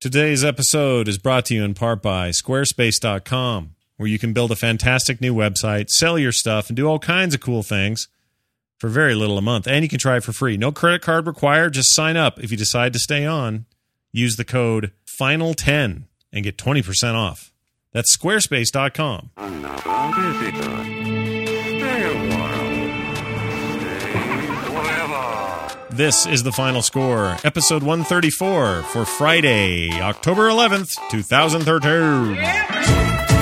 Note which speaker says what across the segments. Speaker 1: Today's episode is brought to you in part by Squarespace.com, where you can build a fantastic new website, sell your stuff, and do all kinds of cool things for very little a month. And you can try it for free. No credit card required. Just sign up. If you decide to stay on, use the code FINAL10 and get 20% off. That's Squarespace.com.
Speaker 2: Another visitor. Stay a while. Stay forever.
Speaker 1: This is the final score, episode 134 for Friday, October 11th, 2013.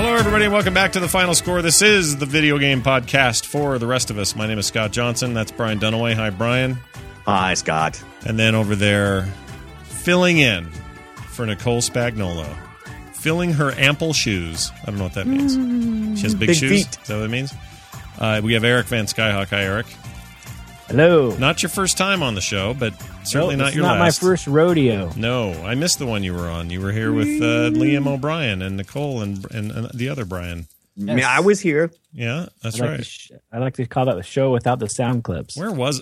Speaker 1: Hello, everybody, and welcome back to the final score. This is the video game podcast for the rest of us. My name is Scott Johnson. That's Brian Dunaway. Hi, Brian.
Speaker 3: Hi, Scott.
Speaker 1: And then over there, filling in for Nicole Spagnolo, filling her ample shoes. I don't know what that means. She has big,
Speaker 3: Big
Speaker 1: shoes.
Speaker 3: feet.
Speaker 1: Is that what it means? Uh, we have Eric Van Skyhawk. Hi, Eric.
Speaker 4: Hello.
Speaker 1: Not your first time on the show, but certainly
Speaker 4: No,
Speaker 1: not
Speaker 4: it's
Speaker 1: your
Speaker 4: not
Speaker 1: last.
Speaker 4: my first rodeo.
Speaker 1: No, I missed the one you were on. You were here with uh, Liam O'Brien and Nicole and, and and the other Brian.
Speaker 3: I mean, I was here.
Speaker 1: Yeah, that's
Speaker 4: I like,
Speaker 1: right.
Speaker 4: to sh- I like to call that the show without the sound clips.
Speaker 1: Where was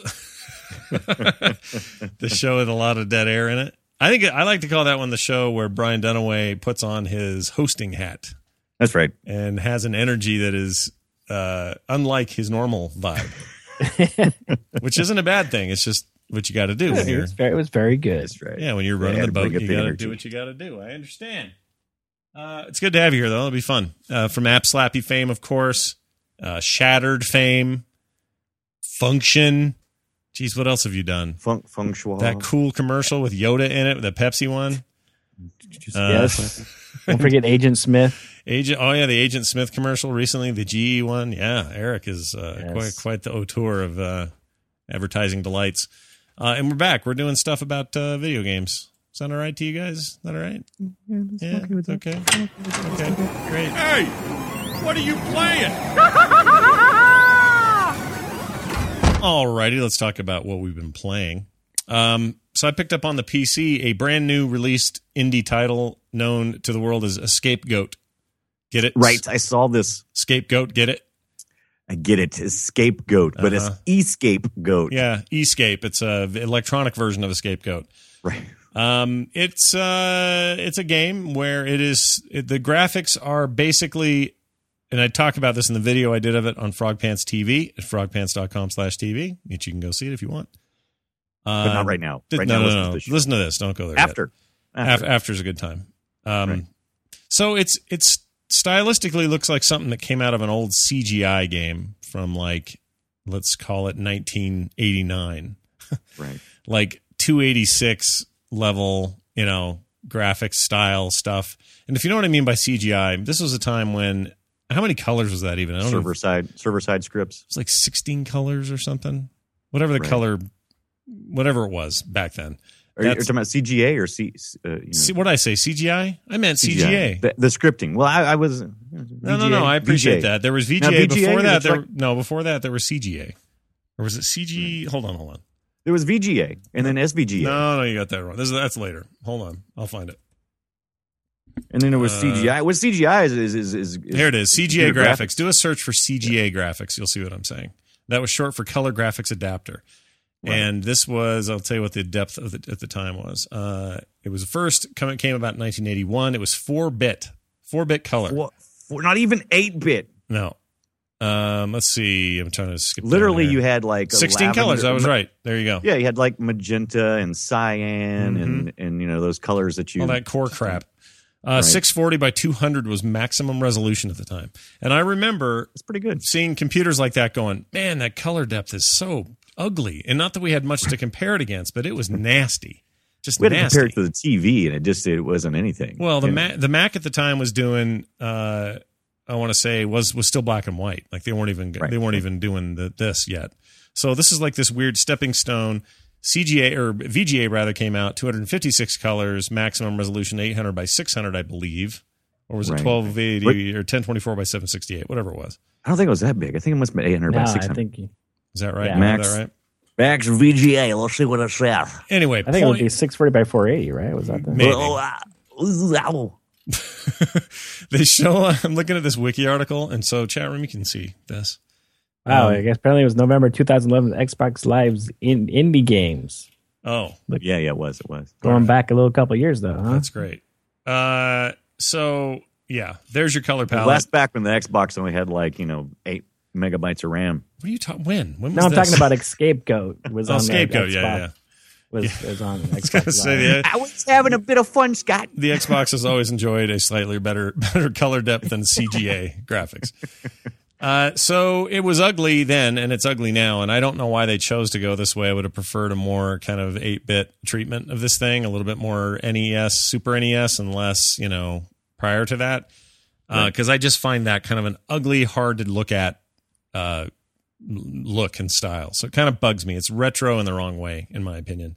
Speaker 1: the show with a lot of dead air in it? I think I like to call that one the show where Brian Dunaway puts on his hosting hat
Speaker 3: That's right.
Speaker 1: and has an energy that is uh, unlike his normal vibe, which isn't a bad thing. It's just what you got to do when
Speaker 4: It
Speaker 1: you're
Speaker 4: was very, it was very good.
Speaker 3: That's right.
Speaker 1: yeah when you're
Speaker 3: Yeah,
Speaker 1: running the
Speaker 3: to bring
Speaker 1: boat.
Speaker 3: up
Speaker 1: You
Speaker 3: the
Speaker 1: got to
Speaker 3: energy.
Speaker 1: do what you got to do. I understand. Uh, it's good to have you here though. It'll be fun. Uh, from App Slappy fame, of course. Uh, Shattered fame. Function. Geez, what else have you done?
Speaker 3: Funk, feng shui.
Speaker 1: that cool commercial with Yoda in it, the Pepsi one. Uh,
Speaker 4: Yes. Don't forget Agent Smith.
Speaker 1: Agent, oh yeah, the Agent Smith commercial recently, the GE one. Yeah, Eric is uh,
Speaker 4: Yes.
Speaker 1: quite quite the auteur of uh, advertising delights. Uh, and we're back. We're doing stuff about uh, video games. Sound all right to you guys? Is that all right? Yeah, okay. okay. great. Hey, what are you playing? All righty, let's talk about what we've been playing. Um, so I picked up on the PC a brand new released indie title known to the world as a scapegoat. Get it?
Speaker 3: Right. I saw this.
Speaker 1: Scapegoat, get it?
Speaker 3: I get it. It's scapegoat, but it's
Speaker 1: Uh-huh.
Speaker 3: escape goat.
Speaker 1: Yeah, Escape. It's a v- electronic version of a scapegoat.
Speaker 3: Right.
Speaker 1: Um, it's uh, it's a game where it is it, the graphics are basically, and I talk about this in the video I did of it on Frog Pants TV at frogpants.com slash TV. Which you can go see it if you want. Uh,
Speaker 3: But not right now.
Speaker 1: th-
Speaker 3: Right
Speaker 1: no,
Speaker 3: now,
Speaker 1: no,
Speaker 3: listen
Speaker 1: no.
Speaker 3: to this show.
Speaker 1: Listen to this. Don't go there. yet.
Speaker 3: After.
Speaker 1: Af- after's a good time. Um,
Speaker 3: Right.
Speaker 1: So it's it's stylistically looks like something that came out of an old CGI game from like let's call it 1989
Speaker 3: Right.
Speaker 1: like 286 level, you know, graphics style stuff. And if you know what I mean by CGI, this was a time when how many colors was that even? I don't know.
Speaker 3: Server side, server side scripts.
Speaker 1: It was like 16 colors or something. Whatever the
Speaker 3: Right.
Speaker 1: color whatever it was back then.
Speaker 3: Are you, are you
Speaker 1: That's-
Speaker 3: talking about CGA or C? Uh, you know,
Speaker 1: See, what did I say? CGI? I meant CGA.
Speaker 3: The, the scripting. Well, I, I was. uh,
Speaker 1: No, no, no. I appreciate that. There was VGA,
Speaker 3: Now, VGA
Speaker 1: before
Speaker 3: is
Speaker 1: that. There,
Speaker 3: like-
Speaker 1: no, before that there was CGA, or was it CG? Hold on, hold on.
Speaker 3: There was VGA and then SVGA
Speaker 1: No, no, you got that wrong. This is, that's later. Hold on, I'll find it.
Speaker 3: and then it was
Speaker 1: Uh,
Speaker 3: CGI. What CGI is is is, is, is
Speaker 1: Here it is. CGA
Speaker 3: computer
Speaker 1: graphics. Do a search for CGA graphics. You'll see what I'm saying. That was short for color graphics adapter.
Speaker 3: Right.
Speaker 1: And this was, I'll tell you what the depth of the, at the time was. Uh, it was first come, it came about in 1981. It was four bit, four bit color.
Speaker 3: Well, well, not even eight bit.
Speaker 1: No, um, let's see. I'm trying to skip. down
Speaker 3: Literally,
Speaker 1: here.
Speaker 3: you had like
Speaker 1: 16
Speaker 3: lavender-
Speaker 1: colors. I was
Speaker 3: ma-
Speaker 1: right. There you go.
Speaker 3: Yeah, you had like magenta and cyan and and you know those colors that you.
Speaker 1: Mm-hmm. all that core crap. Uh,
Speaker 3: Right.
Speaker 1: 640 by 200 was maximum resolution at the time, and I remember
Speaker 3: That's pretty good.
Speaker 1: seeing computers like that going, man, that color depth is so ugly. And not that we had much to compare it against, but it was nasty. Just
Speaker 3: We had to
Speaker 1: nasty.
Speaker 3: compare it to the TV, and it just it wasn't anything.
Speaker 1: well, the
Speaker 3: You know,
Speaker 1: Mac, the Mac at the time was doing, uh, I want to say was, was still black and white. Like they weren't even,
Speaker 3: Right.
Speaker 1: they weren't even doing the, this yet. So this is like this weird stepping stone. CGA or VGA rather came out 256 colors, maximum resolution 800 by 600, I believe. Or was it
Speaker 3: Right.
Speaker 1: 1280
Speaker 3: But-
Speaker 1: or 1024 by 768, whatever it was.
Speaker 3: I don't think it was that big. I think it must have been eight hundred
Speaker 4: No,
Speaker 3: by
Speaker 4: I
Speaker 3: six hundred.
Speaker 4: think
Speaker 1: Is that right?
Speaker 4: Yeah.
Speaker 1: Am I
Speaker 3: Max-
Speaker 1: that right?
Speaker 3: Max VGA. Let's see what it says.
Speaker 1: Anyway,
Speaker 4: I think it would
Speaker 1: point-
Speaker 4: be 640 by 480, right? Was that the
Speaker 1: Maybe.
Speaker 3: Oh, ah, ooh, ow.
Speaker 1: they show. I'm looking at this wiki article, and so chat room, you can see this.
Speaker 4: Wow,
Speaker 1: Um,
Speaker 4: I guess apparently it was November 2011 Xbox Live's in indie games.
Speaker 1: Oh,
Speaker 3: Yeah, yeah, it was. It was.
Speaker 4: Going back a little couple years though, huh?
Speaker 1: that's great. Uh, so yeah, there's your color palette.
Speaker 3: Last back when the Xbox only had like, you know, eight megabytes of RAM.
Speaker 1: what are you talking? When? When was
Speaker 4: No, I'm
Speaker 1: this?
Speaker 4: talking about Escapegoat was
Speaker 1: Oh,
Speaker 4: on there,
Speaker 1: scapegoat. Yeah,
Speaker 4: Xbox
Speaker 1: yeah. yeah.
Speaker 4: Was, was on
Speaker 1: I was gonna
Speaker 4: Xbox
Speaker 1: say
Speaker 4: Live.
Speaker 1: the,
Speaker 3: I was having a bit of fun, Scott.
Speaker 1: the Xbox has always enjoyed a slightly better better color depth than CGA graphics. Uh, so it was ugly then, and it's ugly now, and I don't know why they chose to go this way. I would have preferred a more kind of eight bit treatment of this thing, a little bit more NES, Super NES, and less you know prior to that, because I just find that kind of an ugly, hard to look at uh, look and style. So it kind of bugs me. It's retro in the wrong way, in my opinion.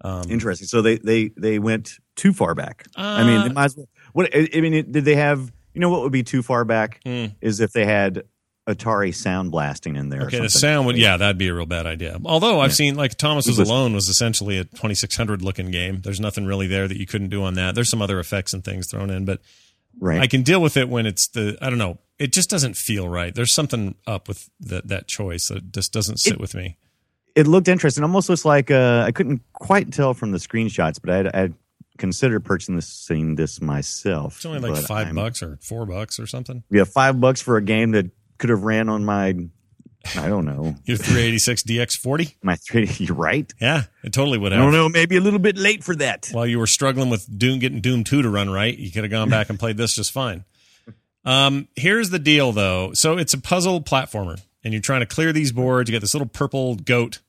Speaker 1: Um,
Speaker 3: Interesting. So they they they went too far back. I mean,
Speaker 1: Uh,
Speaker 3: they might as well. What I I mean, it- did they have? You know, what would be too far back
Speaker 1: Hmm.
Speaker 3: is if they had Atari sound blasting in there. or
Speaker 1: Okay, the
Speaker 3: something.
Speaker 1: sound would yeah, that'd be a real bad idea. Although I've
Speaker 3: Yeah.
Speaker 1: seen like Thomas
Speaker 3: It
Speaker 1: is
Speaker 3: was-
Speaker 1: Alone was essentially a 2600 looking game. There's nothing really there that you couldn't do on that. There's some other effects and things thrown in, but
Speaker 3: right?
Speaker 1: I can deal with it when it's the I don't know. It just doesn't feel right. There's something up with that that choice that just doesn't sit
Speaker 3: It-
Speaker 1: with me.
Speaker 3: it looked interesting. Almost looks like uh, I couldn't quite tell from the screenshots, but I had, I had considered purchasing this myself.
Speaker 1: It's only like
Speaker 3: but
Speaker 1: 5
Speaker 3: I'm-
Speaker 1: bucks or 4 bucks or something.
Speaker 3: Yeah, five bucks for a game that could have ran on my, I don't know,
Speaker 1: Your 386 DX40?
Speaker 3: my three. You're right.
Speaker 1: Yeah, it totally would
Speaker 3: I
Speaker 1: have.
Speaker 3: don't know. Maybe a little bit late for that.
Speaker 1: while you were struggling with Doom getting Doom 2 to run right, you could have gone back and played this just fine. Um, here's the deal though. So it's a puzzle platformer and you're trying to clear these boards. You got this little purple goat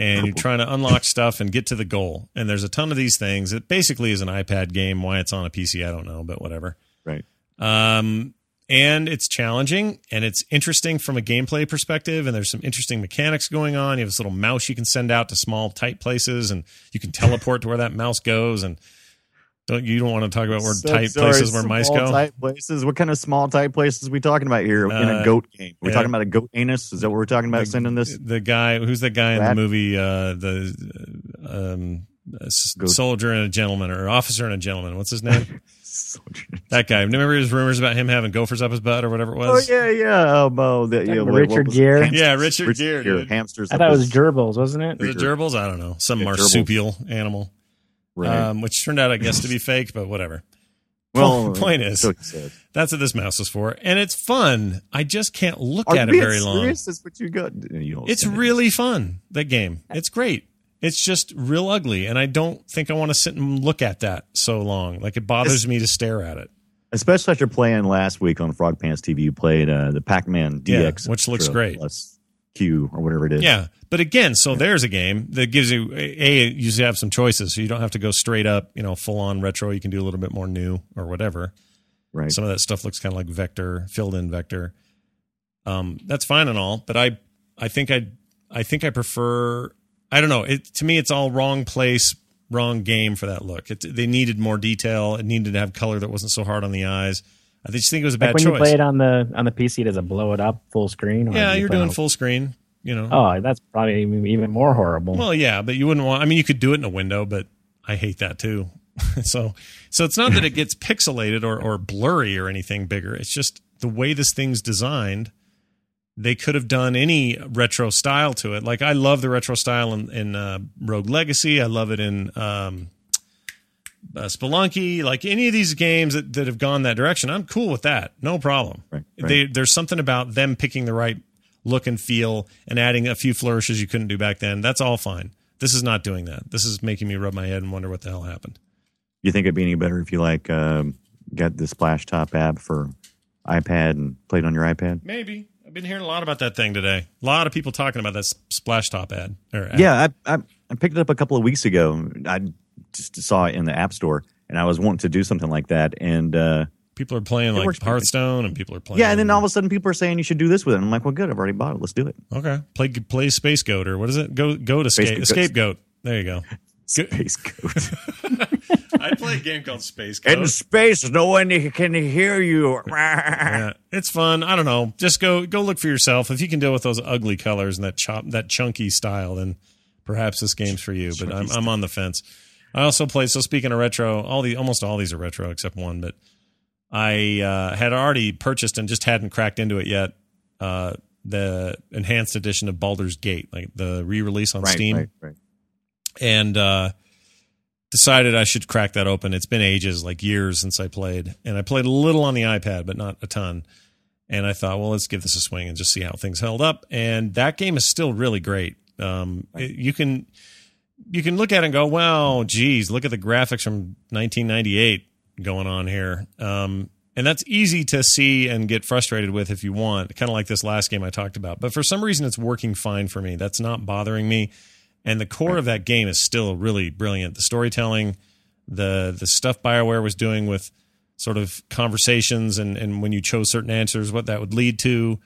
Speaker 1: and you're
Speaker 3: Purple.
Speaker 1: trying to unlock stuff and get to the goal. And there's a ton of these things. It basically is an iPad game. Why it's on a PC, I don't know, but whatever.
Speaker 3: Right.
Speaker 1: Um, and it's challenging and it's interesting from a gameplay perspective. And there's some interesting mechanics going on. You have this little mouse you can send out to small, tight places, and you can teleport to where that mouse goes. And don't you don't want to talk about where
Speaker 3: So-
Speaker 1: tight
Speaker 3: so
Speaker 1: places
Speaker 3: are
Speaker 1: where
Speaker 3: small
Speaker 1: mice go?
Speaker 3: Tight places. What kind of small tight places we talking about here in
Speaker 1: Uh,
Speaker 3: a goat game? We're
Speaker 1: yeah.
Speaker 3: talking about a goat anus. Is that what we're talking about? sending this
Speaker 1: The guy who's the guy in the
Speaker 3: Rat-
Speaker 1: movie, uh, the um, uh, s-
Speaker 3: Go-
Speaker 1: soldier and a gentleman or officer and a gentleman. What's his name? that guy. Remember his rumors about him having gophers up his butt or whatever it
Speaker 3: Oh
Speaker 1: was.
Speaker 3: yeah, yeah. Um, oh, the, yeah,
Speaker 4: Talking
Speaker 3: what-
Speaker 4: about
Speaker 3: what
Speaker 4: Richard
Speaker 3: was it?
Speaker 4: Gere?
Speaker 3: Hamsters.
Speaker 1: Yeah, Richard Gere,
Speaker 3: Gere.
Speaker 1: dude.
Speaker 3: Hamsters.
Speaker 4: I
Speaker 3: up
Speaker 4: thought it was
Speaker 3: his-
Speaker 4: gerbils, wasn't it?
Speaker 1: Is it gerbils? I don't know. Some
Speaker 3: Yeah, gerbils.
Speaker 1: marsupial animal.
Speaker 3: Right.
Speaker 1: um, which turned out, I guess, to be fake, but whatever.
Speaker 3: Uh, Well,
Speaker 1: point is,
Speaker 3: so he said.
Speaker 1: that's what this mouse is for, and it's fun. I just can't look
Speaker 3: Are
Speaker 1: at it
Speaker 3: you
Speaker 1: very long.
Speaker 3: serious? That's what you got. You don't
Speaker 1: It's
Speaker 3: send it.
Speaker 1: really fun. That game, it's great. It's just real ugly, and I don't think I want to sit and look at that so long. Like it bothers me to stare at it.
Speaker 3: especially after playing last week on Frog Pants TV. You played uh, the Pac Man
Speaker 1: Yeah,
Speaker 3: DX,
Speaker 1: which looks
Speaker 3: Ultra
Speaker 1: great.
Speaker 3: Plus Q or whatever it is.
Speaker 1: Yeah, but again, so there's a game that gives you a you just have some choices, so you don't have to go straight up, you know, full on retro. You can do a little bit more new or whatever.
Speaker 3: right.
Speaker 1: Some of that stuff looks kind of like vector, filled in vector. Um, that's fine and all, but I, I think I, I think I prefer. I don't know. It to me, it's all wrong place, wrong game for that look. It, they needed more detail. It needed to have color that wasn't so hard on the eyes. I just think it was a bad
Speaker 4: Like when you
Speaker 1: choice.
Speaker 4: play it on the on the PC, does it blow it up full screen? Or
Speaker 1: yeah,
Speaker 4: do you
Speaker 1: you're
Speaker 4: play
Speaker 1: doing
Speaker 4: on-
Speaker 1: full screen. You know.
Speaker 4: Oh, that's probably even even more horrible.
Speaker 1: Well, yeah, but you wouldn't want. I mean, you could do it in a window, but I hate that too. so, so it's not that it gets pixelated or or blurry or anything bigger. It's just the way this thing's designed. They could have done any retro style to it. Like I love the retro style in, in uh, Rogue Legacy. I love it in um, uh, Spelunky. Like any of these games that, that have gone that direction, I'm cool with that. No problem.
Speaker 3: Right, right.
Speaker 1: They, there's something about them picking the right look and feel and adding a few flourishes you couldn't do back then. That's all fine. This is not doing that. This is making me rub my head and wonder what the hell happened.
Speaker 3: You think it'd be any better if you like um, got the Splash Top app for iPad and played on your iPad?
Speaker 1: Maybe. I've been hearing a lot about that thing today. A lot of people talking about that s- splash top ad. Or ad.
Speaker 3: Yeah, I, I I picked it up a couple of weeks ago. I just saw it in the App Store, and I was wanting to do something like that. And uh,
Speaker 1: People are playing like
Speaker 3: works perfect.
Speaker 1: Hearthstone and people are playing.
Speaker 3: yeah, and then all of a sudden, people are saying you should do this with it. And I'm like, well, good. I've already bought it. Let's do it.
Speaker 1: Okay. Play, play Space Goat or what is it? Go, go to
Speaker 3: Space
Speaker 1: scape,
Speaker 3: Goat.
Speaker 1: Scapegoat. There you go. Good.
Speaker 3: Space Goat.
Speaker 1: I play a game called Space
Speaker 3: in space, no one can hear you.
Speaker 1: Yeah, it's fun. I don't know. Just go go look for yourself. If you can deal with those ugly colors and that chop that chunky style, then perhaps this game's for you. But I'm I'm on the fence. I also played. So speaking of retro, all the almost all these are retro except one, but I uh, had already purchased and just hadn't cracked into it yet. Uh, the enhanced edition of Baldur's Gate, like the re-release on
Speaker 3: Right,
Speaker 1: Steam,
Speaker 3: right, right.
Speaker 1: and uh, decided I should crack that open. It's been ages, like years since I played, and I played a little on the iPad, but not a ton. And I thought, well, let's give this a swing and just see how things held up. And that game is still really great. Um, it- you can you can look at it and go, wow, geez, look at the graphics from 1998 going on here. Um, and that's easy to see and get frustrated with if you want, kind of like this last game I talked about. But for some reason, it's working fine for me. That's not bothering me. And the core of that game is still really brilliant. The storytelling, the the stuff Bioware was doing with sort of conversations and, and when you chose certain answers, what that would lead to,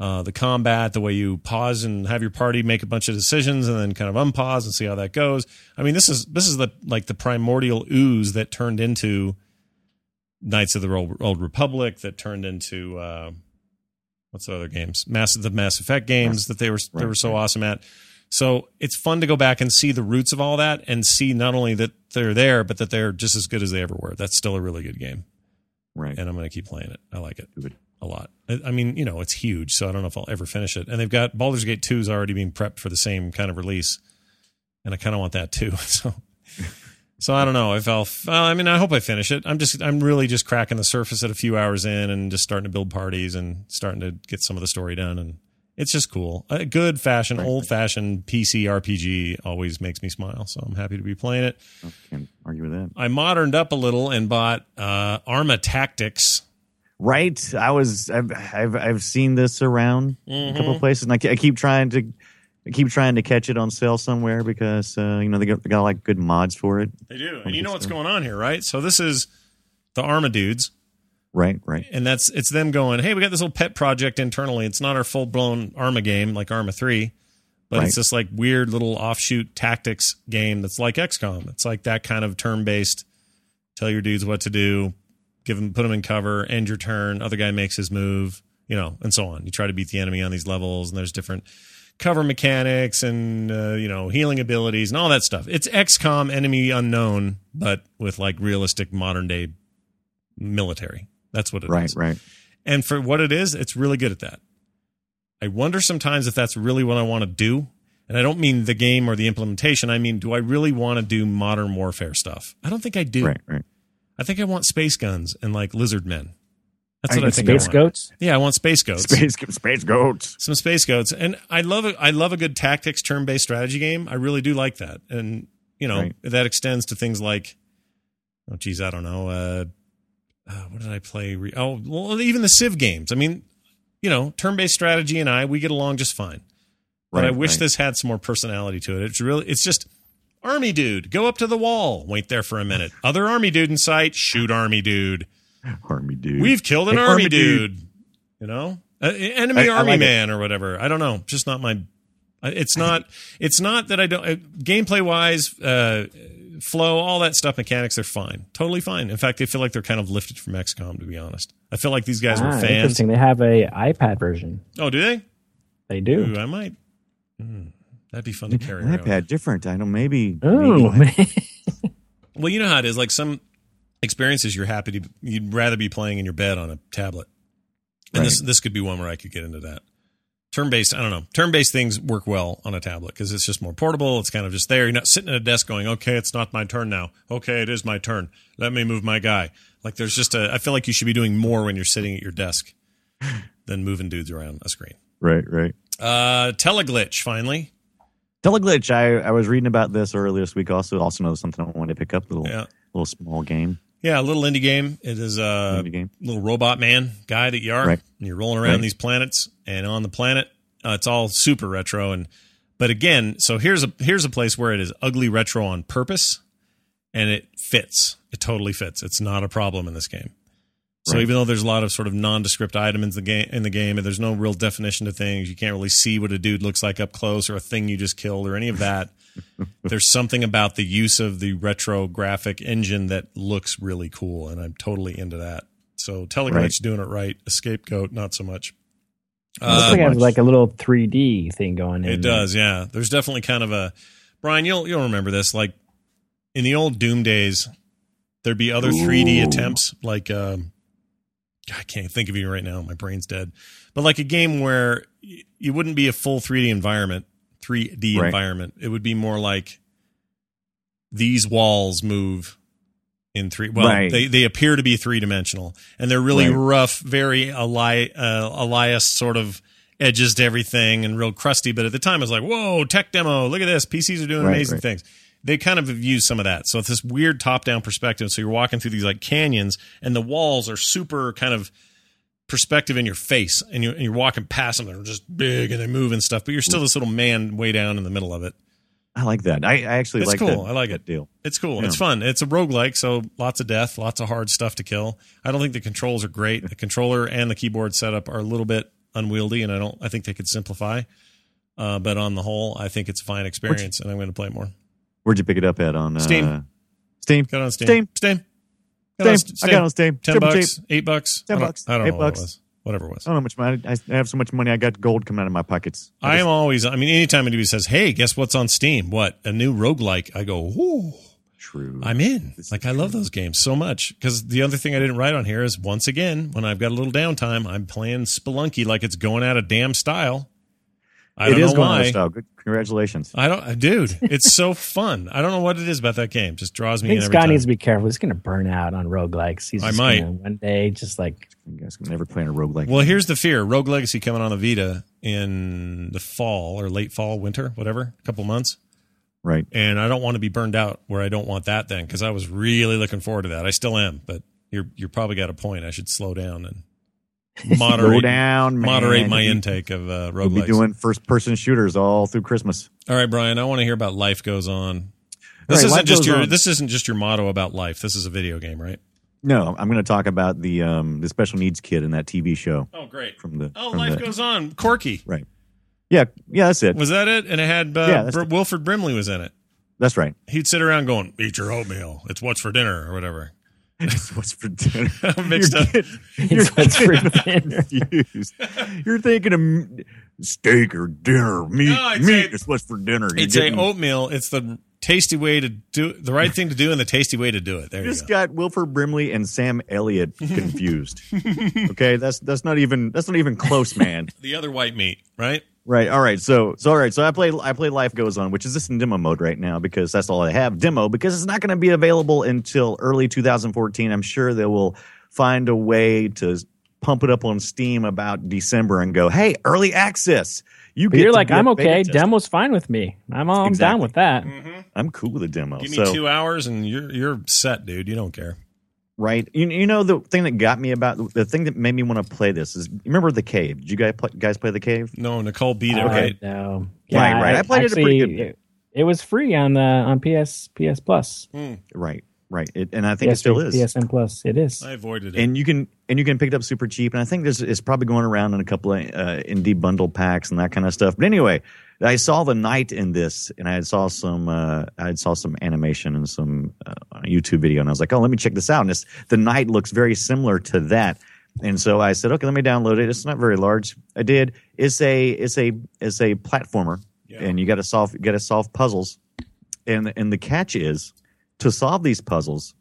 Speaker 1: uh, the combat, the way you pause and have your party make a bunch of decisions and then kind of unpause and see how that goes. I mean, this is this is the like the primordial ooze that turned into Knights of the Old, Old Republic, that turned into uh, what's the other games? Mass the Mass Effect games that they were they were
Speaker 3: Right,
Speaker 1: so awesome at. So it's fun to go back and see the roots of all that and see not only that they're there, but that they're just as good as they ever were. That's still a really good game
Speaker 3: Right.
Speaker 1: and I'm going to keep playing it. I like it
Speaker 3: Good.
Speaker 1: a lot. I I mean, you know, it's huge, so I don't know if I'll ever finish it. And they've got Baldur's Gate 2 is already being prepped for the same kind of release, and I kind of want that too. So, so I don't know if I'll. f- Uh, I mean, I hope I finish it. I'm just, I'm really just cracking the surface at a few hours in, and just starting to build parties and starting to get some of the story done, and it's just cool. A good fashioned,
Speaker 3: Right.
Speaker 1: old fashioned PC RPG always makes me smile, so I'm happy to be playing it.
Speaker 3: I can't argue with that.
Speaker 1: I moderned up a little and bought uh, Arma Tactics.
Speaker 3: Right. I was. I've. I've, I've seen this around a couple of places, and I, ke- I keep trying to. I keep trying to catch it on sale somewhere because uh, you know they got, they got like good mods for it.
Speaker 1: They do. And you know what's
Speaker 3: Understood.
Speaker 1: going on here, right? So this is the Arma dudes,
Speaker 3: Right. Right.
Speaker 1: and that's it's them going, hey, we got this little pet project internally. It's not our full blown Arma game like Arma three, but it's
Speaker 3: Right.
Speaker 1: this like weird little offshoot tactics game that's like XCOM. It's like that kind of turn based. Tell your dudes what to do, give them, put them in cover, end your turn. Other guy makes his move, you know, and so on. You try to beat the enemy on these levels, and there's different cover mechanics and uh, you know healing abilities and all that stuff. It's XCOM Enemy Unknown, but with like realistic modern day military. That's what it is.
Speaker 3: Right. Right.
Speaker 1: And for what it is, it's really good at that. I wonder sometimes if that's really what I want to do. And I don't mean the game or the implementation. I mean, do I really want to do modern warfare stuff? I don't think I do.
Speaker 3: Right. Right.
Speaker 1: I think I want space guns and like lizard men. That's what I,
Speaker 3: I-
Speaker 1: think.
Speaker 4: Space
Speaker 1: I want.
Speaker 4: goats.
Speaker 1: Yeah, I want space goats
Speaker 3: Space. Space goats.
Speaker 1: some space goats and i love a, i love a good tactics turn based strategy game i really do like that and you know
Speaker 3: Right.
Speaker 1: that extends to things like oh geez i don't know uh, uh what did i play re- oh well even the civ games i mean you know turn based strategy and i we get along just fine but i wish this had some more personality to it it's really it's just army dude go up to the wall wait there for a minute other army dude in sight shoot army dude
Speaker 3: army dude.
Speaker 1: We've killed an
Speaker 3: Hey,
Speaker 1: army,
Speaker 3: army
Speaker 1: dude.
Speaker 3: dude.
Speaker 1: You know, Uh, enemy
Speaker 3: I- I
Speaker 1: army
Speaker 3: like it.
Speaker 1: man or whatever. I don't know. Just not my. I- It's not. It's not that I don't. Uh, gameplay wise, uh, flow, all that stuff, mechanics, they're fine. Totally fine. In fact, they feel like they're kind of lifted from XCOM. To be honest, I feel like these guys were
Speaker 4: Ah,
Speaker 1: fans.
Speaker 4: Interesting. They have a iPad version.
Speaker 1: Oh, do they?
Speaker 4: They do.
Speaker 1: Ooh, I might. Hmm. that'd be fun to carry around.
Speaker 3: iPad different. I don't. Maybe.
Speaker 4: Oh
Speaker 3: maybe-
Speaker 4: man.
Speaker 1: Well, you know how it is. Like some experiences, you're happy to. You'd rather be playing in your bed on a tablet, and this this could be one where I could get into that. Term based, I don't know. Term based things work well on a tablet because it's just more portable. It's kind of just there. You're not sitting at a desk going, "Okay, it's not my turn now. Okay, it is my turn. Let me move my guy." Like there's just a. I feel like you should be doing more when you're sitting at your desk than moving dudes around a screen.
Speaker 3: Right. Right.
Speaker 1: Uh, teleglitch finally.
Speaker 3: Teleglitch. I, I was reading about this earlier this week. Also, also know something I wanted to pick up. Little
Speaker 1: Yeah.
Speaker 3: little small game.
Speaker 1: Yeah, a little indie game. It is uh,
Speaker 3: indie game.
Speaker 1: little robot man guy that you are,
Speaker 3: Right.
Speaker 1: and you're rolling around
Speaker 3: Right.
Speaker 1: these planets. And on the planet, uh, it's all super retro. And but again, so here's a here's a place where it is ugly retro on purpose, and it fits. It totally fits. It's not a problem in this game. So
Speaker 3: Right.
Speaker 1: even though there's a lot of sort of nondescript items in the game, in the game, and there's no real definition to things, you can't really see what a dude looks like up close or a thing you just killed or any of that. there's something about the use of the retro graphic engine that looks really cool, and I'm totally into that. So Teleglitch
Speaker 3: Right.
Speaker 1: doing it right, Escape Goat not so much.
Speaker 4: Looks
Speaker 1: Uh,
Speaker 4: like it has
Speaker 3: much.
Speaker 4: like a little 3D thing going in.
Speaker 1: it does, yeah. There's definitely kind of a Brian. You'll you'll remember this, like in the old Doom days, there'd be other 3D attempts like um, I can't think of any right now. My brain's dead. But like a game where y- you wouldn't be a full 3D environment, 3D
Speaker 3: Right.
Speaker 1: environment. It would be more like these walls move in three. Well,
Speaker 3: Right.
Speaker 1: they they appear to be three dimensional, and they're really
Speaker 3: Right.
Speaker 1: rough, very Eli, uh, Elias sort of edges to everything and real crusty. But at the time, it was like, whoa, tech demo. Look at this. PCs are doing
Speaker 3: Right,
Speaker 1: amazing
Speaker 3: right.
Speaker 1: things. They kind of have used some of that. So it's this weird top down perspective. So you're walking through these like canyons, and the walls are super kind of perspective in your face, and you're, and you're walking past them. They're just big and they move and stuff, but you're
Speaker 3: Mm.
Speaker 1: still this little man way down in the middle of it.
Speaker 3: I like that. I, I actually
Speaker 1: It's
Speaker 3: like
Speaker 1: cool. I
Speaker 3: that.
Speaker 1: like
Speaker 3: that
Speaker 1: it.
Speaker 3: deal.
Speaker 1: It's cool.
Speaker 3: Yeah.
Speaker 1: It's fun. It's a roguelike, so lots of death, lots of hard stuff to kill. I don't think the controls are great. The controller and the keyboard setup are a little bit unwieldy, and I don't. I think they could simplify. Uh, but on the whole, I think it's a fine experience, and I'm going to play more.
Speaker 3: Where'd you pick it up at on uh,
Speaker 1: Steam.
Speaker 3: Steam.
Speaker 1: Got on Steam.
Speaker 3: Steam.
Speaker 1: Steam. Got
Speaker 3: Steam.
Speaker 1: on
Speaker 3: I got on Steam.
Speaker 1: Ten
Speaker 3: Triple
Speaker 1: bucks.
Speaker 3: cheap.
Speaker 1: Eight bucks.
Speaker 3: Ten
Speaker 1: I don't-
Speaker 3: bucks,
Speaker 1: I don't
Speaker 3: eight
Speaker 1: know what
Speaker 3: bucks. Oh,
Speaker 1: it was. Whatever it was.
Speaker 3: I don't know how much money. I I have so much money. I got gold coming out of my pockets.
Speaker 1: I
Speaker 3: just-
Speaker 1: am always. I mean, anytime anybody says, "Hey, guess what's on Steam? What a new roguelike!" I go, "Ooh."
Speaker 3: true.
Speaker 1: I'm in.
Speaker 3: This is
Speaker 1: Like I love those games so much because the other thing I didn't write on here is once again when I've got a little downtime, I'm playing Spelunky like it's going out of damn style. I
Speaker 3: It
Speaker 1: don't
Speaker 3: is
Speaker 1: know
Speaker 3: going out
Speaker 1: why.
Speaker 3: of style. Good, congratulations.
Speaker 1: I don't, uh, dude. It's so fun. I don't know what it is about that game. Just draws
Speaker 4: I
Speaker 1: me in
Speaker 4: think
Speaker 1: every
Speaker 4: Scott
Speaker 1: time.
Speaker 4: needs to be careful. He's going to burn out on roguelikes. He's
Speaker 1: I
Speaker 4: just
Speaker 1: might.
Speaker 4: gonna one day just like
Speaker 3: You guys can never play in a roguelike.
Speaker 1: well, here's the fear: Rogue Legacy coming on the Vita in the fall or late fall, winter, whatever, a couple months.
Speaker 3: right.
Speaker 1: and I don't want to be burned out where I don't want that then because I was really looking forward to that. I still am, but you're you're probably got a point. I should slow down and moderate
Speaker 3: Slow down, man.
Speaker 1: moderate my
Speaker 3: You'll be-
Speaker 1: intake of uh,
Speaker 3: We'll be
Speaker 1: roguelikes.
Speaker 3: doing first-person shooters all through Christmas.
Speaker 1: All right, Brian, I want to hear about life goes on.
Speaker 3: All
Speaker 1: This
Speaker 3: right, Life
Speaker 1: isn't just
Speaker 3: Goes
Speaker 1: your
Speaker 3: On.
Speaker 1: this isn't just your motto about life. This is a video game, right?
Speaker 3: No, I'm going to talk about the um, the special needs kid in that TV show
Speaker 1: Oh, great.
Speaker 3: from the.
Speaker 1: Oh,
Speaker 3: from
Speaker 1: life
Speaker 3: the-
Speaker 1: goes on. Corky.
Speaker 3: Right. Yeah, yeah, that's it.
Speaker 1: Was that it? And it had uh,
Speaker 3: Yeah, that's
Speaker 1: Br- Wilfred Brimley was in it.
Speaker 3: That's right.
Speaker 1: He'd sit around going, "Eat your oatmeal. It's what's for dinner or whatever."
Speaker 3: What's for dinner?
Speaker 1: Mixed
Speaker 3: You're
Speaker 1: up.
Speaker 3: getting- you're
Speaker 4: it's what's for dinner.
Speaker 3: confused. You're thinking of m- steak or dinner, meat.
Speaker 1: No, I'd say-
Speaker 3: meat is what's for dinner. You're
Speaker 1: it's
Speaker 3: getting-
Speaker 1: a oatmeal. It's the tasty way to do the right thing to do and the tasty way to do it. There
Speaker 3: You
Speaker 1: you
Speaker 3: just
Speaker 1: go.
Speaker 3: got Wilford Brimley and Sam Elliott confused. okay, that's that's not even that's not even close, man.
Speaker 1: The other white meat, right?
Speaker 3: right. All right. So so all right. So I play I play Life Goes On, which is just in demo mode right now because that's all I have demo because it's not going to be available until early 2014. I'm sure they will find a way to pump it up on Steam about December and go, hey, early access. You
Speaker 4: But
Speaker 3: get
Speaker 4: you're
Speaker 3: to
Speaker 4: like,
Speaker 3: be a
Speaker 4: I'm
Speaker 3: beta
Speaker 4: okay.
Speaker 3: tester."
Speaker 4: Demo's fine with me. I'm all, I'm
Speaker 3: Exactly.
Speaker 4: down with that.
Speaker 1: Mm, Mm-hmm.
Speaker 3: I'm cool with the demo.
Speaker 1: Give me
Speaker 3: so,
Speaker 1: two hours and you're you're set, dude. You don't care.
Speaker 3: Right. You, you know the thing that got me about the thing that made me want to play this is remember the cave. Did you guys play, guys play the cave?
Speaker 1: No, Nicole beat it,
Speaker 4: Uh,
Speaker 1: right?
Speaker 4: No.
Speaker 3: Right, right. I played it a pretty good bit.
Speaker 4: It, it was free on the on PS PS Plus.
Speaker 3: Right. Right. It, and I think it still is.
Speaker 4: PSN Plus. It is.
Speaker 1: I avoided it.
Speaker 3: And you can and you can pick it up super cheap. And I think this is probably going around in a couple of uh, indie bundle packs and that kind of stuff. But anyway, I saw the night in this, and I had saw some uh, I had saw some animation and some uh, on a YouTube video, and I was like, oh, let me check this out. And this the night looks very similar to that. And so I said, okay, let me download it. It's not very large. I did. It's a it's a it's a platformer,
Speaker 1: Yeah.
Speaker 3: and you got to solve you got to solve puzzles. And and the catch is to solve these puzzles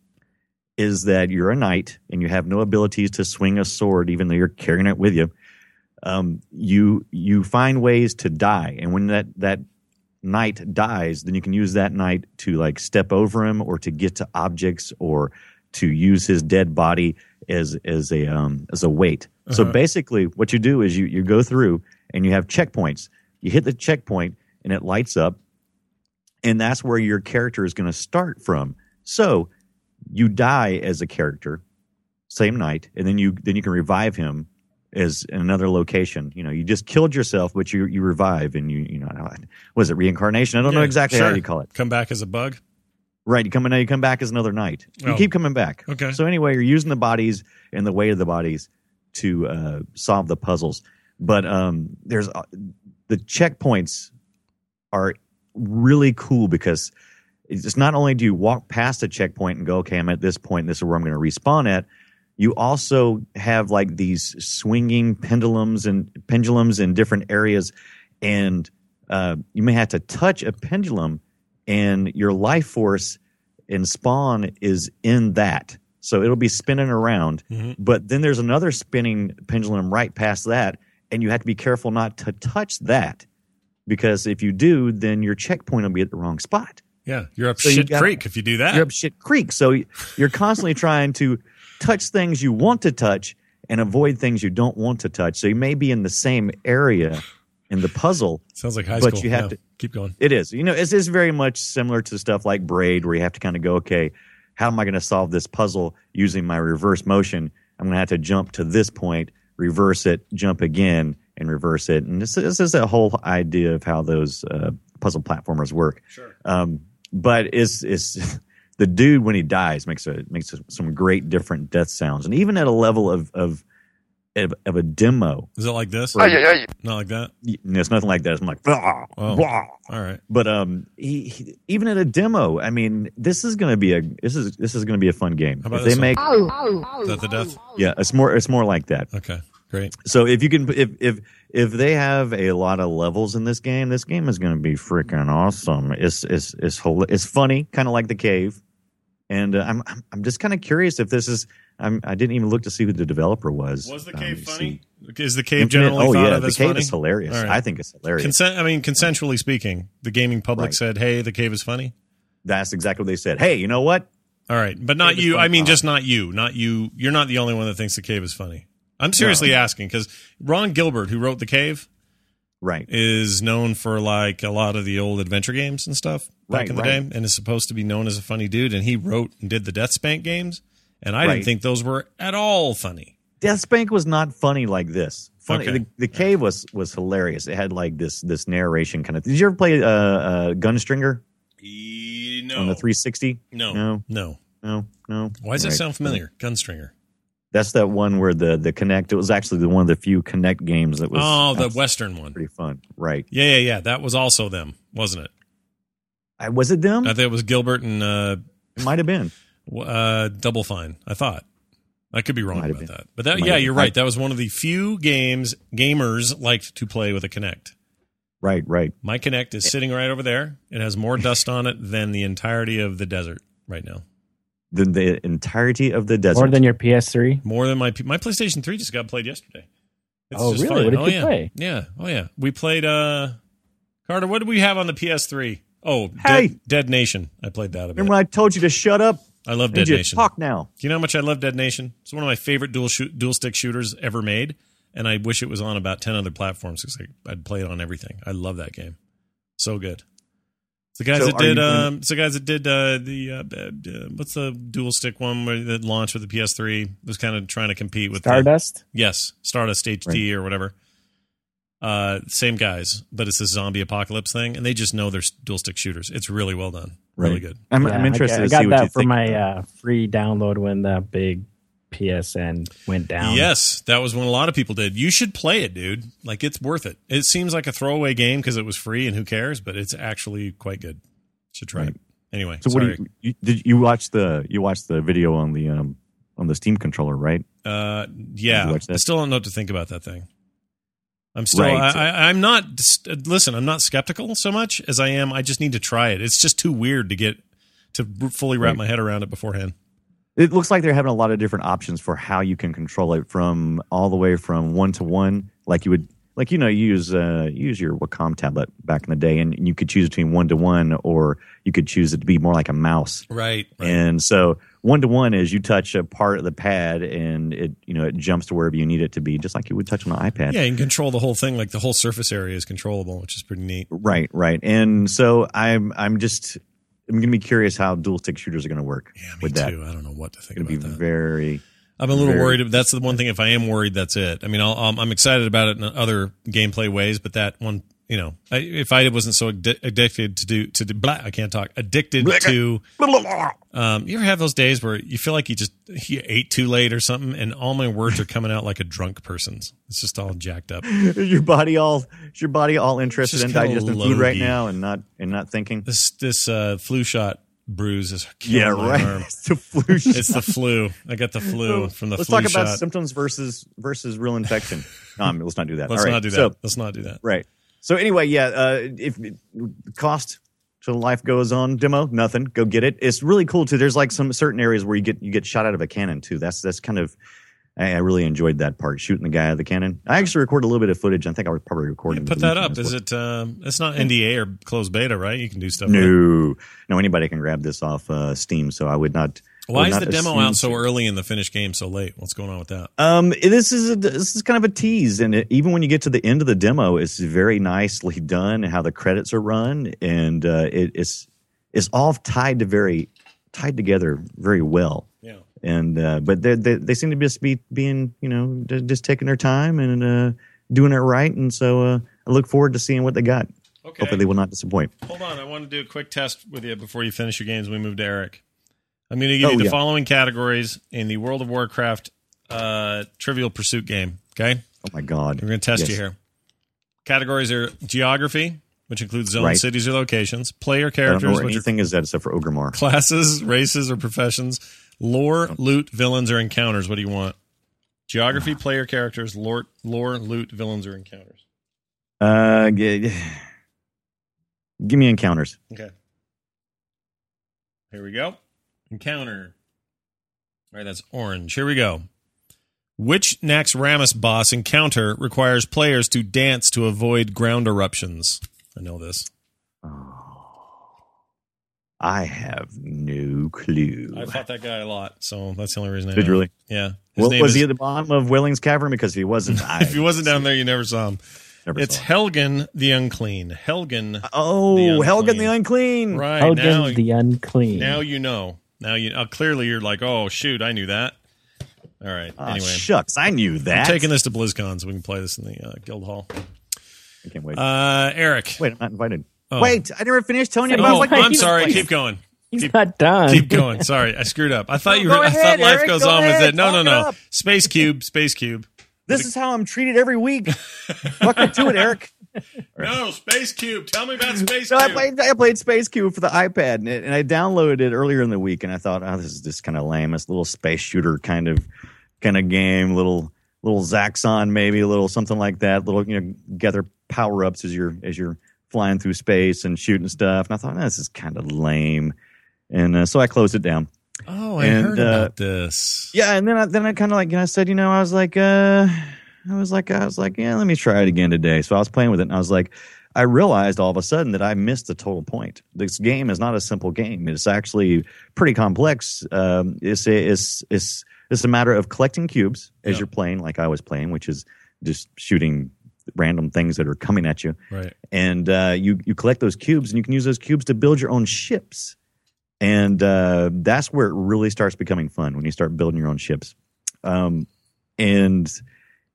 Speaker 3: is that you're a knight and you have no abilities to swing a sword, even though you're carrying it with you. Um, you you find ways to die, and when that that knight dies, then you can use that knight to like step over him or to get to objects or to use his dead body as as a um, as a weight. So basically, what you do is you you go through and you have checkpoints. You hit the checkpoint and it lights up, and that's where your character is going to start from. So you die as a character same night and then you then you can revive him as in another location you know you just killed yourself but you you revive and you you know was it reincarnation i don't know
Speaker 1: Yeah,
Speaker 3: exactly how
Speaker 1: sure.
Speaker 3: you call it
Speaker 1: Come back as a bug.
Speaker 3: right you come in now you come back as another knight you
Speaker 1: Oh.
Speaker 3: keep coming back
Speaker 1: Okay.
Speaker 3: so anyway you're using the bodies and the weight of the bodies to uh solve the puzzles but um there's uh, the checkpoints are really cool because it's just not only do you walk past a checkpoint and go, okay, I'm at this point, this is where I'm going to respawn at. You also have like these swinging pendulums and pendulums in different areas, and uh, you may have to touch a pendulum, and your life force and Spawn is in that. So it'll be spinning around.
Speaker 1: Mhm.
Speaker 3: But then there's another spinning pendulum right past that, and you have to be careful not to touch that because if you do, then your checkpoint will be at the wrong spot.
Speaker 1: Yeah, you're up
Speaker 3: So you
Speaker 1: shit
Speaker 3: gotta-
Speaker 1: creek if you do that.
Speaker 3: You're up shit creek. So you're constantly trying to touch things you want to touch and avoid things you don't want to touch. So you may be in the same area in the puzzle.
Speaker 1: Sounds like high
Speaker 3: But
Speaker 1: school.
Speaker 3: you have
Speaker 1: No,
Speaker 3: to-
Speaker 1: keep going.
Speaker 3: It is. You know, it's, it's very much similar to stuff like Braid, where you have to kind of go, okay, how am I going to solve this puzzle using my reverse motion? I'm going to have to jump to this point, reverse it, jump again, and reverse it. And this, this is a whole idea of how those uh, puzzle platformers work. Sure. Um, but it's it's the dude when he dies makes a makes some great different death sounds, and even at a level of of of, of a demo,
Speaker 1: Is it like this?
Speaker 3: Oh,
Speaker 2: Ay, ay, ay.
Speaker 1: Not like that.
Speaker 3: y- it's nothing like that. It's like, "Wah,
Speaker 1: Oh.
Speaker 3: wah."
Speaker 1: All right.
Speaker 3: but um, he, he even at a demo, I mean, this is going to be a this is this is going to be a fun game.
Speaker 1: How about
Speaker 3: if
Speaker 1: this
Speaker 3: they
Speaker 1: one?
Speaker 3: make
Speaker 1: Is that the death?
Speaker 3: yeah, it's more it's more like that.
Speaker 1: Okay. Great.
Speaker 3: So if you can if if if they have a lot of levels in this game, this game is going to be freaking awesome. It's it's it's hol- it's funny, kind of like the cave. And uh, I'm I'm- I'm just kind of curious if this is I'm I didn't even look to see who the developer was.
Speaker 1: Was the
Speaker 3: Um,
Speaker 1: cave
Speaker 3: you
Speaker 1: funny?
Speaker 3: see-
Speaker 1: Is the cave
Speaker 3: Infinite-
Speaker 1: generally
Speaker 3: oh
Speaker 1: thought
Speaker 3: yeah,
Speaker 1: of
Speaker 3: the
Speaker 1: as
Speaker 3: cave
Speaker 1: funny?
Speaker 3: is hilarious.
Speaker 1: All right.
Speaker 3: I think it's hilarious.
Speaker 1: Consent. I mean, consensually speaking, the gaming public
Speaker 3: Right.
Speaker 1: said, "Hey, the cave is funny."
Speaker 3: That's exactly what they said. Hey, you know what?
Speaker 1: All right, but not
Speaker 3: Cave is
Speaker 1: you.
Speaker 3: funny. Uh-huh.
Speaker 1: I mean, just not you. Not you. You're not the only one that thinks the cave is funny. I'm seriously asking because Ron Gilbert, who wrote the cave,
Speaker 3: Right.
Speaker 1: is known for like a lot of the old adventure games and stuff back
Speaker 3: Right,
Speaker 1: in the
Speaker 3: right.
Speaker 1: day, and is supposed to be known as a funny dude. And he wrote and did the Death Spank games, and I didn't
Speaker 3: Right.
Speaker 1: think those were at all funny.
Speaker 3: Death Spank was not funny like this. Funny,
Speaker 1: Okay.
Speaker 3: the, the cave was was hilarious. It had like this this narration kind of. Did you ever play uh, uh, Gunstringer
Speaker 1: No,
Speaker 3: on the 360?
Speaker 1: no,
Speaker 3: No.
Speaker 1: no, no.
Speaker 3: No, no.
Speaker 1: Why does that
Speaker 3: Right.
Speaker 1: sound familiar? Gunstringer.
Speaker 3: That's that one where the the Connect. It was actually the one of the few Connect games that was.
Speaker 1: Oh, the
Speaker 3: that's
Speaker 1: Western one.
Speaker 3: pretty fun, right?
Speaker 1: Yeah, yeah, yeah. That was also them, wasn't it?
Speaker 3: I, was it them?
Speaker 1: I think it was Gilbert and uh,
Speaker 3: it might have been.
Speaker 1: w- uh, Double Fine. I thought. I could be wrong
Speaker 3: Might have
Speaker 1: about
Speaker 3: been.
Speaker 1: that. But that,
Speaker 3: Might
Speaker 1: yeah,
Speaker 3: have been.
Speaker 1: you're
Speaker 3: I-
Speaker 1: right. That was one of the few games gamers liked to play with a Kinect.
Speaker 3: Right, right.
Speaker 1: My Kinect is sitting right over there. It has more dust on it than the entirety of the desert right now.
Speaker 3: The, the entirety of the desert.
Speaker 4: More than your PS3.
Speaker 1: More than my P- my PlayStation 3 just got played yesterday.
Speaker 4: Oh, really? What did
Speaker 1: oh,
Speaker 4: you
Speaker 1: yeah.
Speaker 4: play?
Speaker 1: Yeah. Oh, yeah. We played, uh, Carter, what did we have on the PS3? Oh,
Speaker 3: Hey!
Speaker 1: Dead, Dead Nation. I played that a bit.
Speaker 3: Remember when I told you to shut up?
Speaker 1: I love
Speaker 3: And
Speaker 1: Dead
Speaker 3: you
Speaker 1: Nation.
Speaker 3: talk now.
Speaker 1: Do you know how much I love Dead Nation? It's one of my favorite dual shoot, dual stick shooters ever made, and I wish it was on about ten other platforms because I'd play it on everything. I love that game, so good. It's the guys
Speaker 3: So
Speaker 1: that
Speaker 3: are you
Speaker 1: did,
Speaker 3: gonna-
Speaker 1: um, it's the guys that did uh, the uh, uh, uh, what's the dual stick one where that launched with the PS3 It was kind of trying to compete with the-
Speaker 4: Stardust.
Speaker 1: yes, Stardust HD or whatever. Uh, same guys, but it's this zombie apocalypse thing, and they just know they're s- dual stick shooters. It's really well done, really
Speaker 3: Right.
Speaker 1: good.
Speaker 3: I'm,
Speaker 4: Yeah,
Speaker 3: I'm interested
Speaker 4: I,
Speaker 3: to
Speaker 4: got- I
Speaker 3: see
Speaker 4: got
Speaker 3: what
Speaker 4: that
Speaker 3: you
Speaker 4: for
Speaker 3: think.
Speaker 4: my uh, free download when the big PSN went down.
Speaker 1: Yes, that was when a lot of people did. You should play it, dude. Like it's worth it. It seems like a throwaway game because it was free and who cares, but it's actually quite good. Should try
Speaker 3: Right.
Speaker 1: it. Anyway,
Speaker 3: so what
Speaker 1: sorry.
Speaker 3: do you, you did? You watch the you watched the video on the um on the Steam controller, right?
Speaker 1: uh,
Speaker 3: Did you
Speaker 1: yeah,
Speaker 3: watch that?
Speaker 1: I still don't know what to think about that thing. I'm still.
Speaker 3: Right.
Speaker 1: I, I, I'm not. Listen, I'm not skeptical so much as I am. I just need to try it. It's just too weird to get to fully wrap
Speaker 3: Right.
Speaker 1: my head around it beforehand.
Speaker 3: It looks like they're having a lot of different options for how you can control it from all the way from one to one, like you would, like you know, you use uh, you use your Wacom tablet back in the day, and you could choose between one to one, or you could choose it to be more like a mouse.
Speaker 1: Right.
Speaker 3: And so one to one is you touch a part of the pad, and it you know it jumps to wherever you need it to be, just like you would touch on an iPad.
Speaker 1: Yeah, you can control the whole thing. Like the whole surface area is controllable, which is pretty neat.
Speaker 3: Right, right. And so I'm I'm just I'm going to be curious how dual stick shooters are going to work
Speaker 1: Yeah, me
Speaker 3: with that.
Speaker 1: too. I don't know what to think
Speaker 3: Going to be
Speaker 1: about that.
Speaker 3: very
Speaker 1: I'm a little
Speaker 3: Very-
Speaker 1: worried. That's the one thing. If I am worried, that's it. I mean, I'll, um, I'm excited about it in other gameplay ways, but that one, you know, I, if I wasn't so addi- addicted to do to do, blah, I can't talk. Addicted to. Um, you ever have those days where you feel like you just you ate too late or something, and all my words are coming out like a drunk person's. It's just all jacked up.
Speaker 3: is your body all is your body all interested
Speaker 1: Just
Speaker 3: in
Speaker 1: kinda
Speaker 3: digesting food right
Speaker 1: loady.
Speaker 3: now and not and not thinking?
Speaker 1: This this uh, flu shot bruise is killing my arm.
Speaker 3: it's the flu. shot.
Speaker 1: It's the flu. I got the flu from the
Speaker 3: let's
Speaker 1: flu
Speaker 3: talk about
Speaker 1: shot.
Speaker 3: symptoms versus versus real infection. no, I mean, let's not do that.
Speaker 1: Let's
Speaker 3: All right.
Speaker 1: not do that.
Speaker 3: So,
Speaker 1: Let's not do that.
Speaker 3: right. So anyway, yeah. Uh, if cost till life goes on demo nothing go get it it's really cool too there's like some certain areas where you get you get shot out of a cannon too that's that's kind of I, I really enjoyed that part shooting the guy out of the cannon i actually recorded a little bit of footage i think i was probably recording
Speaker 1: Put that up. Is it? Um, it's not NDA or closed beta, right? You can do stuff. with it.
Speaker 3: no no anybody can grab this off uh, steam so i would not
Speaker 1: Why
Speaker 3: would
Speaker 1: is
Speaker 3: not
Speaker 1: the demo
Speaker 3: assume
Speaker 1: out so
Speaker 3: to-
Speaker 1: early and the finished game so late? What's going on with that?
Speaker 3: Um, this is a, this is kind of a tease, and it, even when you get to the end of the demo, it's very nicely done and how the credits are run, and uh, it, it's it's all tied to very tied together very well.
Speaker 1: Yeah.
Speaker 3: And uh, but they, they they seem to just be being you know ju- just taking their time and uh, doing it right, and so uh, I look forward to seeing what they got.
Speaker 1: Okay.
Speaker 3: Hopefully, they will not disappoint. Oh
Speaker 1: Hold on, I want to do a quick test with you before you finish your games. We move to Eric. I'm going to give
Speaker 3: Oh,
Speaker 1: you the
Speaker 3: yeah.
Speaker 1: following categories in the World of Warcraft uh, Trivial Pursuit game. Okay,
Speaker 3: Oh my God,
Speaker 1: we're going to test you
Speaker 3: Yes.
Speaker 1: here. Categories are geography, which includes zones,
Speaker 3: Right.
Speaker 1: cities, or locations. Player
Speaker 3: I don't know
Speaker 1: characters,
Speaker 3: where
Speaker 1: which are
Speaker 3: anything is that except for Ogremar.
Speaker 1: classes, races, or professions. Lore, loot, villains, or encounters. What do you want? Geography, player characters, lore, lore, loot, villains, or encounters.
Speaker 3: Uh, g- give me encounters.
Speaker 1: Okay. Here we go. Encounter. All right, that's orange. Here we go. Which Naxxramas boss encounter requires players to dance to avoid ground eruptions? I know this.
Speaker 3: I have no clue.
Speaker 1: I fought that guy a lot, so that's the only reason I
Speaker 3: Did
Speaker 1: know.
Speaker 3: you really?
Speaker 1: Yeah. His
Speaker 3: Well,
Speaker 1: name
Speaker 3: was
Speaker 1: is-
Speaker 3: he at the bottom of Welling's Cavern? Because if he wasn't, I
Speaker 1: if he wasn't down there, you never saw him.
Speaker 3: never
Speaker 1: It's
Speaker 3: saw him.
Speaker 1: Helgen the Unclean. Helgen.
Speaker 3: oh
Speaker 1: the
Speaker 3: Helgen the
Speaker 1: unclean.
Speaker 3: Unclean.
Speaker 1: Right.
Speaker 4: Helgen
Speaker 1: now,
Speaker 4: the unclean.
Speaker 1: now you know. Now you uh, clearly you're like, oh shoot, I knew that. All right.
Speaker 3: Ah,
Speaker 1: anyway.
Speaker 3: shucks, I knew that.
Speaker 1: I'm taking this to BlizzCon so we can play this in the uh, guild hall.
Speaker 3: I can't wait.
Speaker 1: Uh, Eric.
Speaker 3: wait, I'm not invited.
Speaker 1: Oh.
Speaker 3: Wait, I never finished telling you about
Speaker 1: Oh,
Speaker 3: what
Speaker 1: I'm
Speaker 3: games
Speaker 1: sorry.
Speaker 3: I played.
Speaker 1: Keep going.
Speaker 4: He's
Speaker 1: Keep-
Speaker 4: not done.
Speaker 1: Keep going. Sorry, I screwed up. I thought you.
Speaker 3: No,
Speaker 1: Were,
Speaker 3: go
Speaker 1: I thought
Speaker 3: ahead,
Speaker 1: life
Speaker 3: Eric,
Speaker 1: goes
Speaker 3: go
Speaker 1: on with
Speaker 3: ahead.
Speaker 1: it. No, no,
Speaker 3: Talk it
Speaker 1: no.
Speaker 3: up.
Speaker 1: Space cube. Space cube.
Speaker 3: This is how I'm treated every week. Welcome to it, Eric.
Speaker 1: No, space cube. Tell me about space
Speaker 3: So I
Speaker 1: cube.
Speaker 3: played, I played Space Cube for the iPad, and, it, and I downloaded it earlier in the week, and I thought, oh, this is just kind of lame. It's a little space shooter kind of kind of game, little little Zaxxon maybe, a little something like that. Little you know, gather power ups as you're as you're flying through space and shooting stuff. And I thought, oh, this is kind of lame, and uh, so I closed it down.
Speaker 1: oh, I
Speaker 3: And,
Speaker 1: heard
Speaker 3: uh,
Speaker 1: about this.
Speaker 3: Yeah, and then I, then I kind of like you know, I said, you know, I was like, uh, I was like, I was like, yeah, let me try it again today. So I was playing with it, and I was like, I realized all of a sudden that I missed the total point. This game is not a simple game; it's actually pretty complex. Um, it's a, it's it's it's a matter of collecting cubes as
Speaker 1: Yeah.
Speaker 3: you're playing, like I was playing, which is just shooting random things that are coming at you
Speaker 1: Right.
Speaker 3: and uh, you you collect those cubes, and you can use those cubes to build your own ships. And uh, that's where it really starts becoming fun when you start building your own ships. Um, and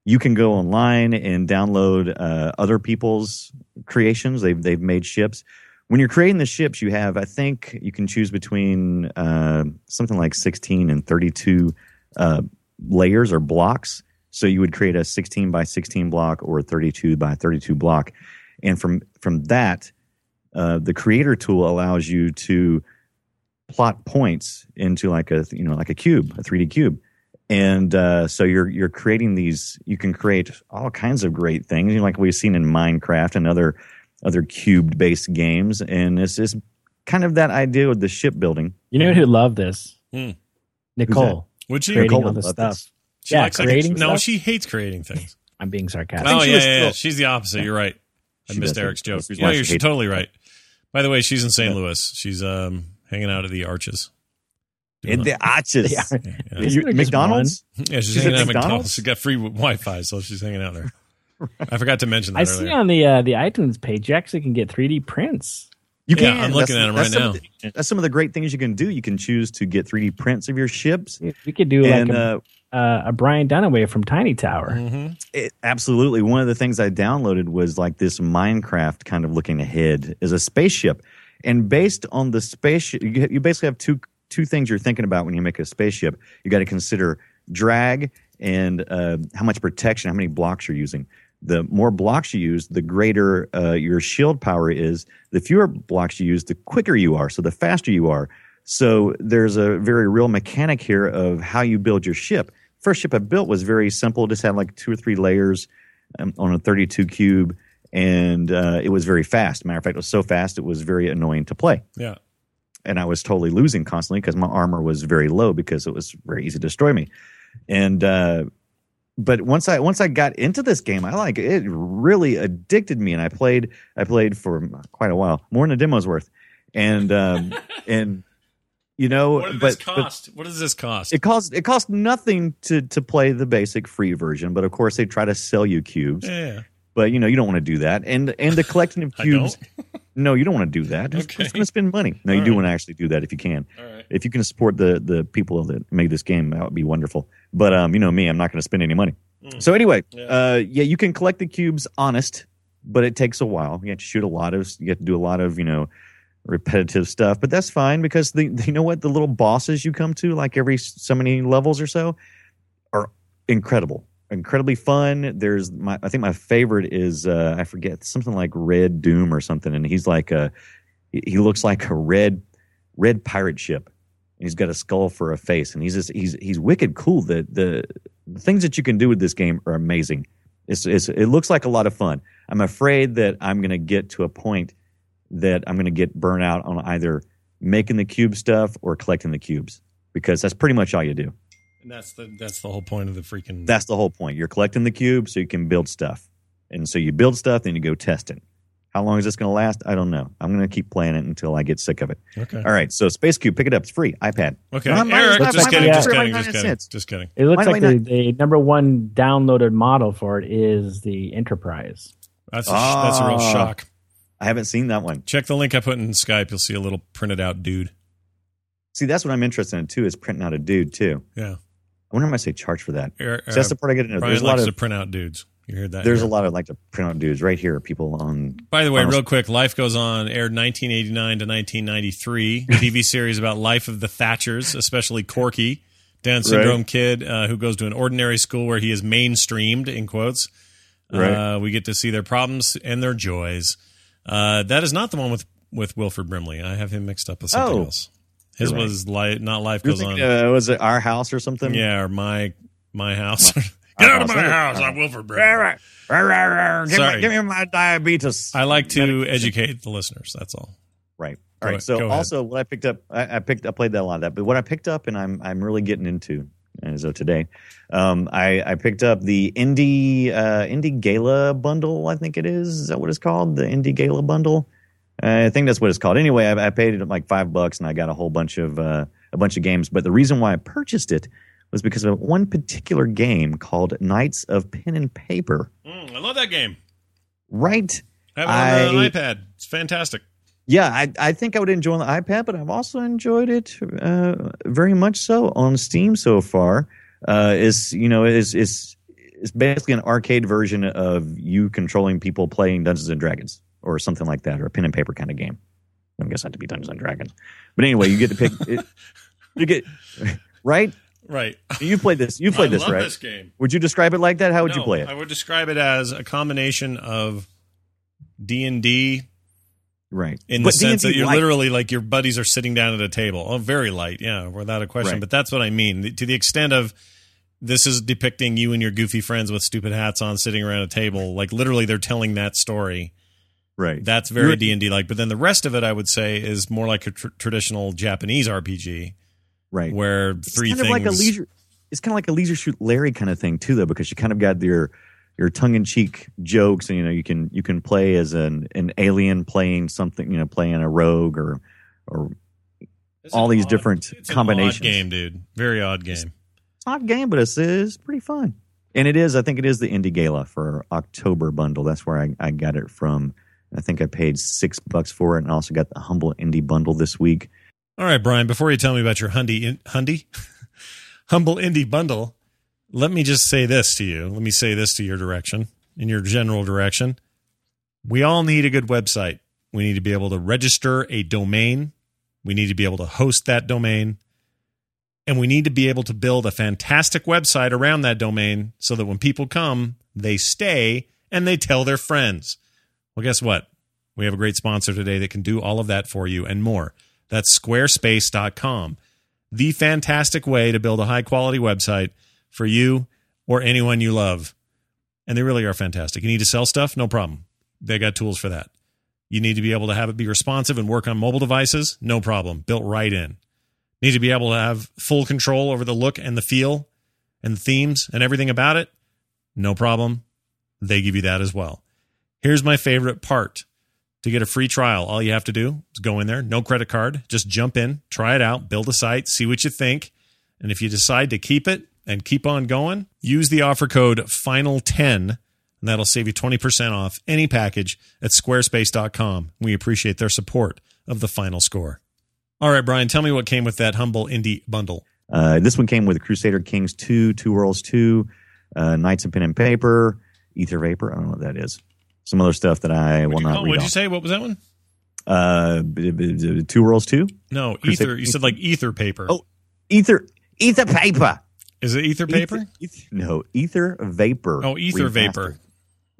Speaker 3: you can go online and download uh, other people's creations. They've they've made ships. When you're creating the ships, you have I think you can choose between uh, something like 16 and 32 uh, layers or blocks. So you would create a 16 by 16 block or a 32 by 32 block, and from from that, uh, the creator tool allows you to plot points into like a you know like a cube, a 3D cube, and uh, so you're you're creating these. You can create all kinds of great things, you know, like we've seen in Minecraft and other other cube based games, and it's just kind of that idea with the shipbuilding.
Speaker 4: You know who loved this?
Speaker 1: Hmm.
Speaker 4: Nicole.
Speaker 1: Would you?
Speaker 4: Creating
Speaker 3: Nicole
Speaker 4: all
Speaker 3: would
Speaker 4: this
Speaker 3: love
Speaker 4: stuff.
Speaker 3: this.
Speaker 1: She
Speaker 4: yeah,
Speaker 1: likes like-
Speaker 4: creating
Speaker 1: No,
Speaker 4: stuff?
Speaker 1: she hates creating things.
Speaker 4: I'm being sarcastic.
Speaker 1: Oh
Speaker 3: she
Speaker 1: yeah,
Speaker 3: was
Speaker 1: yeah, yeah.
Speaker 3: thrilled.
Speaker 1: She's the opposite. You're right. I
Speaker 3: She
Speaker 1: missed
Speaker 3: does
Speaker 1: Eric's
Speaker 3: hate-
Speaker 1: joke.
Speaker 3: she's
Speaker 1: Yeah,
Speaker 3: why she
Speaker 1: you're
Speaker 3: hates-
Speaker 1: totally right. By the way, she's in St.
Speaker 3: Yeah.
Speaker 1: Louis. She's um hanging out at the Arches. Doing
Speaker 3: And
Speaker 1: a-
Speaker 3: the arches.
Speaker 4: Yeah.
Speaker 1: yeah.
Speaker 3: You-
Speaker 4: Isn't there just
Speaker 3: McDonald's.
Speaker 1: Yeah, she's,
Speaker 3: She's
Speaker 1: hanging out
Speaker 3: at
Speaker 1: at McDonald's.
Speaker 3: McDonald's?
Speaker 1: She got free w- Wi-Fi, so she's hanging out there. I forgot to mention that
Speaker 4: I
Speaker 1: earlier.
Speaker 4: see on the uh, the iTunes page you actually can get 3D prints.
Speaker 3: You
Speaker 1: Yeah,
Speaker 3: can.
Speaker 1: I'm looking at 'em right
Speaker 3: that's some of the- that's some of the great things you can do. You can choose to get 3D prints of your ships,
Speaker 4: We could do
Speaker 3: and
Speaker 4: like a,
Speaker 3: uh, Hmm.
Speaker 4: uh, a Brian Dunaway from Tiny Tower.
Speaker 1: Mhm.
Speaker 3: it, absolutely, one of the things I downloaded was like this Minecraft kind of looking ahead is a spaceship, and based on the spaceship, you, you basically have two two things you're thinking about when you make a spaceship. You got to consider drag and uh, how much protection, how many blocks you're using. The more blocks you use, the greater uh, your shield power is. The fewer blocks you use, the quicker you are. So the faster you are. So there's a very real mechanic here of how you build your ship. First ship I built was very simple, just had like two or three layers um, on a 32 cube, and uh, it was very fast. Matter of fact, it was so fast it was very annoying to play,
Speaker 1: Yeah.
Speaker 3: and I was totally losing constantly because my armor was very low because it was very easy to destroy me. And uh, but once I once I got into this game, I like it really addicted me, and I played I played for quite a while, more than a demo's worth, and um, and you know,
Speaker 1: What did
Speaker 3: but,
Speaker 1: this
Speaker 3: but-
Speaker 1: cost? what does this cost?
Speaker 3: it cost it cost nothing to to play the basic free version, but of course they try to sell you cubes.
Speaker 1: yeah.
Speaker 3: But you know you don't want to do that, and and the collecting of
Speaker 1: I don't?
Speaker 3: cubes. No, you don't want to do that. It's,
Speaker 1: Okay.
Speaker 3: going to spend money. No, you
Speaker 1: All
Speaker 3: do
Speaker 1: right.
Speaker 3: want to actually do that if you can.
Speaker 1: All right.
Speaker 3: If you can support the the people that made this game, that would be wonderful. But um, you know me, I'm not going to spend any money.
Speaker 1: Mm.
Speaker 3: So anyway,
Speaker 1: Yeah.
Speaker 3: uh, yeah, you can collect the cubes honest, but it takes a while. You have to shoot a lot of, you have to do a lot of, you know, repetitive stuff. But that's fine because the you know what the little bosses you come to, like every so many levels or so, are incredible, incredibly fun. There's my I think my favorite is uh, I forget something like Red Doom or something, and he's like a he he looks like a red red pirate ship. And he's got a skull for a face, and he's just he's he's wicked cool. The the the things that you can do with this game are amazing. It's, it's, it looks like a lot of fun. I'm afraid that I'm going to get to a point that I'm going to get burnt out on either making the cube stuff or collecting the cubes because that's pretty much all you do.
Speaker 1: And that's the that's the whole point of the freaking.
Speaker 3: That's the whole point. You're collecting the cubes so you can build stuff. And so you build stuff, then you go test it. How long is this going to last? I don't know. I'm going to keep playing it until I get sick of it.
Speaker 1: okay.
Speaker 3: All right. So Space Cube, pick it up. It's free. iPad.
Speaker 1: Okay.
Speaker 3: Mine- mine
Speaker 1: Eric,
Speaker 3: is not-
Speaker 1: just
Speaker 4: mine
Speaker 1: kidding,
Speaker 4: is
Speaker 1: just
Speaker 3: not-
Speaker 1: kidding,
Speaker 3: mine
Speaker 1: just
Speaker 3: is
Speaker 1: kidding,
Speaker 3: not-
Speaker 1: just kidding.
Speaker 4: It looks
Speaker 3: Why do
Speaker 4: like
Speaker 3: I
Speaker 4: the, the number one downloaded model for it is the Enterprise.
Speaker 1: That's a, that's a real
Speaker 3: Ah.
Speaker 1: shock.
Speaker 3: I haven't seen that one.
Speaker 1: Check the link I put in Skype. You'll see a little printed out dude.
Speaker 3: See, that's what I'm interested in too, is printing out a dude too.
Speaker 1: Yeah.
Speaker 3: I wonder if I say charge for that.
Speaker 1: Eric,
Speaker 3: So that's the part I get to know.
Speaker 1: Brian
Speaker 3: There's a lot
Speaker 1: likes uh, to
Speaker 3: of
Speaker 1: print out dudes. You heard that?
Speaker 3: there's
Speaker 1: Eric?
Speaker 3: a lot of like the printout dudes right here. People on
Speaker 1: By the way,
Speaker 3: Honest-
Speaker 1: real quick, Life Goes On aired 1989 to 1993. TV series about life of the Thatchers, especially Corky, Down syndrome kid uh, who goes to an ordinary school where he is mainstreamed in quotes.
Speaker 3: Right.
Speaker 1: Uh, we get to see their problems and their joys. Uh, that is not the one with with Wilford Brimley. I have him mixed up with something
Speaker 3: Oh.
Speaker 1: else. His
Speaker 3: You're right.
Speaker 1: was li- not Life
Speaker 3: you're
Speaker 1: Goes
Speaker 3: thinking,
Speaker 1: On.
Speaker 3: uh, was it our house or something?
Speaker 1: yeah, or my my house.
Speaker 3: Our
Speaker 1: Get out of
Speaker 3: House.
Speaker 1: my
Speaker 3: Oh,
Speaker 1: house!
Speaker 3: oh.
Speaker 1: I'm Wilford
Speaker 3: Rawr,
Speaker 1: Brimley.
Speaker 3: rawr, rawr, rawr. Give,
Speaker 1: Sorry.
Speaker 3: me, give me my diabetes.
Speaker 1: I like to educate the listeners. That's all.
Speaker 3: right.
Speaker 1: Go
Speaker 3: All right.
Speaker 1: ahead- go
Speaker 3: So
Speaker 1: ahead.
Speaker 3: also what I picked up, I, I picked, I played that a lot of that, but what I picked up and I'm, I'm really getting into as of today, um, I, I picked up the indie, uh, indie gala bundle. I think it is. Is that what it's called? The indie gala bundle. I think that's what it's called. Anyway, I, I paid it like five bucks, and I got a whole bunch of uh, a bunch of games. But the reason why I purchased it was because of one particular game called Knights of Pen and Paper.
Speaker 1: Mm, I love that game.
Speaker 3: Right?
Speaker 1: Have it on
Speaker 3: I-
Speaker 1: an iPad. It's fantastic.
Speaker 3: Yeah, I, I think I would enjoy on the iPad, but I've also enjoyed it uh, very much so on Steam so far. Uh, is you know is is it's basically an arcade version of you controlling people playing Dungeons and Dragons or something like that, or a pen and paper kind of game. I guess it had to be Dungeons and Dragons, but anyway, you get to pick. it, you get right.
Speaker 1: Right.
Speaker 3: You played this. You played
Speaker 1: I
Speaker 3: this,
Speaker 1: love
Speaker 3: right?
Speaker 1: this game.
Speaker 3: Would you describe it like that? How would you
Speaker 1: No,
Speaker 3: play it?
Speaker 1: I would describe it as a combination of D and D
Speaker 3: right.
Speaker 1: in the
Speaker 3: But
Speaker 1: sense
Speaker 3: D&D
Speaker 1: that you're
Speaker 3: light.
Speaker 1: literally like your buddies are sitting down at a table. Oh, very light, yeah, without a question.
Speaker 3: Right.
Speaker 1: But that's what I mean. The- To the extent of this is depicting you and your goofy friends with stupid hats on sitting around a table. Like literally they're telling that story.
Speaker 3: right.
Speaker 1: That's very
Speaker 3: You're-
Speaker 1: D and D like. But then the rest of it I would say is more like a tr- traditional Japanese RPG
Speaker 3: right.
Speaker 1: where three
Speaker 3: it's kind
Speaker 1: things
Speaker 3: of like a leisure. It's kind of like a leisure shoot Larry kind of thing too, though, because you kind of got your your tongue in cheek jokes, and you know you can you can play as an an alien playing something, you know, playing a rogue or or
Speaker 1: It's
Speaker 3: all
Speaker 1: an
Speaker 3: these
Speaker 1: odd-
Speaker 3: different
Speaker 1: it's an odd
Speaker 3: combinations.
Speaker 1: game, dude. Very odd game.
Speaker 3: it's not a game, but it's, it's pretty fun. And it is, I think it is the Indie Gala for October bundle. That's where I, I got it from. I think I paid six bucks for it, and also got the humble indie bundle this week.
Speaker 1: All right, Brian, before you tell me about your Hyundai, Hyundai Humble Indie Bundle, let me just say this to you. Let me say this to your direction, in your general direction. We all need a good website. We need to be able to register a domain. We need to be able to host that domain. And we need to be able to build a fantastic website around that domain so that when people come, they stay and they tell their friends. Well, guess what? We have a great sponsor today that can do all of that for you and more. That's squarespace.com, the fantastic way to build a high quality website for you or anyone you love. And they really are fantastic. You need to sell stuff? No problem. they got tools for that. You need to be able to have it be responsive and work on mobile devices, no problem, built right in. Need to be able to have full control over the look and the feel and the themes and everything about it, no problem. They give you that as well. Here's my favorite part. To get a free trial, all you have to do is go in there, no credit card, just jump in, try it out, build a site, see what you think. And if you decide to keep it and keep on going, use the offer code FINAL10, and that'll save you 20% off any package at squarespace.com. We appreciate their support of the final score. All right, Brian, tell me what came with that humble indie bundle.
Speaker 3: Uh, this one came with Crusader Kings 2, Two Worlds 2, uh, Knights of Pen and Paper, Ether Vapor. I don't know what that is. Some other stuff that I will
Speaker 1: What'd you-
Speaker 3: not
Speaker 1: oh,
Speaker 3: read.
Speaker 1: what'd
Speaker 3: off.
Speaker 1: you say? What was that one?
Speaker 3: Uh, b- b- b- two Worlds 2?
Speaker 1: No,
Speaker 3: Crusade-
Speaker 1: ether. You said like ether paper.
Speaker 3: Oh. Ether. Ether Paper.
Speaker 1: Is it ether paper?
Speaker 3: Ether- eth- no, Ether Vapor.
Speaker 1: Oh, ether
Speaker 3: Remastered.
Speaker 1: vapor.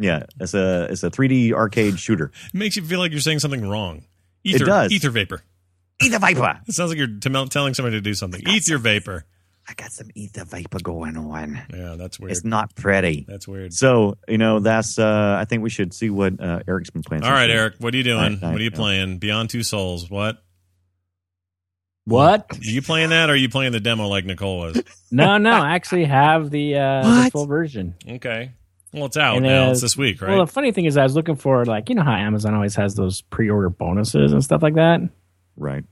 Speaker 3: Yeah, it's a it's a 3D arcade shooter.
Speaker 1: It makes you feel like you're saying something wrong. Ether,
Speaker 3: does.
Speaker 1: Ether vapor.
Speaker 3: Ether Vapor.
Speaker 1: It sounds like you're tell- telling somebody to do something. Ether vapor.
Speaker 3: I got some Ether Vapor going on.
Speaker 1: Yeah, that's weird.
Speaker 3: It's not pretty.
Speaker 1: That's weird.
Speaker 3: So you know that's. Uh, I think we should see what uh, Eric's been playing.
Speaker 1: All
Speaker 3: since
Speaker 1: right,
Speaker 3: we-
Speaker 1: Eric, what are you doing?
Speaker 3: All right,
Speaker 1: what are you
Speaker 3: yeah.
Speaker 1: playing? Beyond Two Souls. What?
Speaker 3: Hmm.
Speaker 4: What?
Speaker 1: Are you playing that or are you playing the demo like Nicole was?
Speaker 4: No, no. I actually have the, uh, the
Speaker 3: What?
Speaker 4: full version.
Speaker 1: Okay. Well, it's out
Speaker 4: And,
Speaker 1: now.
Speaker 4: uh,
Speaker 1: It's this week, right?
Speaker 4: Well, the funny thing is, I was looking for like you know how Amazon always has those pre-order bonuses and stuff like that.
Speaker 3: Right.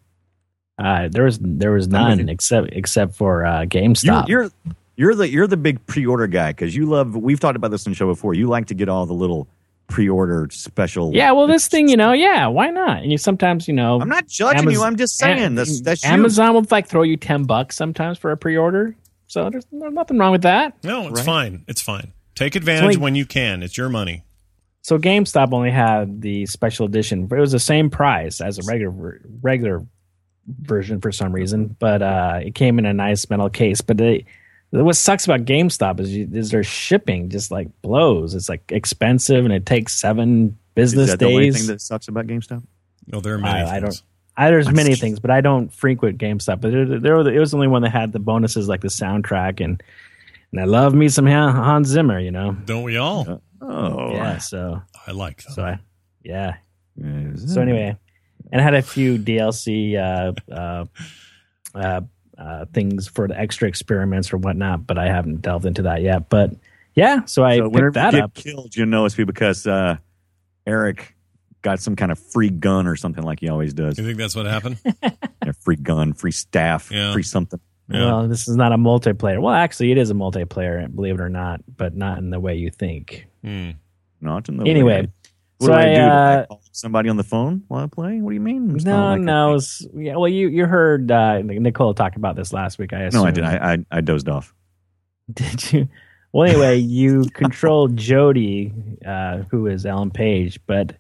Speaker 4: Uh, there was there was
Speaker 3: I'm with
Speaker 4: none
Speaker 3: you.
Speaker 4: except except for uh,
Speaker 3: You're,
Speaker 4: GameStop.
Speaker 3: you're you're the you're the big pre-order guy because you love. We've talked about this on the show before. You like to get all the little pre-order special.
Speaker 4: yeah, well, this thing, you know, yeah, why not? And you sometimes, you know,
Speaker 3: I'm not judging
Speaker 4: Amaz-
Speaker 3: you. I'm just saying
Speaker 4: Am-
Speaker 3: that's that's you.
Speaker 4: Amazon will like throw you ten bucks sometimes for a pre-order. So there's, there's nothing wrong with that.
Speaker 1: no, it's
Speaker 3: right?
Speaker 1: fine. It's fine. Take advantage
Speaker 4: It's like-
Speaker 1: when you can. It's your money.
Speaker 4: So GameStop only had the special edition. It was the same price as a regular regular version for some reason, but uh, it came in a nice metal case. But they, what sucks about GameStop is, you, is their shipping just like blows. It's like expensive and it takes seven
Speaker 3: Is
Speaker 4: business
Speaker 3: that the only
Speaker 4: days.
Speaker 3: thing that sucks about GameStop?
Speaker 1: No, there are many
Speaker 4: I- I
Speaker 1: things.
Speaker 4: I, there's
Speaker 3: I'm
Speaker 4: many
Speaker 3: just-
Speaker 4: things, but I don't frequent GameStop. But there, there were the, it was the only one that had the bonuses like the soundtrack and and I love me some Han- Hans Zimmer, you know.
Speaker 1: Don't, we all?
Speaker 3: Oh,
Speaker 4: yeah, so
Speaker 1: I like them.
Speaker 4: so I, yeah.
Speaker 3: Is
Speaker 4: So
Speaker 3: it?
Speaker 4: anyway, and I had a few DLC uh, uh, uh, uh, things for the extra experiments or whatnot, but I haven't delved into that yet. But yeah, so I
Speaker 3: so whenever
Speaker 4: picked that
Speaker 3: you get
Speaker 4: up.
Speaker 3: killed, you know it's because uh, Eric got some kind of free gun or something like he always does.
Speaker 1: You think that's what happened?
Speaker 3: a free gun, free staff,
Speaker 1: Yeah.
Speaker 3: free something.
Speaker 1: Yeah.
Speaker 4: Well, this is not a multiplayer. Well, actually, it is a multiplayer, believe it or not, but not in the way you think.
Speaker 1: Hmm.
Speaker 3: Not in the
Speaker 4: Anyway,
Speaker 3: way. What do
Speaker 4: so
Speaker 3: I,
Speaker 4: I,
Speaker 3: do? Do I
Speaker 4: uh,
Speaker 3: call somebody on the phone while I play? What do you mean? It's not
Speaker 4: No,
Speaker 3: like
Speaker 4: no. s- Yeah, well, you you heard uh, Nicole talk about this last week. I
Speaker 3: I,
Speaker 4: assume.
Speaker 3: no, I did. I, I I dozed off.
Speaker 4: Did you? Well, anyway, you control Jody, uh, who is Ellen Page, but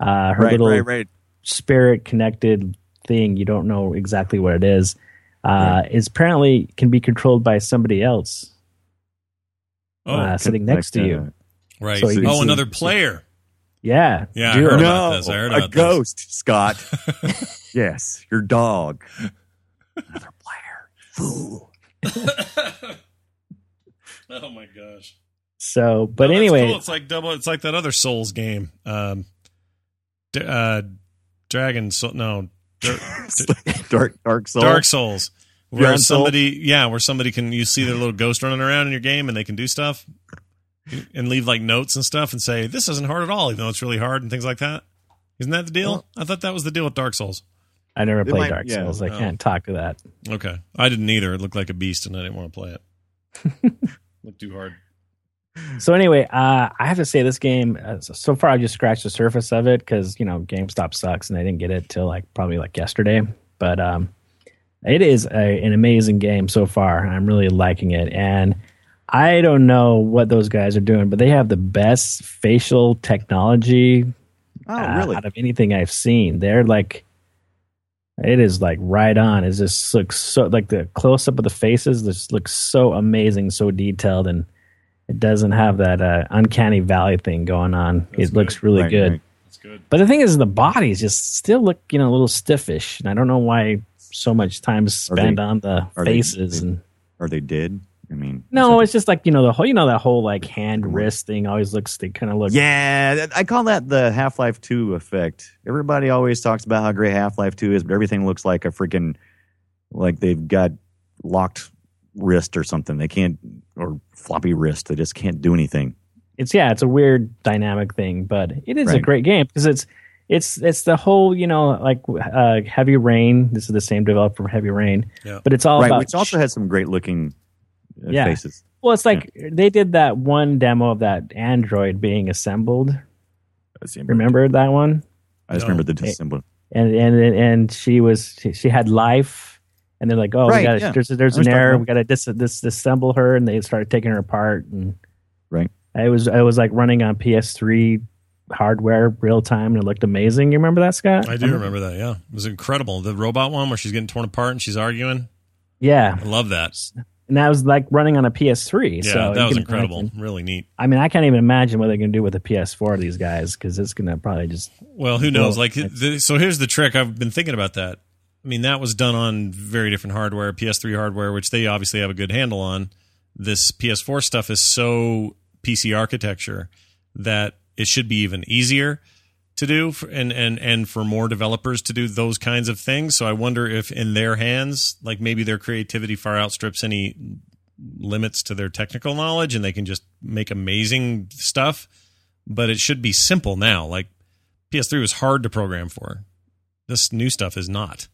Speaker 4: uh, her little
Speaker 3: right.
Speaker 4: spirit connected thing you don't know exactly what it is uh, is apparently can be controlled by somebody else
Speaker 1: Oh,
Speaker 4: uh, sitting next to
Speaker 3: Like,
Speaker 4: you.
Speaker 3: uh,
Speaker 1: right.
Speaker 4: so you
Speaker 1: oh,
Speaker 4: see-
Speaker 1: another player.
Speaker 4: Yeah,
Speaker 1: Yeah, I
Speaker 4: duo.
Speaker 1: heard about
Speaker 3: no,
Speaker 1: this. I heard
Speaker 3: uh, a
Speaker 1: about this.
Speaker 3: ghost, Scott. yes, your dog. Another player. Fool.
Speaker 1: Oh my gosh.
Speaker 4: So, but
Speaker 1: No, Oh, that's
Speaker 4: anyway,
Speaker 1: cool. it's like double. It's like that other Souls game. Um, d- uh, Dragon Soul. No, Dar-
Speaker 3: Dark, dark soul.
Speaker 1: Dark Souls. Where
Speaker 3: Beyond Soul?
Speaker 1: somebody, yeah, where somebody can you see their little ghost running around in your game, and they can do stuff, and leave like notes and stuff, and say this isn't hard at all, even though it's really hard and things like that. Isn't that the deal?
Speaker 3: Well-
Speaker 1: I thought that was the deal with Dark Souls.
Speaker 4: I never
Speaker 3: It
Speaker 4: played
Speaker 3: might-
Speaker 4: Dark
Speaker 3: yeah,
Speaker 4: Souls. I
Speaker 1: no.
Speaker 4: can't talk to that.
Speaker 1: Okay, I didn't either. It looked like a beast, and I didn't want to play it. Looked too hard.
Speaker 4: So anyway, uh, I have to say this game. Uh, so- so far, I've just scratched the surface of it because you know GameStop sucks, and I didn't get it till like probably like yesterday. But um, it is a, an amazing game so far. I'm really liking it, and I don't know what those guys are doing, but they have the best facial technology
Speaker 3: Oh,
Speaker 4: uh,
Speaker 3: really?
Speaker 4: out of anything I've seen. They're like, it is like right on. It just looks so like the close up of the faces. This looks so amazing, so detailed, and it doesn't have that uh, uncanny valley thing going on.
Speaker 1: That's
Speaker 4: it looks
Speaker 1: good.
Speaker 4: really
Speaker 3: Right,
Speaker 4: good.
Speaker 3: right.
Speaker 1: That's good.
Speaker 4: But the thing is, the bodies just still look, you know, a little stiffish, and I don't know why so much time is
Speaker 3: Are they-
Speaker 4: spent on the
Speaker 3: are they-
Speaker 4: faces
Speaker 3: they-
Speaker 4: and
Speaker 3: Are they dead? I mean,
Speaker 4: No, it's just like you know the whole you know that whole like hand wrist thing always looks they kind of look
Speaker 3: yeah, that- I call that the Half Life Two effect. Everybody always talks about how great Half Life Two is, but everything looks like a freaking like they've got locked wrist or something. They can't or floppy wrist. They just can't do anything.
Speaker 4: it's yeah it's a weird dynamic thing, but it is a
Speaker 3: Right.
Speaker 4: great game because it's it's it's the whole you know like uh, Heavy Rain. This is the same developer from Heavy Rain,
Speaker 1: Yeah.
Speaker 4: Oh, but it's all
Speaker 3: right,
Speaker 4: about
Speaker 3: which also had some great looking uh,
Speaker 4: Yeah.
Speaker 3: faces.
Speaker 4: well, it's like they did that one demo of that android being assembled. Remember that one?
Speaker 3: I just
Speaker 1: No.
Speaker 3: remember the symbol.
Speaker 4: and and and she was she, she had life and they're like oh
Speaker 3: Right,
Speaker 4: we got
Speaker 3: yeah.
Speaker 4: to there's there's
Speaker 3: I was
Speaker 4: an
Speaker 3: talking
Speaker 4: error
Speaker 3: about-
Speaker 4: we got to dis, dis, disassemble her and they started taking her apart and
Speaker 3: Right.
Speaker 4: it was it was like running on PS3 hardware real time and it looked amazing you remember that Scott
Speaker 1: I do remember that. Yeah, it was incredible. The robot one where she's getting torn apart and she's arguing.
Speaker 4: yeah
Speaker 1: I love that.
Speaker 4: and that was like running on a PS3
Speaker 1: Yeah,
Speaker 4: so you
Speaker 1: that was
Speaker 4: can
Speaker 1: incredible.
Speaker 4: imagine-
Speaker 1: Really neat.
Speaker 4: I mean I can't even imagine what they're gonna do with a PS4 these guys because it's gonna probably just
Speaker 1: Well, who knows?
Speaker 4: Well,
Speaker 1: like,
Speaker 4: it's-
Speaker 1: the, so here's the trick. I've been thinking about that. I mean, that was done on very different hardware, PS3 hardware, which they obviously have a good handle on. This PS4 stuff is so PC architecture that it should be even easier to do for, and, and, and for more developers to do those kinds of things. So I wonder if in their hands, like maybe their creativity far outstrips any limits to their technical knowledge and they can just make amazing stuff. But it should be simple now. Like PS3 was hard to program for. This new stuff is not.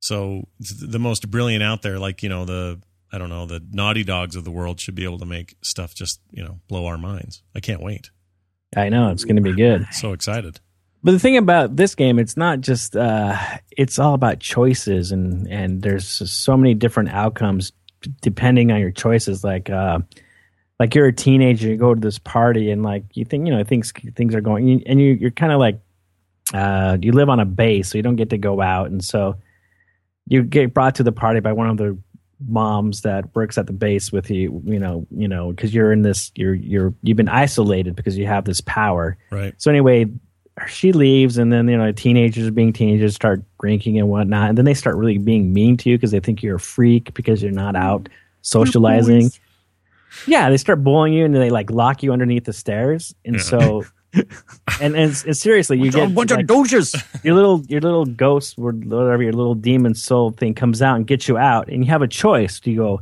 Speaker 1: So th- the most brilliant out there, like you know the I don't know the Naughty Dogs of the world, should be able to make stuff just you know blow our minds. I can't wait.
Speaker 4: I know it's gonna be good
Speaker 1: So excited.
Speaker 4: But the thing about this game, it's not just uh, it's all about choices, and and there's just so many different outcomes d- depending on your choices. Like uh, like you're a teenager, you go to this party, and like you think you know things things are going, and you you're kind of like uh, you live on a base, so you don't get to go out, and so you get brought to the party by one of the moms that works at the base with you, you know, you know, because you're in this, you're you're you've been isolated because you have this power.
Speaker 1: Right.
Speaker 4: So anyway, she leaves, and then you know teenagers being teenagers start drinking and whatnot, and then they start really being mean to you because they think you're a freak because you're not out socializing. Yeah, they start bullying you, and they like lock you underneath the stairs, and
Speaker 1: Yeah.
Speaker 4: so. and, and and seriously, you
Speaker 3: A
Speaker 4: get
Speaker 3: bunch
Speaker 4: like,
Speaker 3: of doges.
Speaker 4: your little your little ghost or whatever your little demon soul thing comes out and gets you out, and you have a choice. Do you go?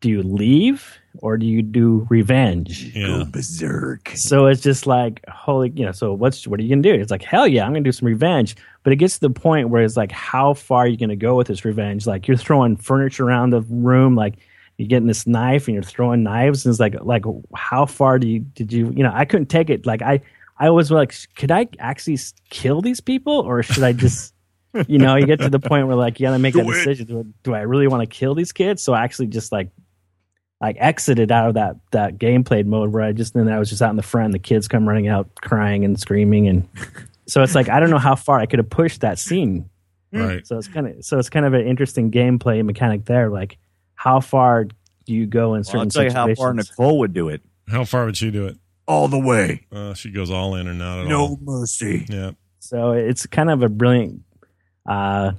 Speaker 4: Do you leave or do you do revenge?
Speaker 1: Yeah.
Speaker 3: berserk.
Speaker 4: So it's just like holy, you know. So what's what are you gonna do? It's like hell yeah, I'm gonna do some revenge. But it gets to the point where it's like, how far are you gonna go with this revenge? Like you're throwing furniture around the room, like you're getting this knife and you're throwing knives, and it's like like how far do you did you you know? I couldn't take it. Like I I was like, could I actually s- kill these people or should I just you know? You get to the point where like you gotta make that decision. Do, do I really want to kill these kids? So I actually just like like exited out of that that gameplay mode where I just then I was just out in the front and the kids come running out crying and screaming and so it's like I don't know how far I could have pushed that scene.
Speaker 1: Right.
Speaker 4: So it's kind of so it's kind of an interesting gameplay mechanic there. Like how far do you go in certain
Speaker 3: Well, I'll tell you how
Speaker 4: situations?
Speaker 3: far Nicole would do it.
Speaker 1: How far would she do it?
Speaker 3: All the way.
Speaker 1: Uh, she goes all in or not
Speaker 2: Oh.
Speaker 1: at all.
Speaker 3: No mercy.
Speaker 1: Yeah.
Speaker 4: so it's kind of a brilliant uh,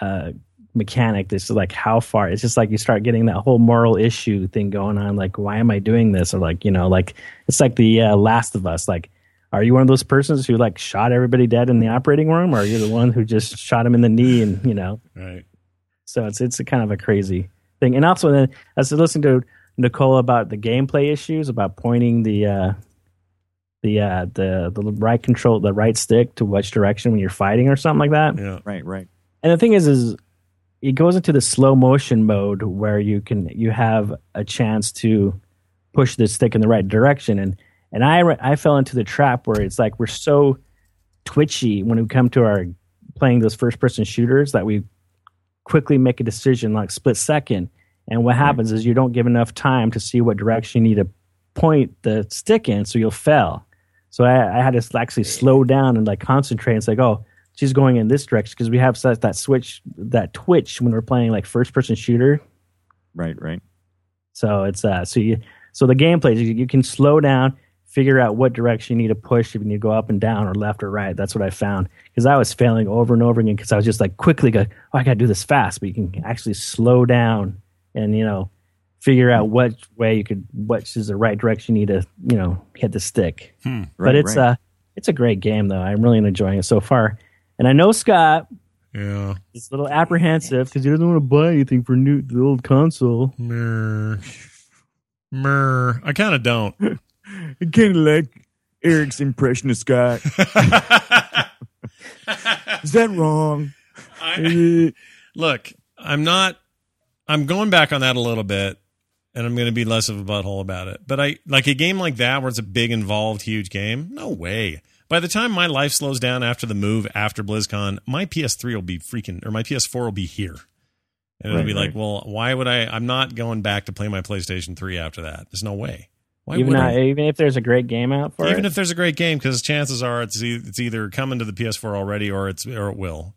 Speaker 4: uh, mechanic. This is like how far. It's just like you start getting that whole moral issue thing going on. Like, why am I doing this? Or like, you know, like it's like the uh, Last of Us. Like, are you one of those persons who like shot everybody dead in the operating room, or are you the one who just shot him in the knee and you know?
Speaker 1: Right.
Speaker 4: So it's it's a kind of a crazy thing. And also, then as I was listening to Nicole about the gameplay issues, about pointing the uh, the uh, the the right control, the right stick to which direction when you're fighting or something like that.
Speaker 1: Yeah.
Speaker 3: Right, right.
Speaker 4: And the thing is, is it goes into the slow motion mode where you can you have a chance to push the stick in the right direction. And and I re- I fell into the trap where it's like we're so twitchy when we come to our playing those first person shooters that we quickly make a decision like split second. And what happens is you don't give enough time to see what direction you need to point the stick in, so you'll fail. So I, I had to actually slow down and like concentrate. It's like, oh, she's going in this direction because we have that, that switch, that twitch when we're playing like first person shooter.
Speaker 3: Right, right.
Speaker 4: So it's uh, so you so the gameplay is you, you can slow down, figure out what direction you need to push if you need to go up and down or left or right. That's what I found because I was failing over and over again because I was just like quickly go, oh, I got to do this fast, but you can actually slow down and you know figure out what way you could, which is the right direction you need to, you know, hit the stick. but it's
Speaker 3: right.
Speaker 4: uh it's a great game though. I'm really enjoying it so far. And I know Scott
Speaker 1: Yeah.
Speaker 4: is a little apprehensive because he doesn't want to buy anything for new the old console.
Speaker 1: Mer. Mer. I kind of don't.
Speaker 4: uh,
Speaker 3: I kind of like Eric's impression of Scott. Is that wrong?
Speaker 1: I- look, I'm not. I'm going back on that a little bit, and I'm going to be less of a butthole about it. But I like a game like that where it's a big, involved, huge game. No way. By the time my life slows down after the move after BlizzCon, my PS3 will be freaking, or my PS4 will be here. And it'll
Speaker 3: Right,
Speaker 1: be like,
Speaker 3: right.
Speaker 1: well, why would I? I'm not going back to play my PlayStation 3 after that. There's no way. Why
Speaker 4: even
Speaker 1: would
Speaker 4: not,
Speaker 1: I?
Speaker 4: even if there's a great game out for
Speaker 1: even
Speaker 4: it.
Speaker 1: if there's a great game because chances are it's e- it's either coming to the PS4 already or it's or it will.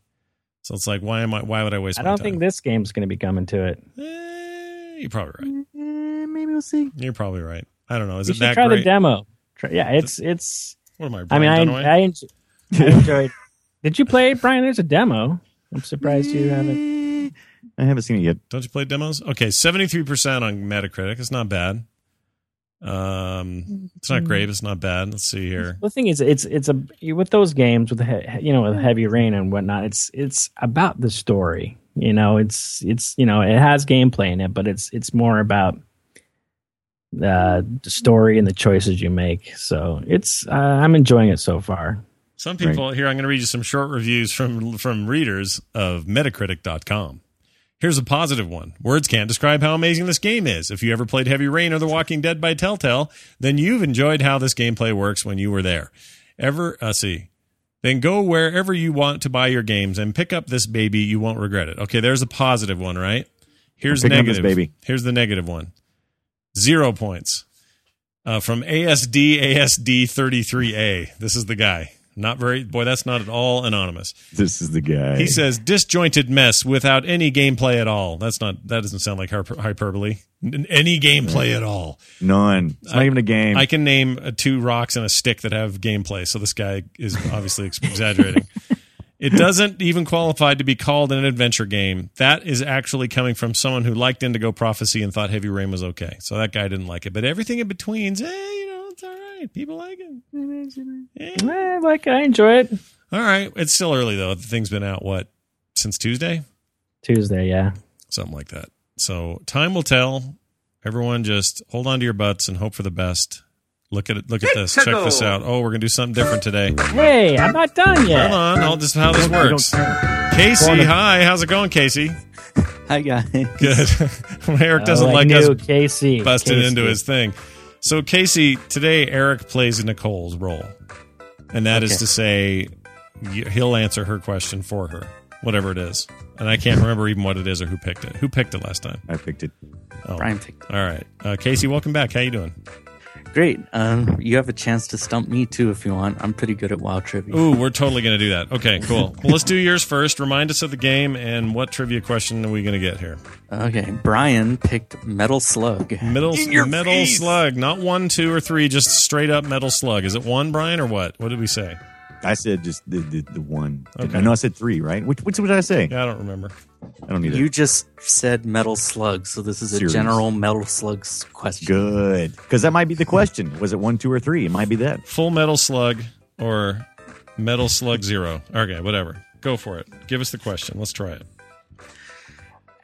Speaker 1: So it's like why am I why would I waste
Speaker 4: I
Speaker 1: my
Speaker 4: don't
Speaker 1: time?
Speaker 4: think this game's going to be coming to it.
Speaker 1: Eh, you're probably right.
Speaker 3: maybe we'll see.
Speaker 1: You're probably right. I don't know. Is
Speaker 4: you
Speaker 1: it
Speaker 4: should
Speaker 1: that
Speaker 4: try the
Speaker 1: great?
Speaker 4: demo. Try, yeah, it's it's.
Speaker 1: what am I?
Speaker 4: I
Speaker 1: Brian
Speaker 4: mean, I
Speaker 1: Dunaway?
Speaker 4: I, enj- I enjoyed. Did you play it, Brian? There's a demo. I'm surprised you haven't.
Speaker 3: I haven't seen it yet.
Speaker 1: don't you play demos? Okay, seventy three percent on Metacritic. It's not bad. Um, it's not great. but It's not bad. Let's see here.
Speaker 4: The thing is, it's it's a with those games with the he- you know with heavy rain and whatnot. It's it's about the story. You know, it's it's you know it has gameplay in it, but it's it's more about uh, the story and the choices you make. So it's uh, I'm enjoying it so far.
Speaker 1: Some people here, I'm going to read you some short reviews from from readers of Metacritic.com. Here's a positive one. Words can't describe how amazing this game is. If you ever played Heavy Rain or The Walking Dead by Telltale, then you've enjoyed how this gameplay works when you were there. Ever, uh, see, then go wherever you want to buy your games and pick up this baby. You won't regret it. Okay, there's a positive one, right? Here's
Speaker 3: I'm picking up this
Speaker 1: negative.
Speaker 3: baby.
Speaker 1: Here's the negative one. Zero points uh, from ASD ASD 33A. This is the guy. Not very boy. That's not at all anonymous.
Speaker 3: This is the guy.
Speaker 1: He says disjointed mess without any gameplay at all. That's not. That doesn't sound like hyper- hyperbole. N- Any gameplay at all.
Speaker 3: none. It's not even a game.
Speaker 1: I can name uh, two rocks and a stick that have gameplay. So this guy is obviously ex- exaggerating. It doesn't even qualify to be called an adventure game. That is actually coming from someone who liked Indigo Prophecy and thought Heavy Rain was okay. So that guy didn't like it. But everything in between's, eh, you know, it's all right. People like it. Eh.
Speaker 4: Eh, like I enjoy it.
Speaker 1: All right. It's still early though. The thing's been out what since Tuesday,
Speaker 4: Tuesday, yeah.
Speaker 1: something like that. So time will tell. Everyone, just hold on to your butts and hope for the best. Look at it. Look at this. Check this out. Oh, we're gonna do something different today.
Speaker 4: Hey, I'm not done yet.
Speaker 1: Hold on. I'll just how this works. Casey, hi. How's it going, Casey?
Speaker 5: Hi guys.
Speaker 1: Good. Eric
Speaker 4: Oh,
Speaker 1: doesn't
Speaker 4: I
Speaker 1: like us
Speaker 4: knew Casey
Speaker 1: busted
Speaker 4: Casey.
Speaker 1: into his thing. So Casey, today Eric plays Nicole's role, and that is to say, y- he'll answer her question for her, whatever it is. And I can't remember even what it is or who picked it. Who picked it last time?
Speaker 3: I picked it.
Speaker 1: Oh.
Speaker 5: Brian picked it.
Speaker 1: All right, uh, Casey, welcome back. How you doing?
Speaker 5: Great. Um, you have a chance to stump me too if you want. I'm pretty good at wild trivia.
Speaker 1: Ooh, we're totally gonna do that. Okay, cool. well, let's do yours first. Remind us of the game and what trivia question are we gonna get here?
Speaker 5: Okay. Brian picked Metal Slug.
Speaker 1: Metal, metal slug, not one, two, or three, just straight up metal slug. Is it one, Brian, or what? What did we say?
Speaker 3: I said just the, the, the one.
Speaker 1: Okay.
Speaker 3: I know I said three, right? Which, which would I say?
Speaker 1: Yeah, I don't remember.
Speaker 3: I don't need
Speaker 5: You
Speaker 3: it.
Speaker 5: just said Metal Slug, so this is a
Speaker 3: Series.
Speaker 5: general Metal Slug s- question.
Speaker 3: Good. Because that might be the question. Was it one, two, or three? It might be that.
Speaker 1: Full Metal Slug or Metal Slug Zero. Okay, whatever. Go for it. Give us the question. Let's try it.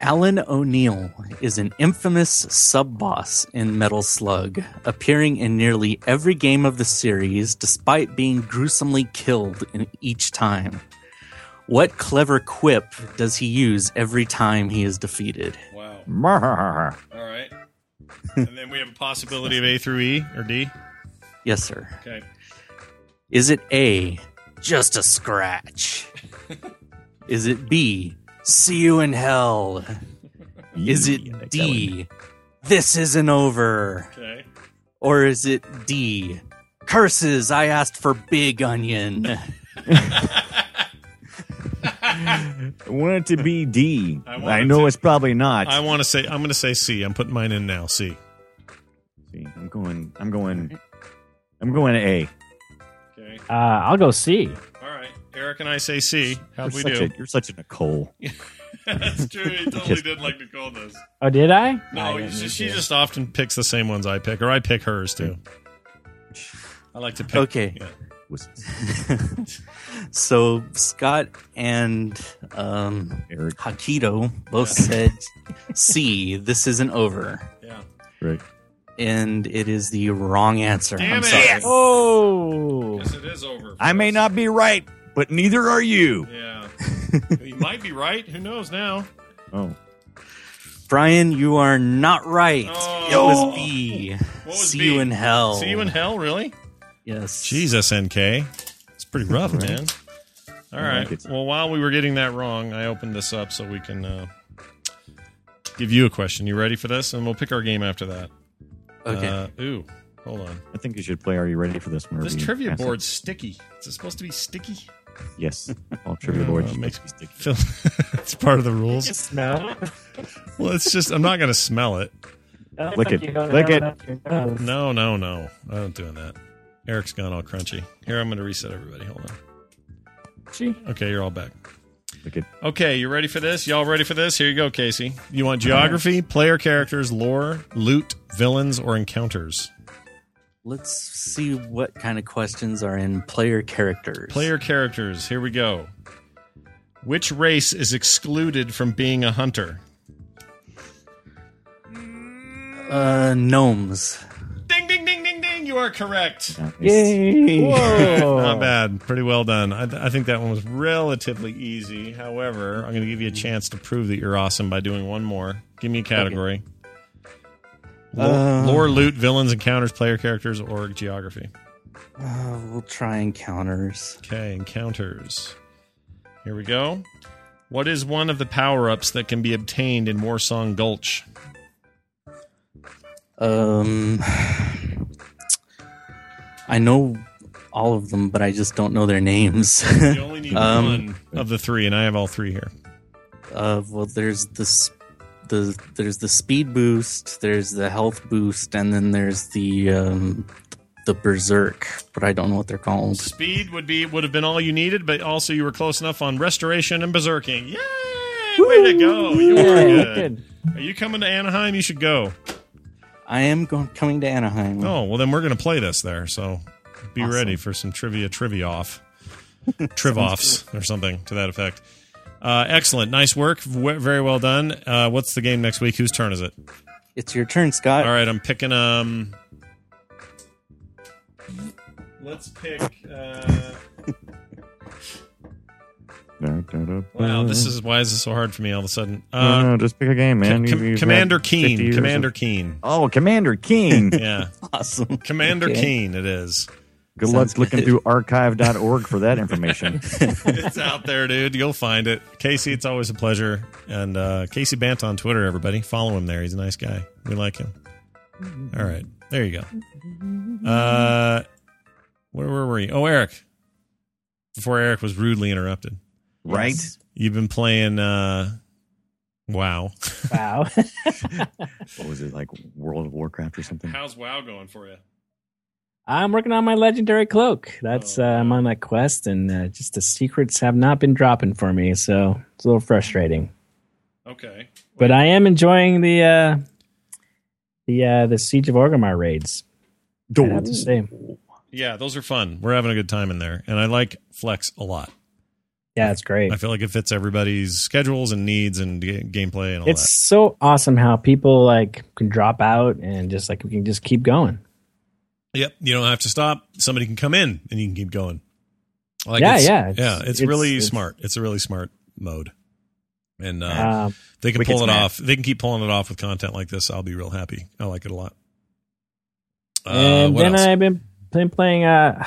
Speaker 5: Alan O'Neill is an infamous sub boss in Metal Slug, appearing in nearly every game of the series despite being gruesomely killed in each time. What clever quip does he use every time he is defeated?
Speaker 1: Wow.
Speaker 3: Marr.
Speaker 1: All right. and then we have a possibility of A through E or D.
Speaker 5: Yes, sir.
Speaker 1: Okay.
Speaker 5: Is it A, just a scratch? is it B, see you in hell? Is
Speaker 3: Yeah,
Speaker 5: it
Speaker 3: that
Speaker 5: D, this isn't over?
Speaker 1: Okay.
Speaker 5: Or is it D? Curses, I asked for big onion.
Speaker 3: one. Want it to be D.
Speaker 1: I
Speaker 3: I
Speaker 1: want it
Speaker 3: know
Speaker 1: to-
Speaker 3: it's probably not.
Speaker 1: I want to say I'm going to say C. I'm putting mine in now. C.
Speaker 3: See, I'm going. I'm going. I'm going A.
Speaker 1: Okay.
Speaker 4: Uh, I'll go see.
Speaker 1: All right. Eric and I say C. How'd we
Speaker 3: You're such
Speaker 1: do?
Speaker 3: A, you're such a Nicole.
Speaker 1: That's true. He totally did like Nicole does.
Speaker 4: Oh, did I?
Speaker 1: No,
Speaker 4: I
Speaker 1: you
Speaker 4: didn't
Speaker 1: just, she
Speaker 4: need to.
Speaker 1: just often picks the same ones I pick, or I pick hers too. I like to pick.
Speaker 5: Okay.
Speaker 1: yeah.
Speaker 3: Was
Speaker 5: so Scott and um,
Speaker 3: Eric
Speaker 5: Hakito both said, "See, this isn't over,"
Speaker 1: Yeah.
Speaker 3: right?
Speaker 5: and it is the wrong answer.
Speaker 1: Damn
Speaker 5: I'm
Speaker 1: it.
Speaker 5: sorry.
Speaker 1: Yes.
Speaker 4: Oh,
Speaker 1: Yes, it is over.
Speaker 3: I may not be right, but neither are you.
Speaker 1: Yeah. you might be right. Who knows now?
Speaker 3: Oh,
Speaker 5: Brian, you are not right.
Speaker 1: Oh.
Speaker 5: It was B.
Speaker 1: What was
Speaker 5: See
Speaker 1: B?
Speaker 5: you in hell.
Speaker 1: See you in hell, really?
Speaker 5: Yes.
Speaker 1: Jesus, NK. It's pretty rough, man. All
Speaker 3: I
Speaker 1: right.
Speaker 3: like it.
Speaker 1: Well, while we were getting that wrong, I opened this up so we can uh, give you a question. You ready for this? And we'll pick our game after that.
Speaker 5: Okay.
Speaker 1: Uh, ooh, hold on.
Speaker 3: I think you should play. Are you ready for this? whenever
Speaker 1: This
Speaker 3: you
Speaker 1: trivia
Speaker 3: pass it.
Speaker 1: board's sticky. Is it supposed to be sticky?
Speaker 3: Yes, all trivia
Speaker 1: Uh,
Speaker 3: boards
Speaker 1: makes-
Speaker 3: makes me sticky.
Speaker 1: Phil, it's part of the rules.
Speaker 4: smell.
Speaker 1: Well, it's just I'm not going to smell it.
Speaker 3: Lick it. Lick
Speaker 4: it.
Speaker 1: Oh, No, no, no. I'm not doing that. Eric's gone all crunchy. Here, I'm going to reset everybody. Hold on. Okay, you're all back.
Speaker 3: Look at
Speaker 1: Okay, you ready for this? Y'all ready for this? Here you go, Casey. You want geography, player characters, lore, loot, villains, or encounters?
Speaker 5: Let's see what kind of questions are in player characters.
Speaker 1: Player characters. Here we go. Which race is excluded from being a hunter?
Speaker 5: uh, gnomes.
Speaker 1: Ding, ding, ding, ding, ding. You are correct.
Speaker 3: that.
Speaker 4: Yay! Oh.
Speaker 1: Not bad. Pretty well done. I, I think that one was relatively easy. However, I'm going to give you a chance to prove that you're awesome by doing one more. Give me a category. Lore,
Speaker 5: Um,
Speaker 1: lore, loot, villains, encounters, player characters, or geography.
Speaker 5: Uh, we'll try encounters.
Speaker 1: Okay, encounters. Here we go. What is one of the power ups that can be obtained in Warsong Gulch?
Speaker 5: Um, I know all of them, but I just don't know their names.
Speaker 1: You only need
Speaker 5: Um,
Speaker 1: one of the three, and I have all three here.
Speaker 5: uh, well, there's this. The, there's the speed boost, there's the health boost, and then there's the um, the berserk, but I don't know what they're called.
Speaker 1: Speed would be would have been all you needed, but also you were close enough on restoration and berserking. Yay! Way to go! Oh, You are
Speaker 4: Yeah,
Speaker 1: good. Are you coming to Anaheim? You should go.
Speaker 5: I am going coming to Anaheim.
Speaker 1: Oh well, then we're gonna play this there. So be
Speaker 5: Awesome.
Speaker 1: ready for some trivia, trivia off, triv offs or something to that effect. Uh, excellent, nice work, w- very well done. Uh, what's the game next week? Whose turn is it?
Speaker 5: It's your turn, Scott.
Speaker 1: All right, I'm picking. Um, let's pick. Uh, wow, this is why is this so hard for me all of a sudden?
Speaker 3: no,
Speaker 1: Uh,
Speaker 3: no, just pick a game, man.
Speaker 1: Com-
Speaker 3: You- you've
Speaker 1: Commander
Speaker 3: had 50
Speaker 1: Keen,
Speaker 3: years
Speaker 1: Commander
Speaker 3: of-
Speaker 1: Keen.
Speaker 3: oh, Commander Keen. Good
Speaker 1: Yeah,
Speaker 5: Awesome.
Speaker 1: Commander
Speaker 5: Okay.
Speaker 1: Keen. It is.
Speaker 5: Sounds
Speaker 3: luck looking
Speaker 5: good.
Speaker 3: through archive.org for that information.
Speaker 1: it's out there, dude. You'll find it. Casey, it's always a pleasure. And uh, Casey Bant on Twitter, everybody. Follow him there. He's a nice guy. We like him. All right. There you go. Uh, where, where were you? Oh, Eric. Before Eric was rudely interrupted.
Speaker 3: right?
Speaker 1: You've been playing uh, WoW.
Speaker 4: Wow.
Speaker 3: What was it, like World of Warcraft or something?
Speaker 1: How's WoW going for you?
Speaker 4: I'm working on my legendary cloak. That's
Speaker 1: Oh,
Speaker 4: uh, I'm on that quest, and uh, just the secrets have not been dropping for me, so it's a little frustrating.
Speaker 1: Okay.
Speaker 4: But I am enjoying the uh, the uh, the Siege of Orgrimmar raids. I have to say,
Speaker 1: Yeah, those are fun. We're having a good time in there. And I like Flex a lot.
Speaker 4: yeah, it's great.
Speaker 1: I feel like it fits everybody's schedules and needs and ga- gameplay and all
Speaker 4: It's so awesome how people like can drop out and just like we can just keep going.
Speaker 1: that. Yep. You don't have to stop. Somebody can come in and you can keep going. I Like
Speaker 4: Yeah,
Speaker 1: it's-
Speaker 4: yeah, it's-
Speaker 1: yeah. It's,
Speaker 4: it's-
Speaker 1: really
Speaker 4: it's-
Speaker 1: smart. It's a really smart mode. And uh,
Speaker 4: Um,
Speaker 1: they can
Speaker 3: Wicked
Speaker 1: pull it
Speaker 3: smart.
Speaker 1: off. They can keep pulling it off with content like this. I'll be real happy. I like it a lot. Uh,
Speaker 4: and
Speaker 1: what
Speaker 4: then
Speaker 1: else?
Speaker 4: I've been been playing uh,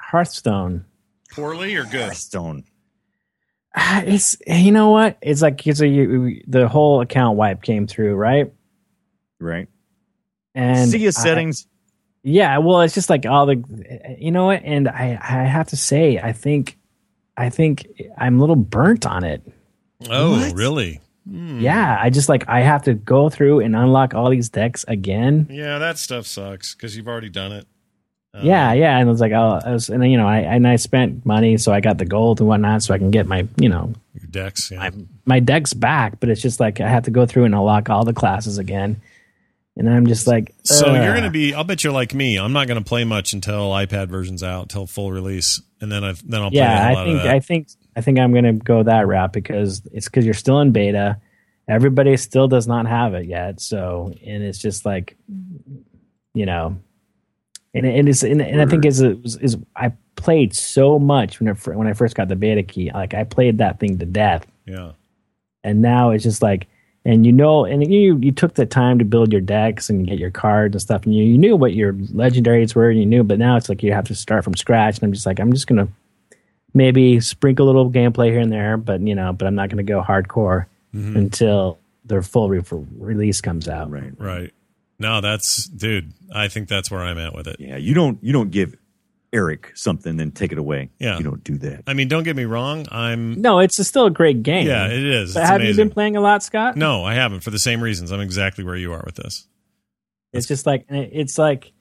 Speaker 4: Hearthstone.
Speaker 1: poorly or good?
Speaker 3: Hearthstone.
Speaker 4: Ah, it's you know what it's like it's a you, the whole account wipe came through right
Speaker 3: Right.
Speaker 4: and
Speaker 3: See
Speaker 4: I-
Speaker 3: you settings.
Speaker 4: yeah well it's just like all the you know what and i i have to say i think i think i'm a little burnt on it
Speaker 1: Oh,
Speaker 5: What?
Speaker 1: really? Hmm.
Speaker 4: yeah i just like i have to go through and unlock all these decks again
Speaker 1: Hmm. Yeah, that stuff sucks because you've already done it. Uh,
Speaker 4: yeah, yeah. And I was like, oh, I was, and then, you know, I and I spent money, so I got the gold and whatnot, so I can get my, you know,
Speaker 1: Your decks. Yeah.
Speaker 4: my my deck's back. But it's just like I have to go through and unlock all the classes again, and I'm just like,
Speaker 1: So
Speaker 4: ugh.
Speaker 1: you're going to be. I'll bet you're like me. I'm not going to play much until iPad version's out, until full release, and then I then I'll play
Speaker 4: yeah.
Speaker 1: a
Speaker 4: I
Speaker 1: lot
Speaker 4: think
Speaker 1: of that.
Speaker 4: I think I think I'm gonna go that route because it's because you're still in beta. Everybody still does not have it yet, so and it's just like, you know, and it, it is and, and I think is is is I played so much when it, fir- when I first got the beta key, like I played that thing to death.
Speaker 1: yeah,
Speaker 4: and now it's just like and you know and you you took the time to build your decks and get your cards and stuff and you, you knew what your legendaries were and you knew but now it's like you have to start from scratch and i'm just like i'm just gonna maybe sprinkle a little gameplay here and there but you know but i'm not gonna go hardcore
Speaker 1: Mm-hmm.
Speaker 4: until their full re- release comes out
Speaker 3: Right.
Speaker 1: right. No, that's dude. I think that's where I'm at with it.
Speaker 3: Yeah. You don't. You don't give Eric something then take it away.
Speaker 1: Yeah.
Speaker 3: You don't do that.
Speaker 1: I mean, don't get me wrong. I'm.
Speaker 4: no it's still a great game
Speaker 1: Yeah, it is.
Speaker 4: but
Speaker 1: It's
Speaker 4: have you
Speaker 1: amazing.
Speaker 4: been playing a lot scott
Speaker 1: No, I haven't for the same reasons. I'm exactly where you are with this.
Speaker 4: It's just like and it- it's like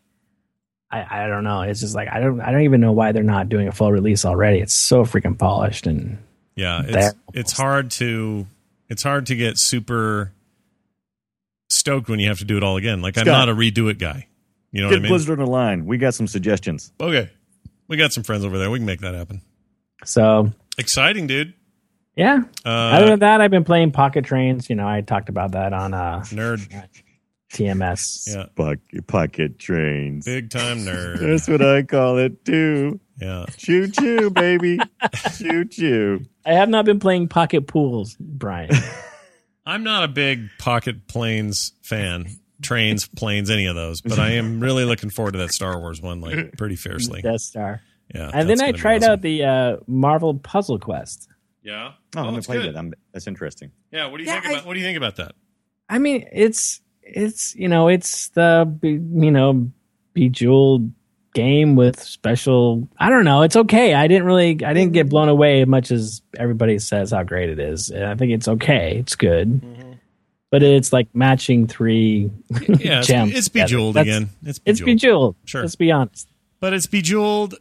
Speaker 4: I, I don't know. It's just like I don't I don't even know why they're not doing a full release already. It's so freaking polished and
Speaker 1: Yeah, it's
Speaker 4: That-
Speaker 1: it's hard to it's hard to get super stoked when you have to do it all again. Like I'm
Speaker 3: Scott.
Speaker 1: not a redo it guy. You know
Speaker 3: Get
Speaker 1: what I mean?
Speaker 3: Blizzard on the line. We got some suggestions.
Speaker 1: Okay, we got some friends over there. We can make that happen.
Speaker 4: so
Speaker 1: Exciting, dude.
Speaker 4: yeah.
Speaker 1: Uh,
Speaker 4: Other than that, I've been playing Pocket Trains. You know, I talked about that on uh,
Speaker 1: nerd.
Speaker 4: TMS.
Speaker 1: Yeah,
Speaker 3: Pocket, pocket trains.
Speaker 1: big time nerd.
Speaker 3: That's what I call it too.
Speaker 1: Yeah.
Speaker 3: Choo choo, baby. choo choo.
Speaker 4: I have not been playing Pocket Pools, Brian.
Speaker 1: I'm not a big pocket planes fan. Trains, planes, any of those, but I am really looking forward to that Star Wars one, like pretty fiercely.
Speaker 4: Death Star.
Speaker 1: Yeah,
Speaker 4: And
Speaker 1: that's
Speaker 4: then I
Speaker 1: gonna be
Speaker 4: tried
Speaker 1: awesome.
Speaker 4: out the uh, Marvel Puzzle Quest.
Speaker 1: Yeah,
Speaker 3: Oh, I'm
Speaker 1: Well,
Speaker 3: gonna
Speaker 1: that's
Speaker 3: play
Speaker 1: good.
Speaker 3: that. I'm, that's interesting.
Speaker 1: Yeah, what do you
Speaker 4: Yeah,
Speaker 1: think about what do you think about that?
Speaker 4: I mean, it's it's you know, it's the be- you know, bejeweled game with special. I don't know. It's okay. I didn't really. I didn't get blown away as much as everybody says how great it is. And I think it's okay. It's good. But it's like matching three.
Speaker 1: Yeah, it's,
Speaker 4: Gem.
Speaker 1: it's bejeweled
Speaker 4: That's-
Speaker 1: again. It's
Speaker 4: It's
Speaker 1: bejeweled.
Speaker 4: bejeweled.
Speaker 1: Sure.
Speaker 4: Let's be honest.
Speaker 1: but it's bejeweled.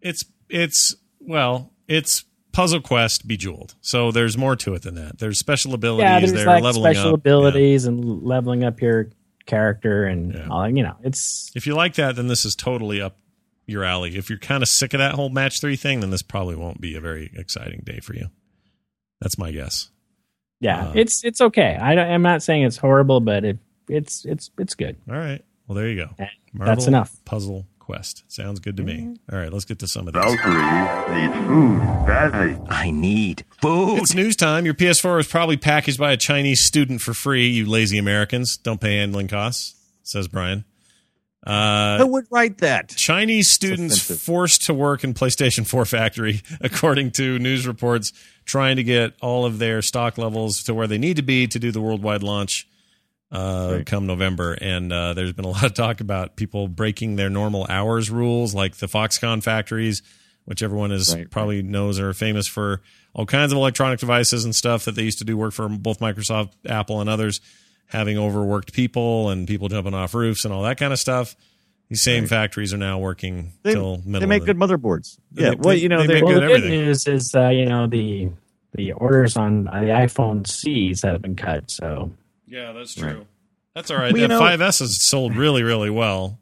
Speaker 1: It's it's well, it's Puzzle Quest bejeweled. So there's more to it than that. There's special abilities.
Speaker 4: Yeah, there's
Speaker 1: they're
Speaker 4: like
Speaker 1: leveling
Speaker 4: special
Speaker 1: up. Yeah.
Speaker 4: abilities and leveling up your character and
Speaker 1: Yeah.
Speaker 4: all. You know, it's
Speaker 1: If you like that, then this is totally up your alley. If you're kind of sick of that whole match three thing, then this probably won't be a very exciting day for you. That's my guess.
Speaker 4: yeah,
Speaker 1: Uh,
Speaker 4: it's it's okay. I don't, I'm not saying it's horrible, but it it's it's it's good.
Speaker 1: All right. Well, there you go.
Speaker 4: That's
Speaker 1: Marvel
Speaker 4: enough. Mm-hmm.
Speaker 1: Puzzle Quest sounds good to me. All right, let's get to some of this.
Speaker 2: Valkyrie needs food badly.
Speaker 6: I need food.
Speaker 1: It's news time. Your PS4 was probably packaged by a Chinese student for free. You lazy Americans don't pay handling costs, says Brian. Uh,
Speaker 3: would write that?
Speaker 1: Chinese students
Speaker 3: offensive.
Speaker 1: forced to work in PlayStation 4 factory, according to news reports, trying to get all of their stock levels to where they need to be to do the worldwide launch uh,
Speaker 3: Right.
Speaker 1: come November. And uh, there's been a lot of talk about people breaking their normal hours rules, like the Foxconn factories, which everyone is
Speaker 3: Right,
Speaker 1: probably knows are famous for all kinds of electronic devices and stuff that they used to do work for both Microsoft, Apple, and others, having overworked people and people jumping off roofs and all that kind of stuff. These same factories are now working
Speaker 3: They,
Speaker 1: till middle.
Speaker 3: they make
Speaker 1: of
Speaker 3: good
Speaker 1: the,
Speaker 3: motherboards.
Speaker 1: They
Speaker 3: yeah.
Speaker 1: make-
Speaker 3: well,
Speaker 1: they-
Speaker 3: you know,
Speaker 1: they
Speaker 3: they
Speaker 1: make
Speaker 4: well,
Speaker 1: good
Speaker 4: the good
Speaker 1: everything.
Speaker 4: news is uh, you know the the orders on the iPhone C's have been cut. So
Speaker 1: yeah, that's
Speaker 3: Right.
Speaker 1: That's all right.
Speaker 3: Well, you
Speaker 1: that
Speaker 3: know-
Speaker 1: 5S has sold really, really well.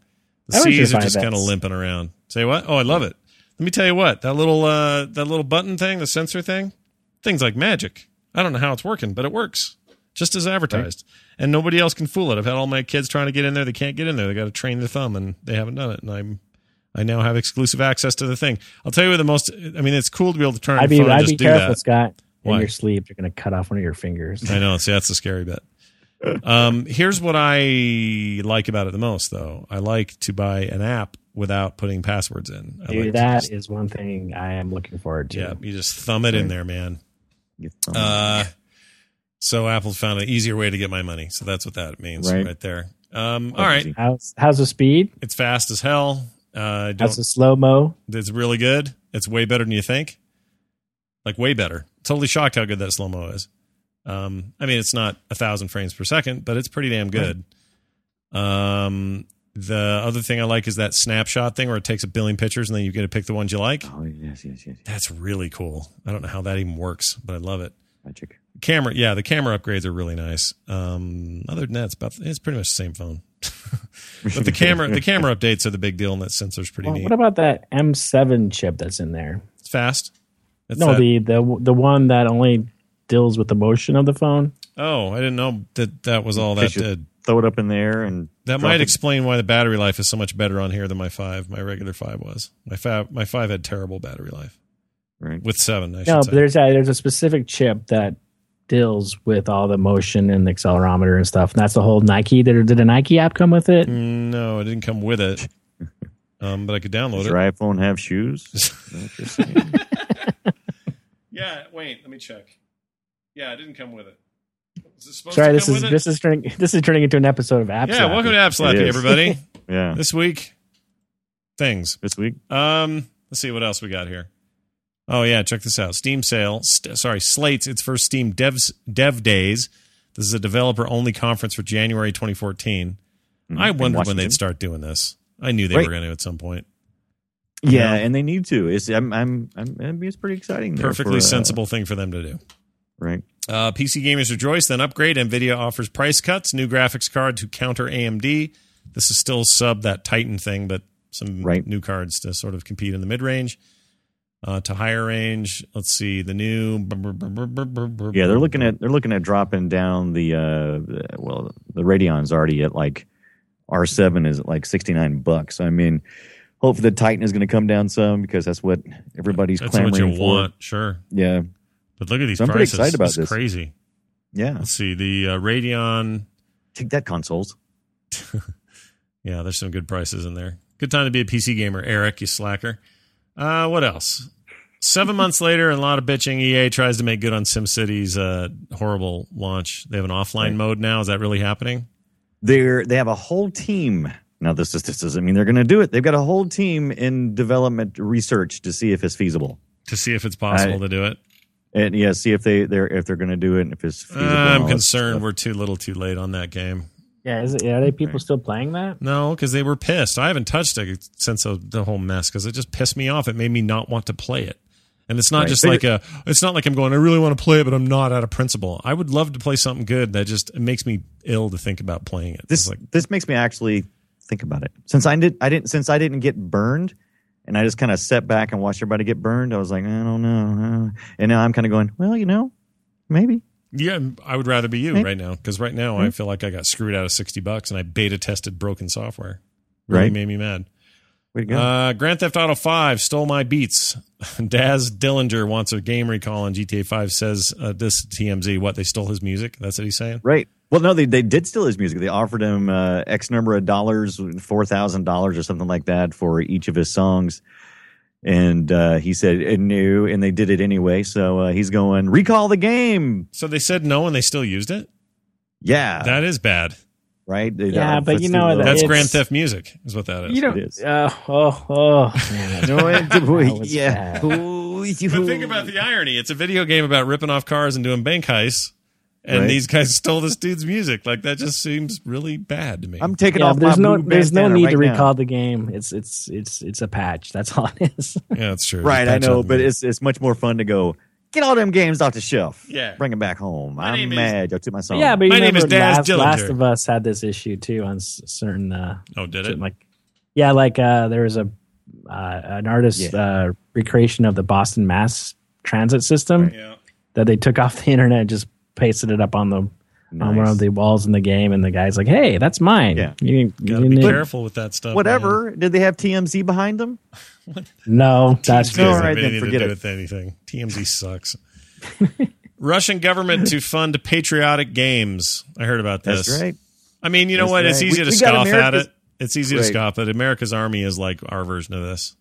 Speaker 1: The
Speaker 4: I like
Speaker 1: C's
Speaker 4: your
Speaker 1: are just
Speaker 4: 5S.
Speaker 1: kind of limping around. Say what? Oh, I love it. Let me tell you what that little uh, that little button thing, the sensor thing, things like magic. I don't know how it's working, but it works just as advertised, and nobody else can fool it. I've had all my kids trying to get in there; they can't get in there. They got to train their thumb, and they haven't done it. And I'm I now have exclusive access to the thing. I'll tell you what the most. I mean, it's cool to be able to turn. your
Speaker 4: I'd be
Speaker 1: phone and
Speaker 4: I'd
Speaker 1: just
Speaker 4: be
Speaker 1: do
Speaker 4: careful,
Speaker 1: that.
Speaker 4: Scott.
Speaker 1: Why?
Speaker 4: In your sleep, you're going to cut off one of your fingers.
Speaker 1: I know. See, that's the scary bit. Um, here's what I like about it the most, though. I like to buy an app without putting passwords in. I like
Speaker 4: Dude,
Speaker 1: to
Speaker 4: that
Speaker 1: just-
Speaker 4: is one thing I am looking forward to.
Speaker 1: yeah, you just thumb it in there, man.
Speaker 3: uh,
Speaker 1: Uh, so Apple found an easier way to get my money. So that's what that means right,
Speaker 3: Right.
Speaker 1: there. Um, all right,
Speaker 4: How's how's the speed?
Speaker 1: it's fast as hell. Uh, I don't,
Speaker 4: How's the slow mo?
Speaker 1: it's really good. It's way better than you think. Like way better. Totally shocked how good that slow mo is. Um, I mean, it's not a thousand frames per second, but it's pretty damn good. Um, The other thing I like is that snapshot thing where it takes a billion pictures and then you get to pick the ones you like.
Speaker 3: Oh yes, yes, yes.
Speaker 1: That's really cool. I don't know how that even works, but I love it.
Speaker 3: Magic.
Speaker 1: Camera, yeah, the camera upgrades are really nice. Um, other than that, it's about it's pretty much the same phone. but the camera, the camera updates are the big deal, and that sensor's pretty
Speaker 4: Well,
Speaker 1: neat.
Speaker 4: what about that M7 chip that's in there?
Speaker 1: it's fast. It's
Speaker 4: no,
Speaker 1: that-
Speaker 4: the the the one that only deals with the motion of the phone.
Speaker 1: oh, I didn't know that that was all that
Speaker 3: Fish it.
Speaker 1: did.
Speaker 3: Throw it up in there and
Speaker 1: That
Speaker 3: drop
Speaker 1: might
Speaker 3: it.
Speaker 1: explain why the battery life is so much better on here than my five. My regular five was my five. My five had terrible battery life
Speaker 3: Right.
Speaker 1: with seven. I should
Speaker 4: No,
Speaker 1: say.
Speaker 4: but there's a, there's a specific chip that deals with all the motion and the accelerometer and stuff. And that's the whole Nike. Did, did a Nike app come with
Speaker 1: Mm.
Speaker 4: it?
Speaker 1: No, it didn't come with it. Um, but I could download
Speaker 3: Does
Speaker 1: it.
Speaker 3: your iPhone have shoes? Is that what you're saying?
Speaker 1: Yeah, wait, let me check. Yeah, it didn't come with it. Is it supposed
Speaker 4: Sorry, this is this is turning this is turning into an episode of apps.
Speaker 1: yeah, welcome to App Slappy,
Speaker 3: is.
Speaker 1: everybody.
Speaker 3: yeah.
Speaker 1: this week, things.
Speaker 3: This week.
Speaker 1: Um, let's see what else we got here. Oh yeah, check this out. Steam sale. St- sorry, slates its first Steam devs Dev Days. This is a developer only conference for January 2014. I
Speaker 3: Hmm, Mm-hmm. In
Speaker 1: wondered when
Speaker 3: Washington.
Speaker 1: they'd start doing this. I knew they
Speaker 3: Right.
Speaker 1: were going to at some point.
Speaker 3: Yeah, and they need to. It's I'm I'm, I'm I mean, it's pretty exciting. there
Speaker 1: Perfectly
Speaker 3: for, uh,
Speaker 1: sensible thing for them to do.
Speaker 3: right.
Speaker 1: Uh, PC gamers rejoice, then upgrade. NVIDIA offers price cuts, new graphics card to counter AMD. This is still sub that Titan thing, but some
Speaker 3: Right.
Speaker 1: new cards to sort of compete in the mid range. Uh, to higher range, let's see the new.
Speaker 3: Yeah, they're looking at they're looking at dropping down the uh well the Radeon's already at like R seven is at like sixty nine bucks. I mean, hopefully the Titan is going to come down some because that's what everybody's
Speaker 1: That's
Speaker 3: clamoring
Speaker 1: what you
Speaker 3: for.
Speaker 1: want, sure.
Speaker 3: Yeah,
Speaker 1: But look at these
Speaker 3: So I'm pretty
Speaker 1: prices.
Speaker 3: excited about
Speaker 1: It's
Speaker 3: this.
Speaker 1: Crazy.
Speaker 3: yeah.
Speaker 1: Let's see the uh, Radeon.
Speaker 3: Take that consoles.
Speaker 1: Yeah, there's some good prices in there. Good time to be a PC gamer, Eric, you slacker. Uh, what else? Seven months later, and a lot of bitching. EA tries to make good on SimCity's uh, horrible launch. They have an offline mode now. Is that really happening?
Speaker 3: They're they have a whole team. Now this is this doesn't mean they're going to do it. They've got a whole team in development research to see if it's feasible.
Speaker 1: To see if it's possible
Speaker 3: I-
Speaker 1: to do it.
Speaker 3: And yeah, see if they they're if they're going to do it and if it's
Speaker 1: Uh,
Speaker 3: feasible. and all
Speaker 1: I'm
Speaker 3: that
Speaker 1: concerned
Speaker 3: stuff.
Speaker 1: we're too little too late on that game.
Speaker 4: Yeah, is it, are they people still playing that?
Speaker 1: No, because they were pissed. I haven't touched it since the- the whole mess because it just pissed me off. It made me not want to play it. And it's not
Speaker 3: Right.
Speaker 1: just
Speaker 3: They-
Speaker 1: like a. It's not like I'm going. I really want to play it, but I'm not out of principle. I would love to play something good. That just it makes me ill to think about playing it.
Speaker 3: this
Speaker 1: It's like
Speaker 3: this makes me actually think about it. Since I did I didn't since I didn't get burned, and I just kind of sat back and watched everybody get burned. I was like, I don't know, uh," and now I'm kind of going, well, you know, maybe.
Speaker 1: yeah, I would rather be you
Speaker 3: Right. Mm-hmm.
Speaker 1: right now because right now I feel like I got screwed out of sixty bucks and I beta tested broken software. Really
Speaker 3: Right.
Speaker 1: made me mad.
Speaker 3: Way to go.
Speaker 1: Uh, Grand Theft Auto Five stole my beats. Daz Dillinger wants a game recall on GTA Five. Says uh, this TMZ. What they stole his music. That's what he's saying.
Speaker 3: Right. Well, no, they, they did steal his music. They offered him uh, X number of dollars, four thousand dollars or something like that, for each of his songs, and uh, he said it knew, and they did it anyway. So uh, he's going recall the game.
Speaker 1: So they said no and they still used it?
Speaker 3: Yeah,
Speaker 1: that is bad.
Speaker 3: right. They-
Speaker 4: Yeah,
Speaker 3: uh,
Speaker 4: but
Speaker 3: let's
Speaker 4: you
Speaker 3: do
Speaker 4: know
Speaker 3: the-
Speaker 1: That's
Speaker 4: It's-
Speaker 1: Grand Theft Music, is what that is.
Speaker 4: You don't.
Speaker 3: It is.
Speaker 4: Uh, oh, oh, man,
Speaker 3: No, it-
Speaker 4: that was
Speaker 3: yeah.
Speaker 4: bad.
Speaker 1: but think about the irony. It's a video game about ripping off cars and doing bank heists, and
Speaker 3: Right.
Speaker 1: these guys stole this dude's music. Like, that just seems really bad to me.
Speaker 3: I'm taking
Speaker 4: Yeah,
Speaker 3: off
Speaker 4: there's
Speaker 3: my
Speaker 4: no
Speaker 3: blue
Speaker 4: there's no
Speaker 3: bandana
Speaker 4: need
Speaker 3: right
Speaker 4: to
Speaker 3: now.
Speaker 4: recall the game. It's it's it's it's a patch. That's all it is.
Speaker 1: yeah, that's true.
Speaker 3: Right, I
Speaker 1: Patch
Speaker 3: know,
Speaker 1: up.
Speaker 3: but it's it's much more fun to go get all them games off the shelf.
Speaker 1: Yeah.
Speaker 3: bring them back home.
Speaker 1: name
Speaker 3: I'm
Speaker 1: is-
Speaker 3: mad. Y'all took my song.
Speaker 4: yeah, but you
Speaker 1: My name
Speaker 4: remember
Speaker 1: is Daz
Speaker 4: last, Last
Speaker 1: Dillinger.
Speaker 4: of Us had this issue too on s- certain uh,
Speaker 1: Oh, did it?
Speaker 4: certain, like yeah, like uh, there was a uh, an artist uh, recreation of the Boston Mass Transit system
Speaker 1: Yeah.
Speaker 4: that they took off the internet and just pasted it up on the on one
Speaker 3: Nice.
Speaker 4: of the walls in the game, and the guy's like, "Hey, that's mine."
Speaker 3: Yeah.
Speaker 4: you, you
Speaker 1: Gotta be
Speaker 4: didn't-
Speaker 1: careful with that stuff. man.
Speaker 3: whatever. Did they have TMZ behind them?
Speaker 4: No, that's
Speaker 1: TMZ doesn't
Speaker 3: all
Speaker 1: have
Speaker 3: right, then
Speaker 1: anything
Speaker 3: forget
Speaker 1: to do
Speaker 3: it.
Speaker 1: with anything. TMZ sucks. Russian government to fund patriotic games. I heard about this.
Speaker 3: That's right.
Speaker 1: I mean, you know
Speaker 3: That's
Speaker 1: what? It's
Speaker 3: right.
Speaker 1: easy to
Speaker 3: We- we got
Speaker 1: scoff at
Speaker 3: America's-
Speaker 1: it. It's easy to
Speaker 3: Right.
Speaker 1: scoff at. America's army is like our version of this.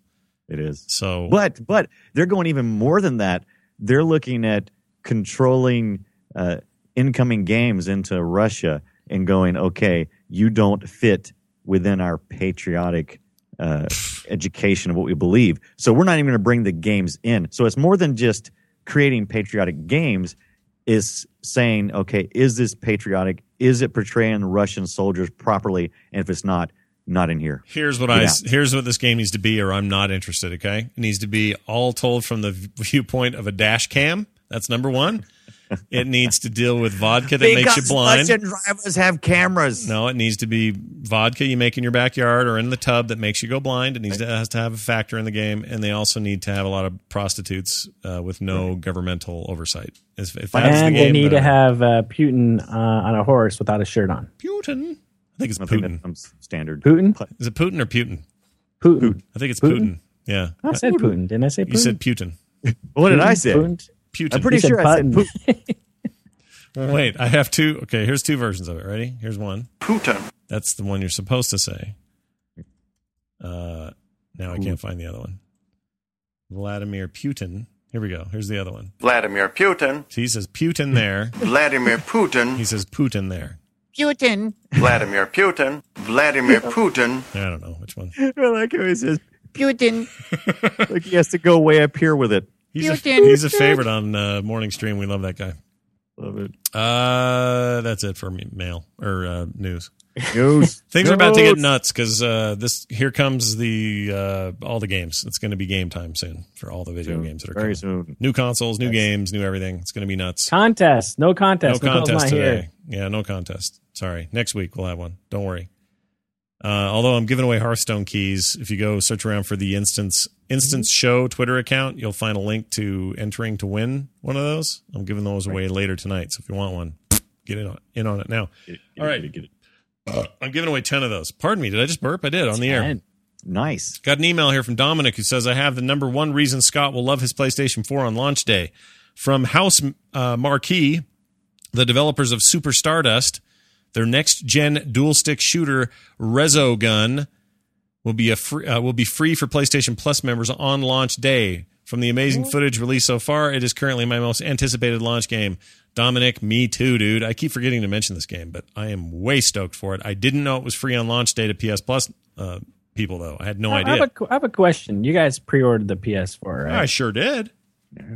Speaker 3: It is.
Speaker 1: So
Speaker 3: But but they're going even more than that. They're looking at controlling uh, incoming games into Russia and going, okay, you don't fit within our patriotic uh, education of what we believe. So we're not even going to bring the games in. So it's more than just creating patriotic games. Is saying, okay, is this patriotic? Is it portraying Russian soldiers properly? And if it's not, Not in here.
Speaker 1: Here's what
Speaker 3: Get
Speaker 1: I
Speaker 3: out.
Speaker 1: here's what this game needs to be, or I'm not interested. Okay, it needs to be all told from the viewpoint of a dash cam. That's number one. It needs to deal with vodka that makes you blind.
Speaker 3: drivers have cameras.
Speaker 1: No, it needs to be vodka you make in your backyard or in the tub that makes you go blind. It needs to has to have a factor in the game, and they also need to have a lot of prostitutes uh, with no governmental oversight. If, if that's
Speaker 4: and
Speaker 1: the game,
Speaker 4: they need
Speaker 1: then-
Speaker 4: to have uh, Putin uh, on a horse without a shirt on.
Speaker 1: Putin. I think it's
Speaker 3: I think
Speaker 1: Putin.
Speaker 3: that's some standard.
Speaker 4: Putin?
Speaker 3: Put-
Speaker 1: Is it Putin or Putin?
Speaker 4: Putin.
Speaker 1: I think it's Putin.
Speaker 4: Putin?
Speaker 1: Yeah,
Speaker 4: I said Putin. Didn't I say Putin?
Speaker 1: you said Putin.
Speaker 3: What did I say?
Speaker 4: Putin?
Speaker 1: Putin.
Speaker 3: I'm pretty
Speaker 4: You said
Speaker 3: sure I said
Speaker 4: button.
Speaker 3: Putin.
Speaker 1: Wait, I have two. Okay, here's two versions of it. Ready? Here's one. Putin. That's the one you're supposed to say. Uh, now I can't find the other one. Vladimir Putin. Here we go. Here's the other one.
Speaker 7: Vladimir Putin,
Speaker 1: So he says Putin there.
Speaker 7: Vladimir Putin,
Speaker 1: He says Putin there.
Speaker 7: Vladimir Putin, Vladimir Putin,
Speaker 1: I don't know which one.
Speaker 3: I like how he says Putin. like he has to go way up here with it.
Speaker 1: He's, a, he's a favorite on uh, morning stream. We love that guy.
Speaker 3: Love it.
Speaker 1: Uh, that's it for me, mail or uh, news.
Speaker 3: News.
Speaker 1: Things are about to get
Speaker 3: News.
Speaker 1: nuts because uh, this here comes the uh, all the games. It's going to be game time soon for all the video games that are coming.
Speaker 3: very soon.
Speaker 1: New consoles, new games, new everything. It's going to be nuts.
Speaker 4: Contest. No
Speaker 1: No
Speaker 4: contest. Nicole's
Speaker 1: contest
Speaker 4: not
Speaker 1: today.
Speaker 4: here.
Speaker 1: Yeah, no contest. Sorry. Next week we'll have one. Don't worry. Uh, although I'm giving away Hearthstone keys, if you go search around for the instance instance
Speaker 3: Mm-hmm.
Speaker 1: show Twitter account, you'll find a link to entering to win one of those. I'm giving those away later tonight, so if you want one, get in on, in on it now. All right. I'm giving away ten of those. Pardon me, did I just burp? I did on the air.
Speaker 4: And
Speaker 3: Nice.
Speaker 1: Got an email here from Dominic who says, I have the number one reason Scott will love his PlayStation 4 on launch day. From House uh, Marquee, the developers of Super Stardust, their next gen dual stick shooter, Rezo Gun, will be, a free, uh, will be free for PlayStation Plus members on launch day. From the amazing footage released so far, it is currently my most anticipated launch game. Dominic, me too, dude. I keep forgetting to mention this game, but I am way stoked for it. I didn't know it was free on launch day to PS Plus uh, people, though. I had no
Speaker 4: I,
Speaker 1: idea.
Speaker 4: have a, qu- I have a question. You guys pre-ordered the PS4,
Speaker 1: I
Speaker 4: right?
Speaker 1: sure did.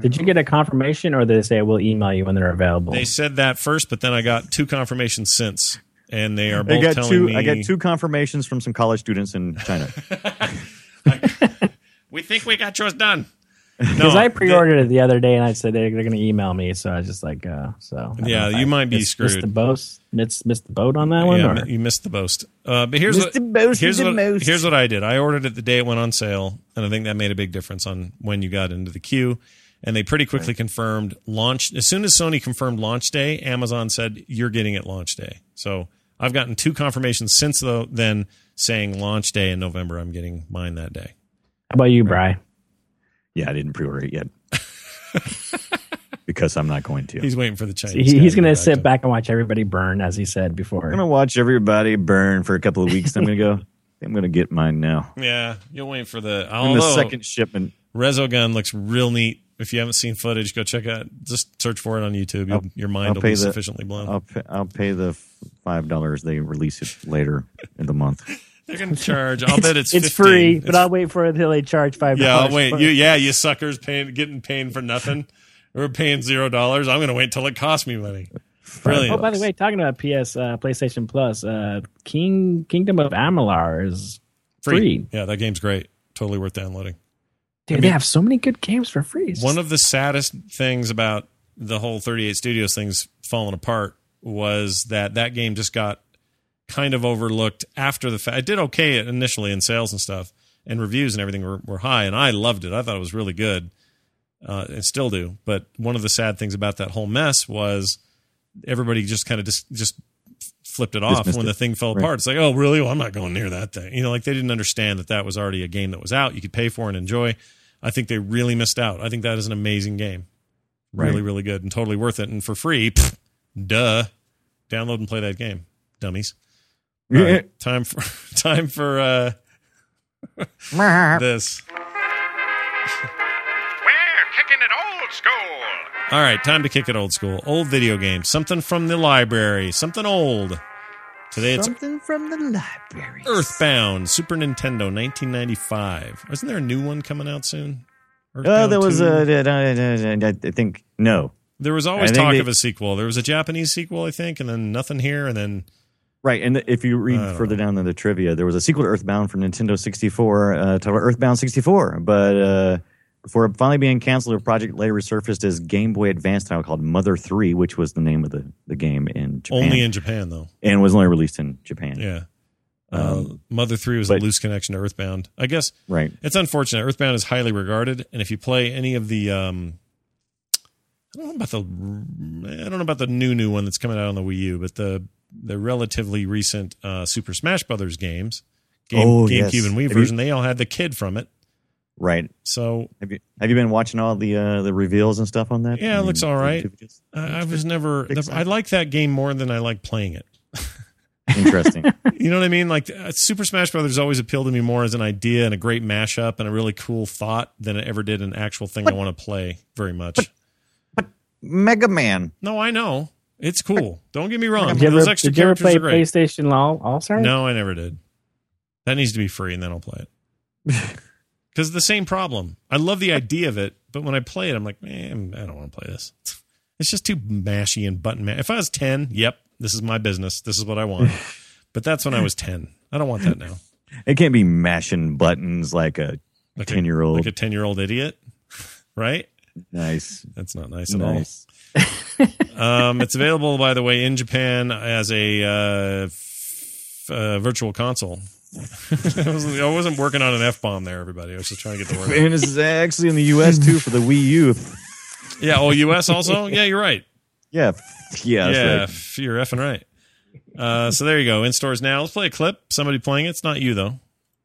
Speaker 4: Did you get a confirmation, or did they say we'll email you when they're available?
Speaker 1: They said that first, but then I got two confirmations since, and they are
Speaker 3: I
Speaker 1: both
Speaker 3: got
Speaker 1: telling
Speaker 3: two.
Speaker 1: me.
Speaker 3: I got two confirmations from some college students in China.
Speaker 1: We think we got yours done.
Speaker 4: Because I pre-ordered it the other day, and I said they're, they're going to email me, so I was just like, uh, so I don't
Speaker 1: Yeah,
Speaker 4: know if
Speaker 1: you
Speaker 4: I
Speaker 1: might be
Speaker 4: missed-
Speaker 1: screwed.
Speaker 4: Missed the boat, missed, missed the boat on that one.
Speaker 1: yeah,
Speaker 4: or-
Speaker 1: mi- you missed the most. Uh, but here's what,
Speaker 3: Missed the most,
Speaker 1: here's,
Speaker 3: the
Speaker 1: what
Speaker 3: most.
Speaker 1: here's what I did. I ordered it the day it went on sale, and I think that made a big difference on when you got into the queue. And they pretty quickly confirmed launch. As soon as Sony confirmed launch day, Amazon said you're getting it launch day. So I've gotten two confirmations since though, then saying launch day in November. I'm getting mine that day.
Speaker 4: How about you, Bry?
Speaker 3: yeah, I didn't pre-order it yet because I'm not going to.
Speaker 1: He's waiting for the Chinese.
Speaker 4: He,
Speaker 1: guy
Speaker 4: he's going
Speaker 1: get
Speaker 4: to
Speaker 1: back
Speaker 4: sit
Speaker 1: him.
Speaker 4: back and watch everybody burn, as he said
Speaker 3: I'm gonna
Speaker 4: before.
Speaker 3: watch everybody burn for a couple of weeks. Then I'm gonna go. I'm gonna get mine now.
Speaker 1: Yeah, you're waiting for the.
Speaker 3: I'm in
Speaker 1: Although
Speaker 3: the second shipment.
Speaker 1: Rezogun looks real neat. If you haven't seen footage, go check out. Just search for it on YouTube. You'll- your mind
Speaker 3: I'll
Speaker 1: will
Speaker 3: pay
Speaker 1: be
Speaker 3: the-
Speaker 1: sufficiently blown.
Speaker 3: I'll pay, I'll pay the five dollars they release it later in the month.
Speaker 1: They're going to charge. I'll bet it's
Speaker 4: It's
Speaker 1: 15.
Speaker 4: free, but
Speaker 1: It's-
Speaker 4: I'll wait for it until they charge five.
Speaker 1: yeah. I'll
Speaker 4: dollars
Speaker 1: wait.
Speaker 4: for
Speaker 1: You
Speaker 4: it.
Speaker 1: yeah, you suckers paying getting paying for nothing. We're paying zero dollars. I'm going to wait till it costs me money. Brilliant.
Speaker 4: Oh, by the way, talking about PS, uh, PlayStation Plus, uh, King Kingdom of Amalur is free.
Speaker 1: Yeah, that game's great. Totally worth downloading.
Speaker 4: Dude, they have so many good games for free. It's
Speaker 1: One of the saddest things about the whole 38 Studios thing's falling apart was that that game just got kind of overlooked after the fact. It did okay initially in sales and stuff, and reviews and everything were, were high, and I loved it. I thought it was really good, uh, and still do. But one of the sad things about that whole mess was everybody just kind of just just flipped it off
Speaker 3: Dismissed
Speaker 1: when the
Speaker 3: it.
Speaker 1: thing fell apart. It's like, oh, really? Well, I'm not going near that thing. You know, like they didn't understand that that was already a game that was out. You could pay for and enjoy. I think they really missed out. I think that is an amazing game, really,
Speaker 3: Right.
Speaker 1: really good, and totally worth it. And for free, pfft, duh, download and play that game, dummies. All right, time for time for uh, this.
Speaker 8: We're kicking it old school.
Speaker 1: All right, time to kick it old school. Old video game, something from the library, something old. Today it's
Speaker 3: Something from the library.
Speaker 1: Earthbound, Super Nintendo, 1995. Isn't there a new one coming out soon?
Speaker 3: Oh, there
Speaker 1: Earthbound
Speaker 3: was
Speaker 1: 2?
Speaker 3: a. I think no.
Speaker 1: There was always
Speaker 3: I think
Speaker 1: talk
Speaker 3: they-
Speaker 1: of a sequel. There was a Japanese sequel, I think, and then nothing here, and then
Speaker 3: Right, and if you
Speaker 1: I don't
Speaker 3: read further down in the trivia, there was a sequel to Earthbound for Nintendo 64 uh, titled Earthbound 64, but uh, before finally being canceled, the project later resurfaced as Game Boy Advance title called Mother 3, which was the name of the, the game in Japan,
Speaker 1: Only in Japan, though.
Speaker 3: and was only released in Japan.
Speaker 1: Yeah.
Speaker 3: Um,
Speaker 1: Uh, Mother 3 was
Speaker 3: but-
Speaker 1: a loose connection to Earthbound. I guess
Speaker 3: Right.
Speaker 1: it's unfortunate. Earthbound is highly regarded, and if you play any of the, um, I don't know about the, I don't know about the new new one that's coming out on the Wii U, but the the relatively recent uh, Super Smash Brothers games, game,
Speaker 3: Oh,
Speaker 1: GameCube
Speaker 3: yes.
Speaker 1: and Wii
Speaker 3: Have you-
Speaker 1: version, they all had the kid from it.
Speaker 3: Right.
Speaker 1: So
Speaker 3: Have you have you been watching all the uh, the reveals and stuff on that?
Speaker 1: Yeah, it
Speaker 3: I mean,
Speaker 1: looks all right.
Speaker 3: it's
Speaker 1: I, I was never.
Speaker 3: Exciting.
Speaker 1: I like that game more than I like playing it.
Speaker 3: interesting.
Speaker 1: You know what I mean? Like uh, Super Smash Brothers always appealed to me more as an idea and a great mashup and a really cool thought than it ever did an actual thing I want to play very much.
Speaker 3: Mega Man.
Speaker 1: No, I know it's cool. Don't get me wrong.
Speaker 4: Did you
Speaker 1: Those
Speaker 4: ever,
Speaker 1: extra
Speaker 4: did you ever
Speaker 1: characters
Speaker 4: play
Speaker 1: are great.
Speaker 4: PlayStation All All Stars?
Speaker 1: No, I never did. That needs to be free, and then I'll play it. Because the same problem. I love the idea of it, but when I play it, I'm like, man, I don't want to play this. It's just too mashy and button mash. If I was ten, yep, this is my business. This is what I want. but that's when I was ten. I don't want that now.
Speaker 3: It can't be mashing buttons like a
Speaker 1: Like a-
Speaker 3: 10 year old.
Speaker 1: like a 10 year old idiot right
Speaker 3: Nice.
Speaker 1: that's not nice at
Speaker 3: Nice.
Speaker 1: all um, it's available by the way in japan as a uh, f- uh, virtual console I, wasn't, I wasn't working on an f-bomb there everybody i was just trying to get the word out.
Speaker 3: And this is actually in the US too for the Wii U.
Speaker 1: yeah oh us also yeah you're right
Speaker 3: Yeah. Yeah. that's
Speaker 1: yeah
Speaker 3: right.
Speaker 1: f- you're effing right uh, so there you go in stores now let's play a clip somebody playing it. it's not you though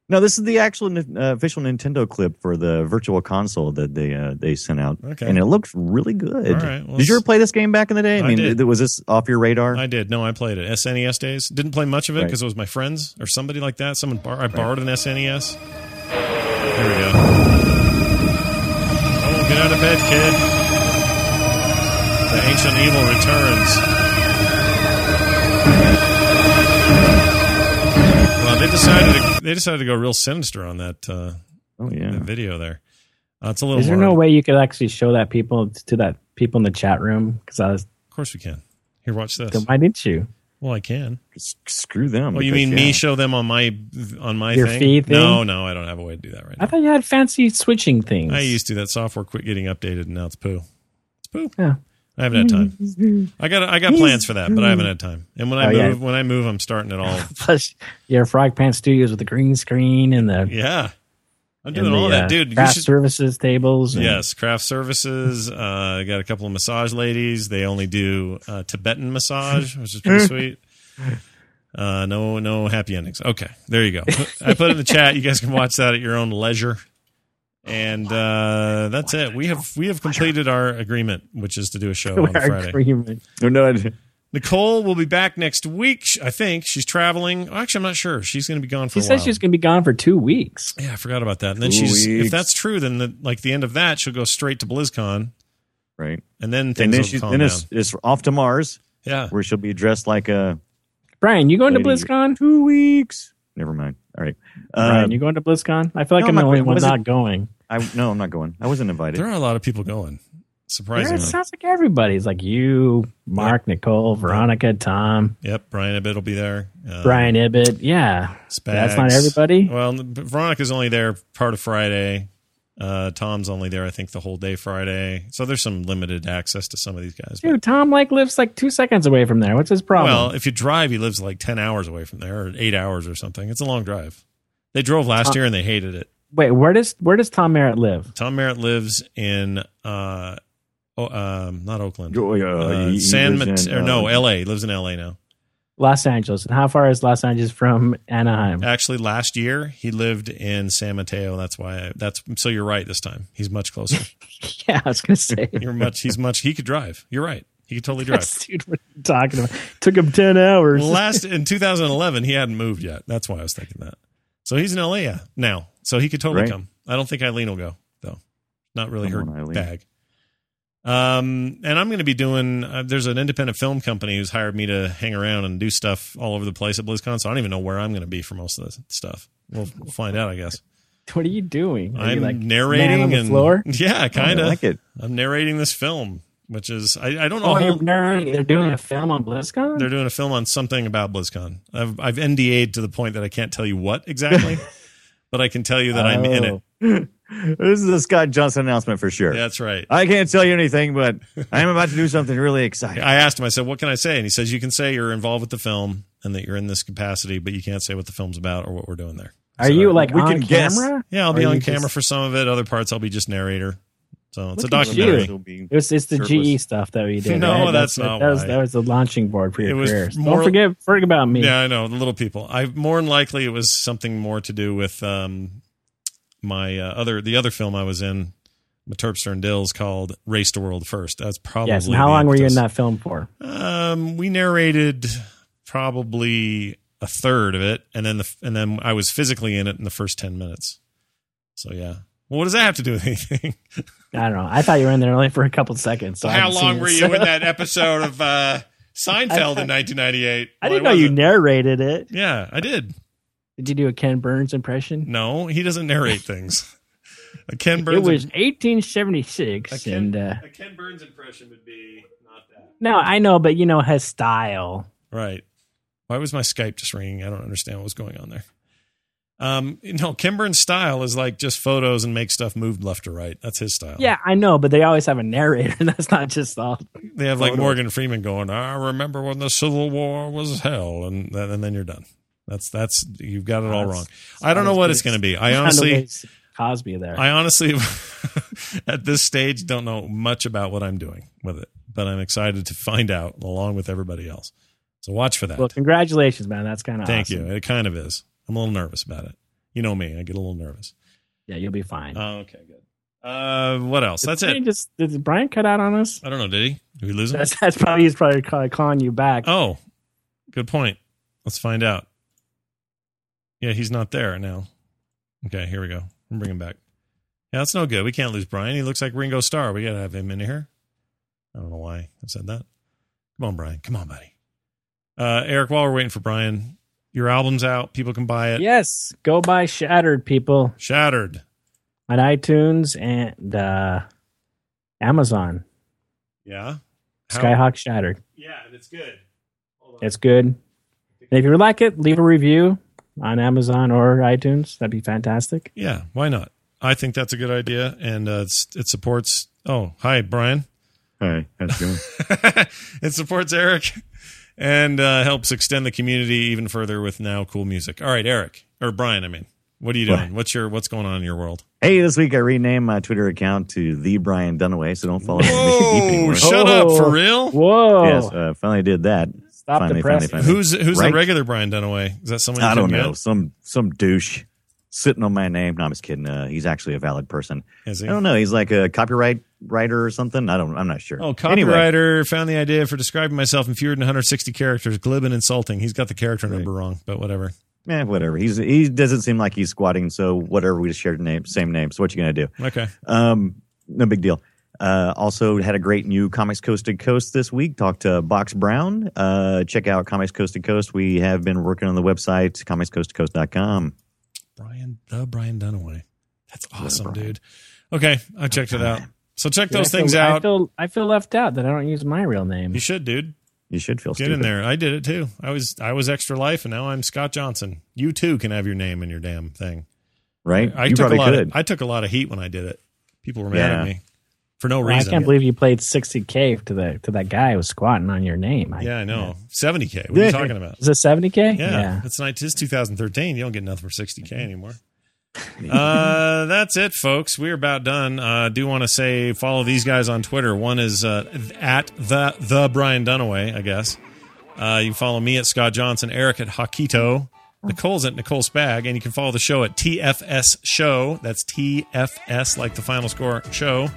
Speaker 3: No, this is the actual nin- uh, official Nintendo clip for the virtual console that they uh, they sent out.
Speaker 1: Okay.
Speaker 3: And it looks really good.
Speaker 1: All right, well,
Speaker 3: did you
Speaker 1: s-
Speaker 3: ever play this game back in the day?
Speaker 1: I
Speaker 3: mean,
Speaker 1: did.
Speaker 3: th- was this off your radar?
Speaker 1: I did. No, I played it. SNES days. Didn't play much of it
Speaker 3: Right.
Speaker 1: because it was my friends or somebody like that. Someone bar- I borrowed an SNES. Here we go. Oh, get out of bed, kid. The ancient evil returns. Well, they decided to, they decided to go real sinister on that, uh,
Speaker 3: oh yeah.
Speaker 1: that video there. Uh, it's a little
Speaker 4: Is there
Speaker 1: more.
Speaker 4: no way you could actually show that people to that people in the chat room? Because I was,
Speaker 1: Of course we can. Here, watch this.
Speaker 4: then why didn't you?
Speaker 1: Well, I can.
Speaker 3: S- screw them.
Speaker 1: Well, Oh, you
Speaker 3: because,
Speaker 1: mean
Speaker 3: yeah.
Speaker 1: me show them on my on my
Speaker 4: Your
Speaker 1: thing?
Speaker 4: feed thing?
Speaker 1: No, no, I don't have a way to do that right
Speaker 4: I
Speaker 1: now.
Speaker 4: thought you had fancy switching things.
Speaker 1: I used to. That software quit getting updated, and now it's poo. It's poo.
Speaker 4: Yeah.
Speaker 1: I haven't had time. I got I got plans for that, but I haven't had time. And when I
Speaker 4: Oh,
Speaker 1: move,
Speaker 4: yeah.
Speaker 1: when I move, I'm starting it all.
Speaker 4: Plus, your Frog Pants Studios with the green screen and the,
Speaker 1: Yeah, I'm
Speaker 4: and
Speaker 1: doing all
Speaker 4: the,
Speaker 1: that,
Speaker 4: uh,
Speaker 1: dude. You
Speaker 4: craft
Speaker 1: should-
Speaker 4: services tables. and-
Speaker 1: Yes, craft services. Uh, I got a couple of massage ladies. They only do uh, Tibetan massage, which is pretty sweet. Uh, no, no happy endings. Okay, there you go. I put it in the chat. You guys can watch that at your own leisure. And uh, that's it. We have we have completed our agreement, which is to do a show on
Speaker 4: Our
Speaker 1: Friday.
Speaker 4: agreement.
Speaker 3: No, Oh, no, I didn't.
Speaker 1: Nicole will be back next week. sh- I think she's traveling. Actually, I'm not sure. She's going to be gone for
Speaker 4: She
Speaker 1: a while.
Speaker 4: said she's going to be gone for two weeks.
Speaker 1: yeah, I forgot about that. And then
Speaker 3: Two
Speaker 1: she's if
Speaker 3: weeks.
Speaker 1: that's true, then the, like the end of that, she'll go straight to BlizzCon
Speaker 3: right.
Speaker 1: and then
Speaker 3: And
Speaker 1: things
Speaker 3: then
Speaker 1: will
Speaker 3: she's
Speaker 1: calm
Speaker 3: then
Speaker 1: down.
Speaker 3: it's, it's off to Mars,
Speaker 1: Yeah,
Speaker 3: where she'll be dressed like a
Speaker 4: Brian, you going to
Speaker 3: Lady-
Speaker 4: BlizzCon?
Speaker 3: two weeks. Never mind. All right. Uh,
Speaker 1: Um,
Speaker 4: Brian, you going to BlizzCon? I feel like
Speaker 3: no,
Speaker 4: I'm the
Speaker 3: my-
Speaker 4: only
Speaker 3: what
Speaker 4: one
Speaker 3: is it?
Speaker 4: not going.
Speaker 3: I no, I'm not going. I wasn't invited.
Speaker 1: there are a lot of people going.
Speaker 4: Yeah, it
Speaker 1: Surprisingly,
Speaker 4: sounds like everybody's like you, Mark, Nicole, Veronica, Tom,
Speaker 1: yep. Brian Ibbett will be there. Uh,
Speaker 4: Brian Ibbett. Yeah,
Speaker 1: Spags.
Speaker 4: that's not everybody.
Speaker 1: Well, Veronica's only there part of Friday. Uh, Tom's only there, I think, the whole day Friday. So there's some limited access to some of these guys. but-
Speaker 4: Dude, Tom like lives like two seconds away from there. What's his
Speaker 1: Well,
Speaker 4: problem?
Speaker 1: if you drive, he lives like 10 hours away from there or eight hours or something. It's a long drive. They drove last year and they hated it.
Speaker 4: Wait, where does where does Tom Merritt live?
Speaker 1: Tom Merritt lives in, uh, oh, um, not Oakland,
Speaker 3: Oh, yeah,
Speaker 1: uh,
Speaker 3: he- he
Speaker 1: San,
Speaker 3: lives
Speaker 1: Mat-
Speaker 3: in,
Speaker 1: or
Speaker 3: uh,
Speaker 1: no, LA. Lives in LA now.
Speaker 4: Los Angeles. And how far is Los Angeles from Anaheim?
Speaker 1: Actually, last year he lived in San Mateo. That's why. I, that's so. You're right this time. He's much closer.
Speaker 4: yeah, I was gonna say.
Speaker 1: You're much. He's much. He could drive. You're right. He could totally drive.
Speaker 4: Dude, what are you talking about? Took him ten hours.
Speaker 1: Well, last in 2011, he hadn't moved yet. That's why I was thinking that. So he's in LA now. So he could totally
Speaker 3: Right.
Speaker 1: come. I don't think Eileen will go though. Not really
Speaker 3: Come
Speaker 1: her
Speaker 3: on, Eileen.
Speaker 1: bag. Um, and I'm going to be doing. Uh, there's an independent film company who's hired me to hang around and do stuff all over the place at BlizzCon. So I don't even know where I'm going to be for most of the stuff. We'll, we'll find out, I guess.
Speaker 4: what are you doing? Are you,
Speaker 1: I'm
Speaker 4: like, man
Speaker 1: narrating
Speaker 4: on the
Speaker 1: and
Speaker 4: floor?
Speaker 1: yeah,
Speaker 3: I
Speaker 1: kind of.
Speaker 3: like it.
Speaker 1: I'm narrating this film which is I, I don't know.
Speaker 4: Oh,
Speaker 1: a
Speaker 4: they're,
Speaker 1: whole,
Speaker 4: they're, they're doing a film on BlizzCon.
Speaker 1: they're doing a film on something about BlizzCon. I've, I've NDA'd to the point that I can't tell you what exactly, but I can tell you that I'm
Speaker 4: Oh,
Speaker 1: in it.
Speaker 3: this is a Scott Johnson announcement for sure.
Speaker 1: That's right.
Speaker 4: Oh.
Speaker 3: I can't tell you anything, but I am about to do something really exciting.
Speaker 1: I asked him, I said, what can I say? And he says, you can say you're involved with the film and that you're in this capacity, but you can't say what the film's about or what we're doing there.
Speaker 4: Are you like
Speaker 3: we
Speaker 4: on
Speaker 3: can guess.
Speaker 4: camera?
Speaker 1: Yeah, I'll be
Speaker 4: Or
Speaker 1: on
Speaker 4: you
Speaker 1: camera
Speaker 4: just-
Speaker 1: for some of it. Other parts, I'll be just narrator. So it's a
Speaker 4: Look at
Speaker 1: documentary.
Speaker 4: you.
Speaker 3: It'll be-
Speaker 4: It's it's the
Speaker 3: Shirtless.
Speaker 4: GE stuff that we did.
Speaker 1: No,
Speaker 4: right?
Speaker 1: that's
Speaker 4: what-
Speaker 1: not
Speaker 4: That was,
Speaker 1: why.
Speaker 4: that was the launching board for your
Speaker 1: It was
Speaker 4: career.
Speaker 1: more-
Speaker 4: Don't forget forget about me.
Speaker 1: Yeah, I know the little people. I more than likely it was something more to do with um, my uh, other the other film I was in, with Terpster and Dills, called Race to World First. That's probably
Speaker 4: Yes. And how
Speaker 1: the
Speaker 4: long were you in
Speaker 1: impetus.
Speaker 4: that film for?
Speaker 1: Um, we narrated probably a third of it, and then the and then I was physically in it in the first ten minutes. So yeah. Well, what does that have to do with anything?
Speaker 4: I don't know. I thought you were in there only for a couple seconds. So I
Speaker 1: how
Speaker 4: haven't
Speaker 1: long
Speaker 4: seen
Speaker 1: were
Speaker 4: this.
Speaker 1: you in that episode of uh, Seinfeld in 1998?
Speaker 4: I didn't
Speaker 1: Why
Speaker 4: know you
Speaker 1: wasn't-
Speaker 4: narrated it.
Speaker 1: Yeah, I did.
Speaker 4: Did you do a Ken Burns impression?
Speaker 1: No, he doesn't narrate things. A Ken
Speaker 4: It
Speaker 1: Burns.
Speaker 4: was
Speaker 1: a
Speaker 4: 1876,
Speaker 1: Ken,
Speaker 4: and uh,
Speaker 1: a Ken Burns impression would be not that.
Speaker 4: no, I know, but you know his style.
Speaker 1: Right. Why was my Skype just ringing? I don't understand what was going on there. Um, you know, Ken Burns' style is like just photos and make stuff move left or right. That's his style.
Speaker 4: Yeah, I know, but they always have a narrator, and that's not just all.
Speaker 1: They have like Morgan Freeman going, I remember when the Civil War was hell. And then, and then you're done. That's, that's, you've got it all wrong. I don't know what it's going to be. I honestly,
Speaker 4: Cosby there.
Speaker 1: I honestly, at this stage, don't know much about what I'm doing with it, but I'm excited to find out along with everybody else. So watch for that.
Speaker 4: well, congratulations, man. That's kind of
Speaker 1: Thank you. It kind of is. I'm a little nervous about it. You know me. I get a little nervous.
Speaker 4: Yeah, you'll be fine.
Speaker 1: Oh, okay, good. Uh, what else? That's
Speaker 4: Did
Speaker 1: it.
Speaker 4: Just, did Brian cut out on us?
Speaker 1: I don't know. Did he? Did we lose him?
Speaker 4: That's, that's probably he's probably call, calling you back.
Speaker 1: Oh, good point. Let's find out. Yeah, he's not there now. Okay, here we go. I'm bring him back. Yeah, that's no good. We can't lose Brian. He looks like Ringo Starr. We gotta have him in here. I don't know why I said that. Come on, Brian. Come on, buddy. Uh, Eric, while we're waiting for Brian, your album's out. People can buy it.
Speaker 4: Yes, go buy Shattered, people,
Speaker 1: Shattered.
Speaker 4: on iTunes and uh, Amazon.
Speaker 1: Yeah. How-
Speaker 4: Skyhawk Shattered.
Speaker 1: Yeah, and it's good.
Speaker 4: It's good. And if you like it, leave a review on Amazon or iTunes. That'd be fantastic.
Speaker 1: Yeah, why not? I think that's a good idea, and uh, it's, it supports. Oh, hi, Brian.
Speaker 3: Hi, how's it going?
Speaker 1: it supports Eric and uh, helps extend the community even further with now cool music. All right, Eric or Brian, I mean, what are you doing? What's your what's going on in your world?
Speaker 3: hey, this week I renamed my Twitter account to the Brian Dunaway, so don't follow me anymore.
Speaker 1: shut up
Speaker 3: Oh.
Speaker 1: for real.
Speaker 4: Whoa!
Speaker 3: Yes, uh, finally did that.
Speaker 4: Oh. Stop
Speaker 3: finally,
Speaker 4: depressing.
Speaker 1: Who's who's
Speaker 3: Right.
Speaker 1: the regular Brian Dunaway? Is that someone? You
Speaker 3: I don't
Speaker 1: couldn't
Speaker 3: know. Some some douche sitting on my name. No, I'm just kidding. Uh, he's actually a valid person.
Speaker 1: get? Is he?
Speaker 3: I don't know. He's like a copyright writer or something. I don't. I'm not sure.
Speaker 1: Oh,
Speaker 3: Anyway,
Speaker 1: copywriter found the idea for describing myself in fewer than 160 characters, glib and insulting. He's got the character number wrong, but whatever.
Speaker 3: eh, whatever. He's he doesn't seem like he's squatting. So whatever. We just shared the name, same name. So what you gonna do?
Speaker 1: Okay.
Speaker 3: Um, no big deal. Uh, also had a great new Comics Coast to Coast this week. Talked to Box Brown. Uh, check out Comics Coast to Coast. We have been working on the website comicscoasttocoast.com.
Speaker 1: Brian, the Brian Dunaway. That's awesome, dude. Okay, I checked it out. So check those
Speaker 4: I feel-
Speaker 1: things
Speaker 4: I
Speaker 1: out.
Speaker 4: feel I feel left out that I don't use my real name.
Speaker 1: you should, dude.
Speaker 3: You should feel
Speaker 1: Get
Speaker 3: stupid.
Speaker 1: in there. I did it too. I was I was extra life, and now I'm Scott Johnson. You too can have your name in your damn thing.
Speaker 3: right?
Speaker 1: I
Speaker 3: you
Speaker 1: took a
Speaker 3: probably
Speaker 1: lot.
Speaker 3: could.
Speaker 1: Of, I took a lot of heat when I did it. People were mad at
Speaker 3: Yeah.
Speaker 1: me for no
Speaker 4: Well, I
Speaker 1: reason.
Speaker 4: can't believe you played 60k to the to that guy who was squatting on your name. I-
Speaker 1: yeah, I know. Seventy k. What are you talking about?
Speaker 4: Is it 70k?
Speaker 1: Yeah, that's night. It's 2013. You don't get nothing for 60k anymore. uh, that's it, folks. We're about done. Uh, do want to say follow these guys on Twitter. One is uh, at the the Brian Dunaway, I guess. Uh, you can follow me at Scott Johnson, Eric at Hakito, Nicole's at Nicole Spag, and you can follow the show at TFS Show. That's TFS, like the final score show.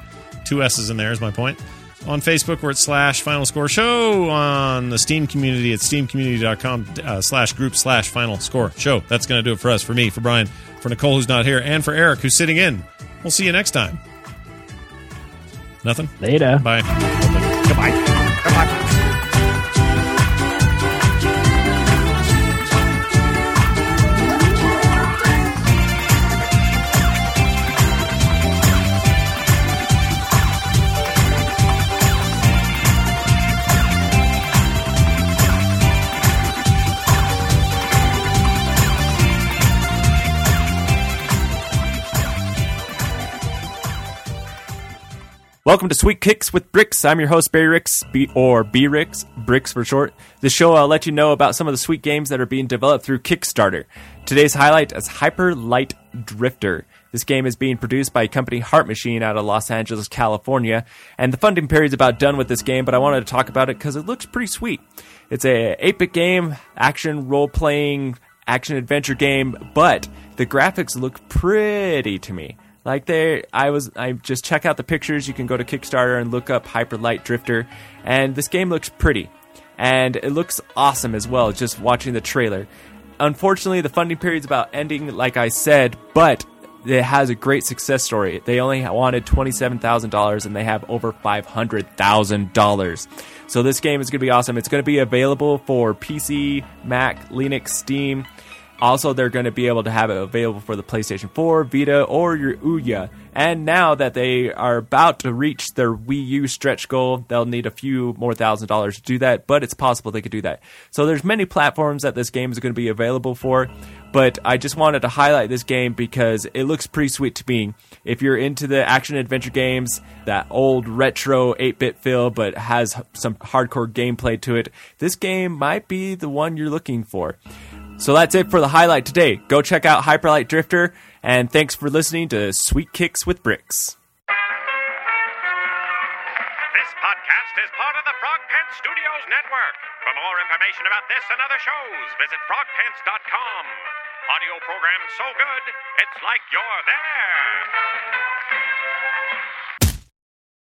Speaker 1: Two S's in there is my point. On Facebook, we're at slash final score show. On the Steam community, at steamcommunity.com uh, slash group slash final score show. That's going to do it for us, for me, for Brian, for Nicole, who's not here, and for Eric, who's sitting in. We'll see you next time. Nothing?
Speaker 4: Later.
Speaker 1: Bye.
Speaker 9: Welcome to Sweet Kicks with Bricks. I'm your host, Barry Ricks, B- or B Ricks, Bricks for short. This show I'll let you know about some of the sweet games that are being developed through Kickstarter. Today's highlight is Hyper Light Drifter. This game is being produced by company Heart Machine out of Los Angeles, California, and the funding period's about done with this game, but I wanted to talk about it because it looks pretty sweet. It's a 8-bit game, action role-playing action adventure game, but the graphics look pretty to me. Like there, I was. I just check out the pictures. You can go to Kickstarter and look up Hyper Light Drifter, and this game looks pretty, and it looks awesome as well. Just watching the trailer. Unfortunately, the funding period's about ending, like I said, but it has a great success story. They only wanted $27,000 and they have over $500,000. So this game is going to be awesome. It's going to be available for PC, Mac, Linux, Steam. Also, they're going to be able to have it available for the PlayStation 4, Vita, or your Ouya. And now that they are about to reach their Wii U stretch goal, they'll need a few more thousand dollars to do that, but it's possible they could do that. So there's many platforms that this game is going to be available for, but I just wanted to highlight this game because it looks pretty sweet to me. If you're into the action adventure games, that old retro 8-bit feel but has some hardcore gameplay to it, this game might be the one you're looking for. So that's it for the highlight today. Go check out Hyperlight Drifter, and thanks for listening to Sweet Kicks with Bricks.
Speaker 8: This podcast is part of the Frog Pants Studios Network. For more information about this and other shows, visit frogpants.com. Audio program so good, it's like you're there.